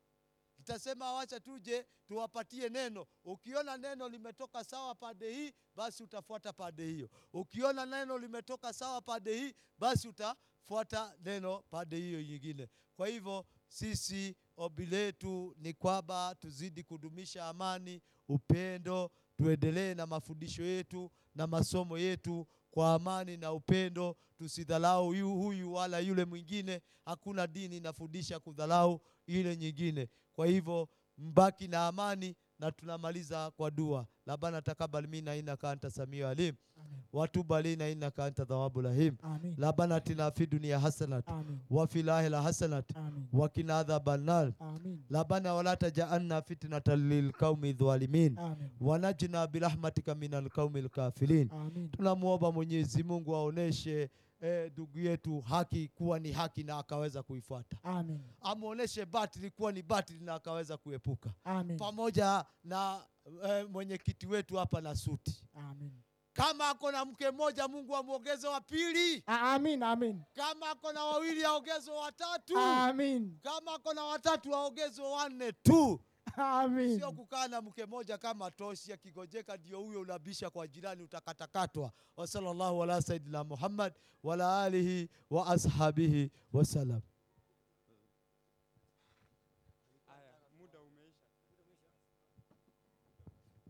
tutasema wacha tuje tuwapatie neno. Ukiona neno limetoka sawa pande hii, basi utafuata pande hiyo. Ukiona neno limetoka sawa pande hii, basi utafuata neno pande hiyo nyingine. Kwa hivyo sisi ombi letu ni kwamba tuzidi kudumisha amani, upendo, tuendelee na mafundisho yetu na masomo yetu kwa amani na upendo, tusidhalau yu- huyu wala yule mwingine. Hakuna dini inafundisha kudhalau ile nyingine. Kwa hivyo mbaki na amani, na tunamaliza kwa dua, rabbana taqabbal minna innaka anta samiu alim Amen. wa tub alaina innaka anta tawwabur rahim Amen. rabbana atina fid dunya hasanat Amen. wa fil akhirati hasanat Amen. wa qina adhaban nar Amen. rabbana wala taj'alna fitnatan lil qaumi dhalimin Amen. wa najina birahmatika minal qaumil kafirin Amen. tunamwomba Mwenyezi Mungu aoneshe eh, ndugu yetu haki kuwa ni haki na akaweza kuifuata, Amen. amwoneshe batili kuwa ni batili na akaweza kuepuka, Amen. pamoja na eh, mwenyekiti wetu hapa na suti. Amen. Kama ako na mke mmoja, Mungu amwongeze wa pili. Ah, Amen. Amen. Kama ako na wawili, aongeze watatu. Ah. Amen. Kama ako na watatu, aongeze wanne tu, Amen. sio kukaa na mke mmoja kama toshi. Akigojeka ndio huyo unabisha kwa jirani, utakatakatwa. Wa sallallahu ala sayyidina Muhammad wa ala alihi wa ashabihi wasallam.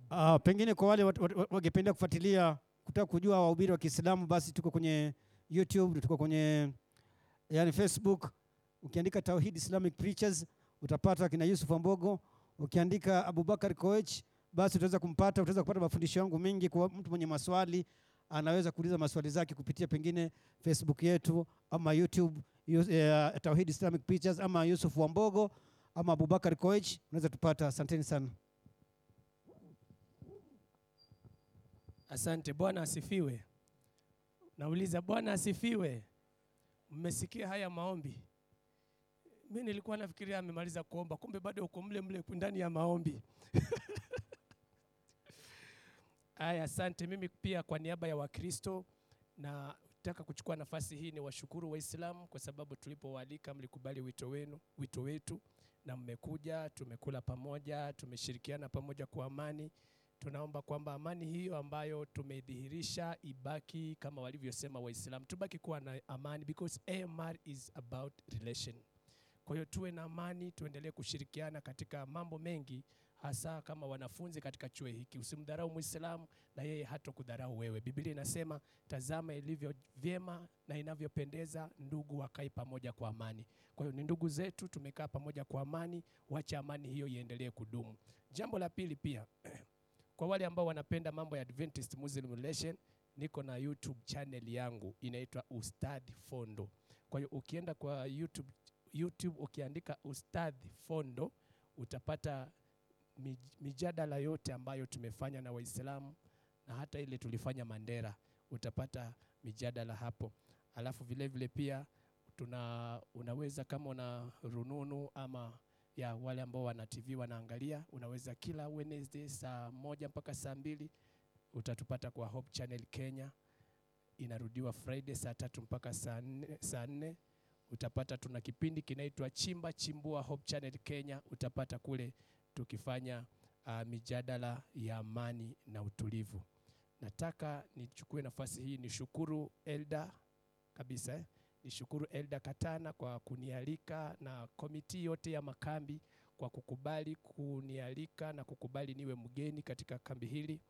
Ah, pengine kwa wale wat- wat- wat- wangependa kufuatilia kutaka kujua wahubiri wa Kiislamu, basi tuko kwenye YouTube, tuko kwenye yani Facebook. Ukiandika Tawhid Islamic Preachers utapata kina Yusuf Ambogo. Ukiandika Abubakar Koech, basi utaweza kumpata, utaweza kupata mafundisho yangu mengi. Kwa mtu mwenye maswali anaweza kuuliza maswali zake kupitia pengine Facebook yetu ama YouTube Yus- eh, Tawhid Islamic Preachers ama Yusuf Wambogo ama Abubakar Koech, unaweza tupata. Asanteni sana. Asante. Bwana asifiwe. Nauliza, Bwana asifiwe. Mmesikia haya maombi? Mi nilikuwa nafikiria amemaliza kuomba, kumbe bado uko mle mle ndani ya maombi. Haya, asante. Mimi pia kwa niaba ya Wakristo nataka kuchukua nafasi hii ni washukuru Waislamu kwa sababu tulipowaalika mlikubali wito wenu, wito wetu na mmekuja, tumekula pamoja, tumeshirikiana pamoja kwa amani tunaomba kwamba amani hiyo ambayo tumeidhihirisha ibaki kama walivyosema Waislamu, tubaki kuwa na amani because AMR is about relation. Kwa hiyo tuwe na amani, tuendelee kushirikiana katika mambo mengi, hasa kama wanafunzi katika chuo hiki. Usimdharau Mwislamu na yeye hatokudharau wewe. Biblia inasema, tazama ilivyo vyema na inavyopendeza ndugu wakae pamoja kwa amani. Kwa hiyo ni ndugu zetu, tumekaa pamoja kwa amani, wacha amani hiyo iendelee kudumu. Jambo la pili pia kwa wale ambao wanapenda mambo ya Adventist Muslim Relation, niko na YouTube channel yangu inaitwa Ustadi Fondo. Kwa hiyo ukienda kwa YouTube youtube ukiandika ustadhi fondo utapata mij- mijadala yote ambayo tumefanya na waislamu na hata ile tulifanya mandera utapata mijadala hapo alafu vile vile pia tuna unaweza kama una rununu ama ya wale ambao wana tv wanaangalia unaweza kila wednesday saa moja mpaka saa mbili utatupata kwa hope channel kenya inarudiwa friday saa tatu mpaka saa nne- saa nne utapata tuna kipindi kinaitwa chimba chimbua hope channel kenya utapata kule tukifanya uh, mijadala ya amani na utulivu nataka nichukue nafasi hii nishukuru elda kabisa eh? nishukuru elda katana kwa kunialika na komiti yote ya makambi kwa kukubali kunialika na kukubali niwe mgeni katika kambi hili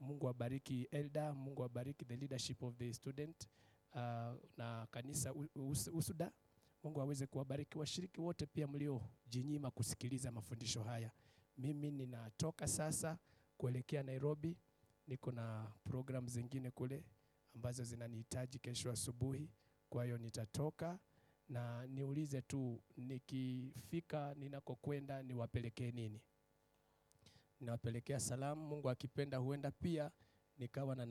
mungu abariki elda mungu abariki the leadership of the student uh, na kanisa U- Us- usuda mungu aweze kuwabariki washiriki wote pia mliojinyima kusikiliza mafundisho haya mimi ninatoka sasa kuelekea nairobi niko na programu zingine kule ambazo zinanihitaji kesho asubuhi kwa hiyo nitatoka na niulize tu nikifika ninakokwenda niwapelekee nini nawapelekea salamu mungu akipenda huenda pia nikawa na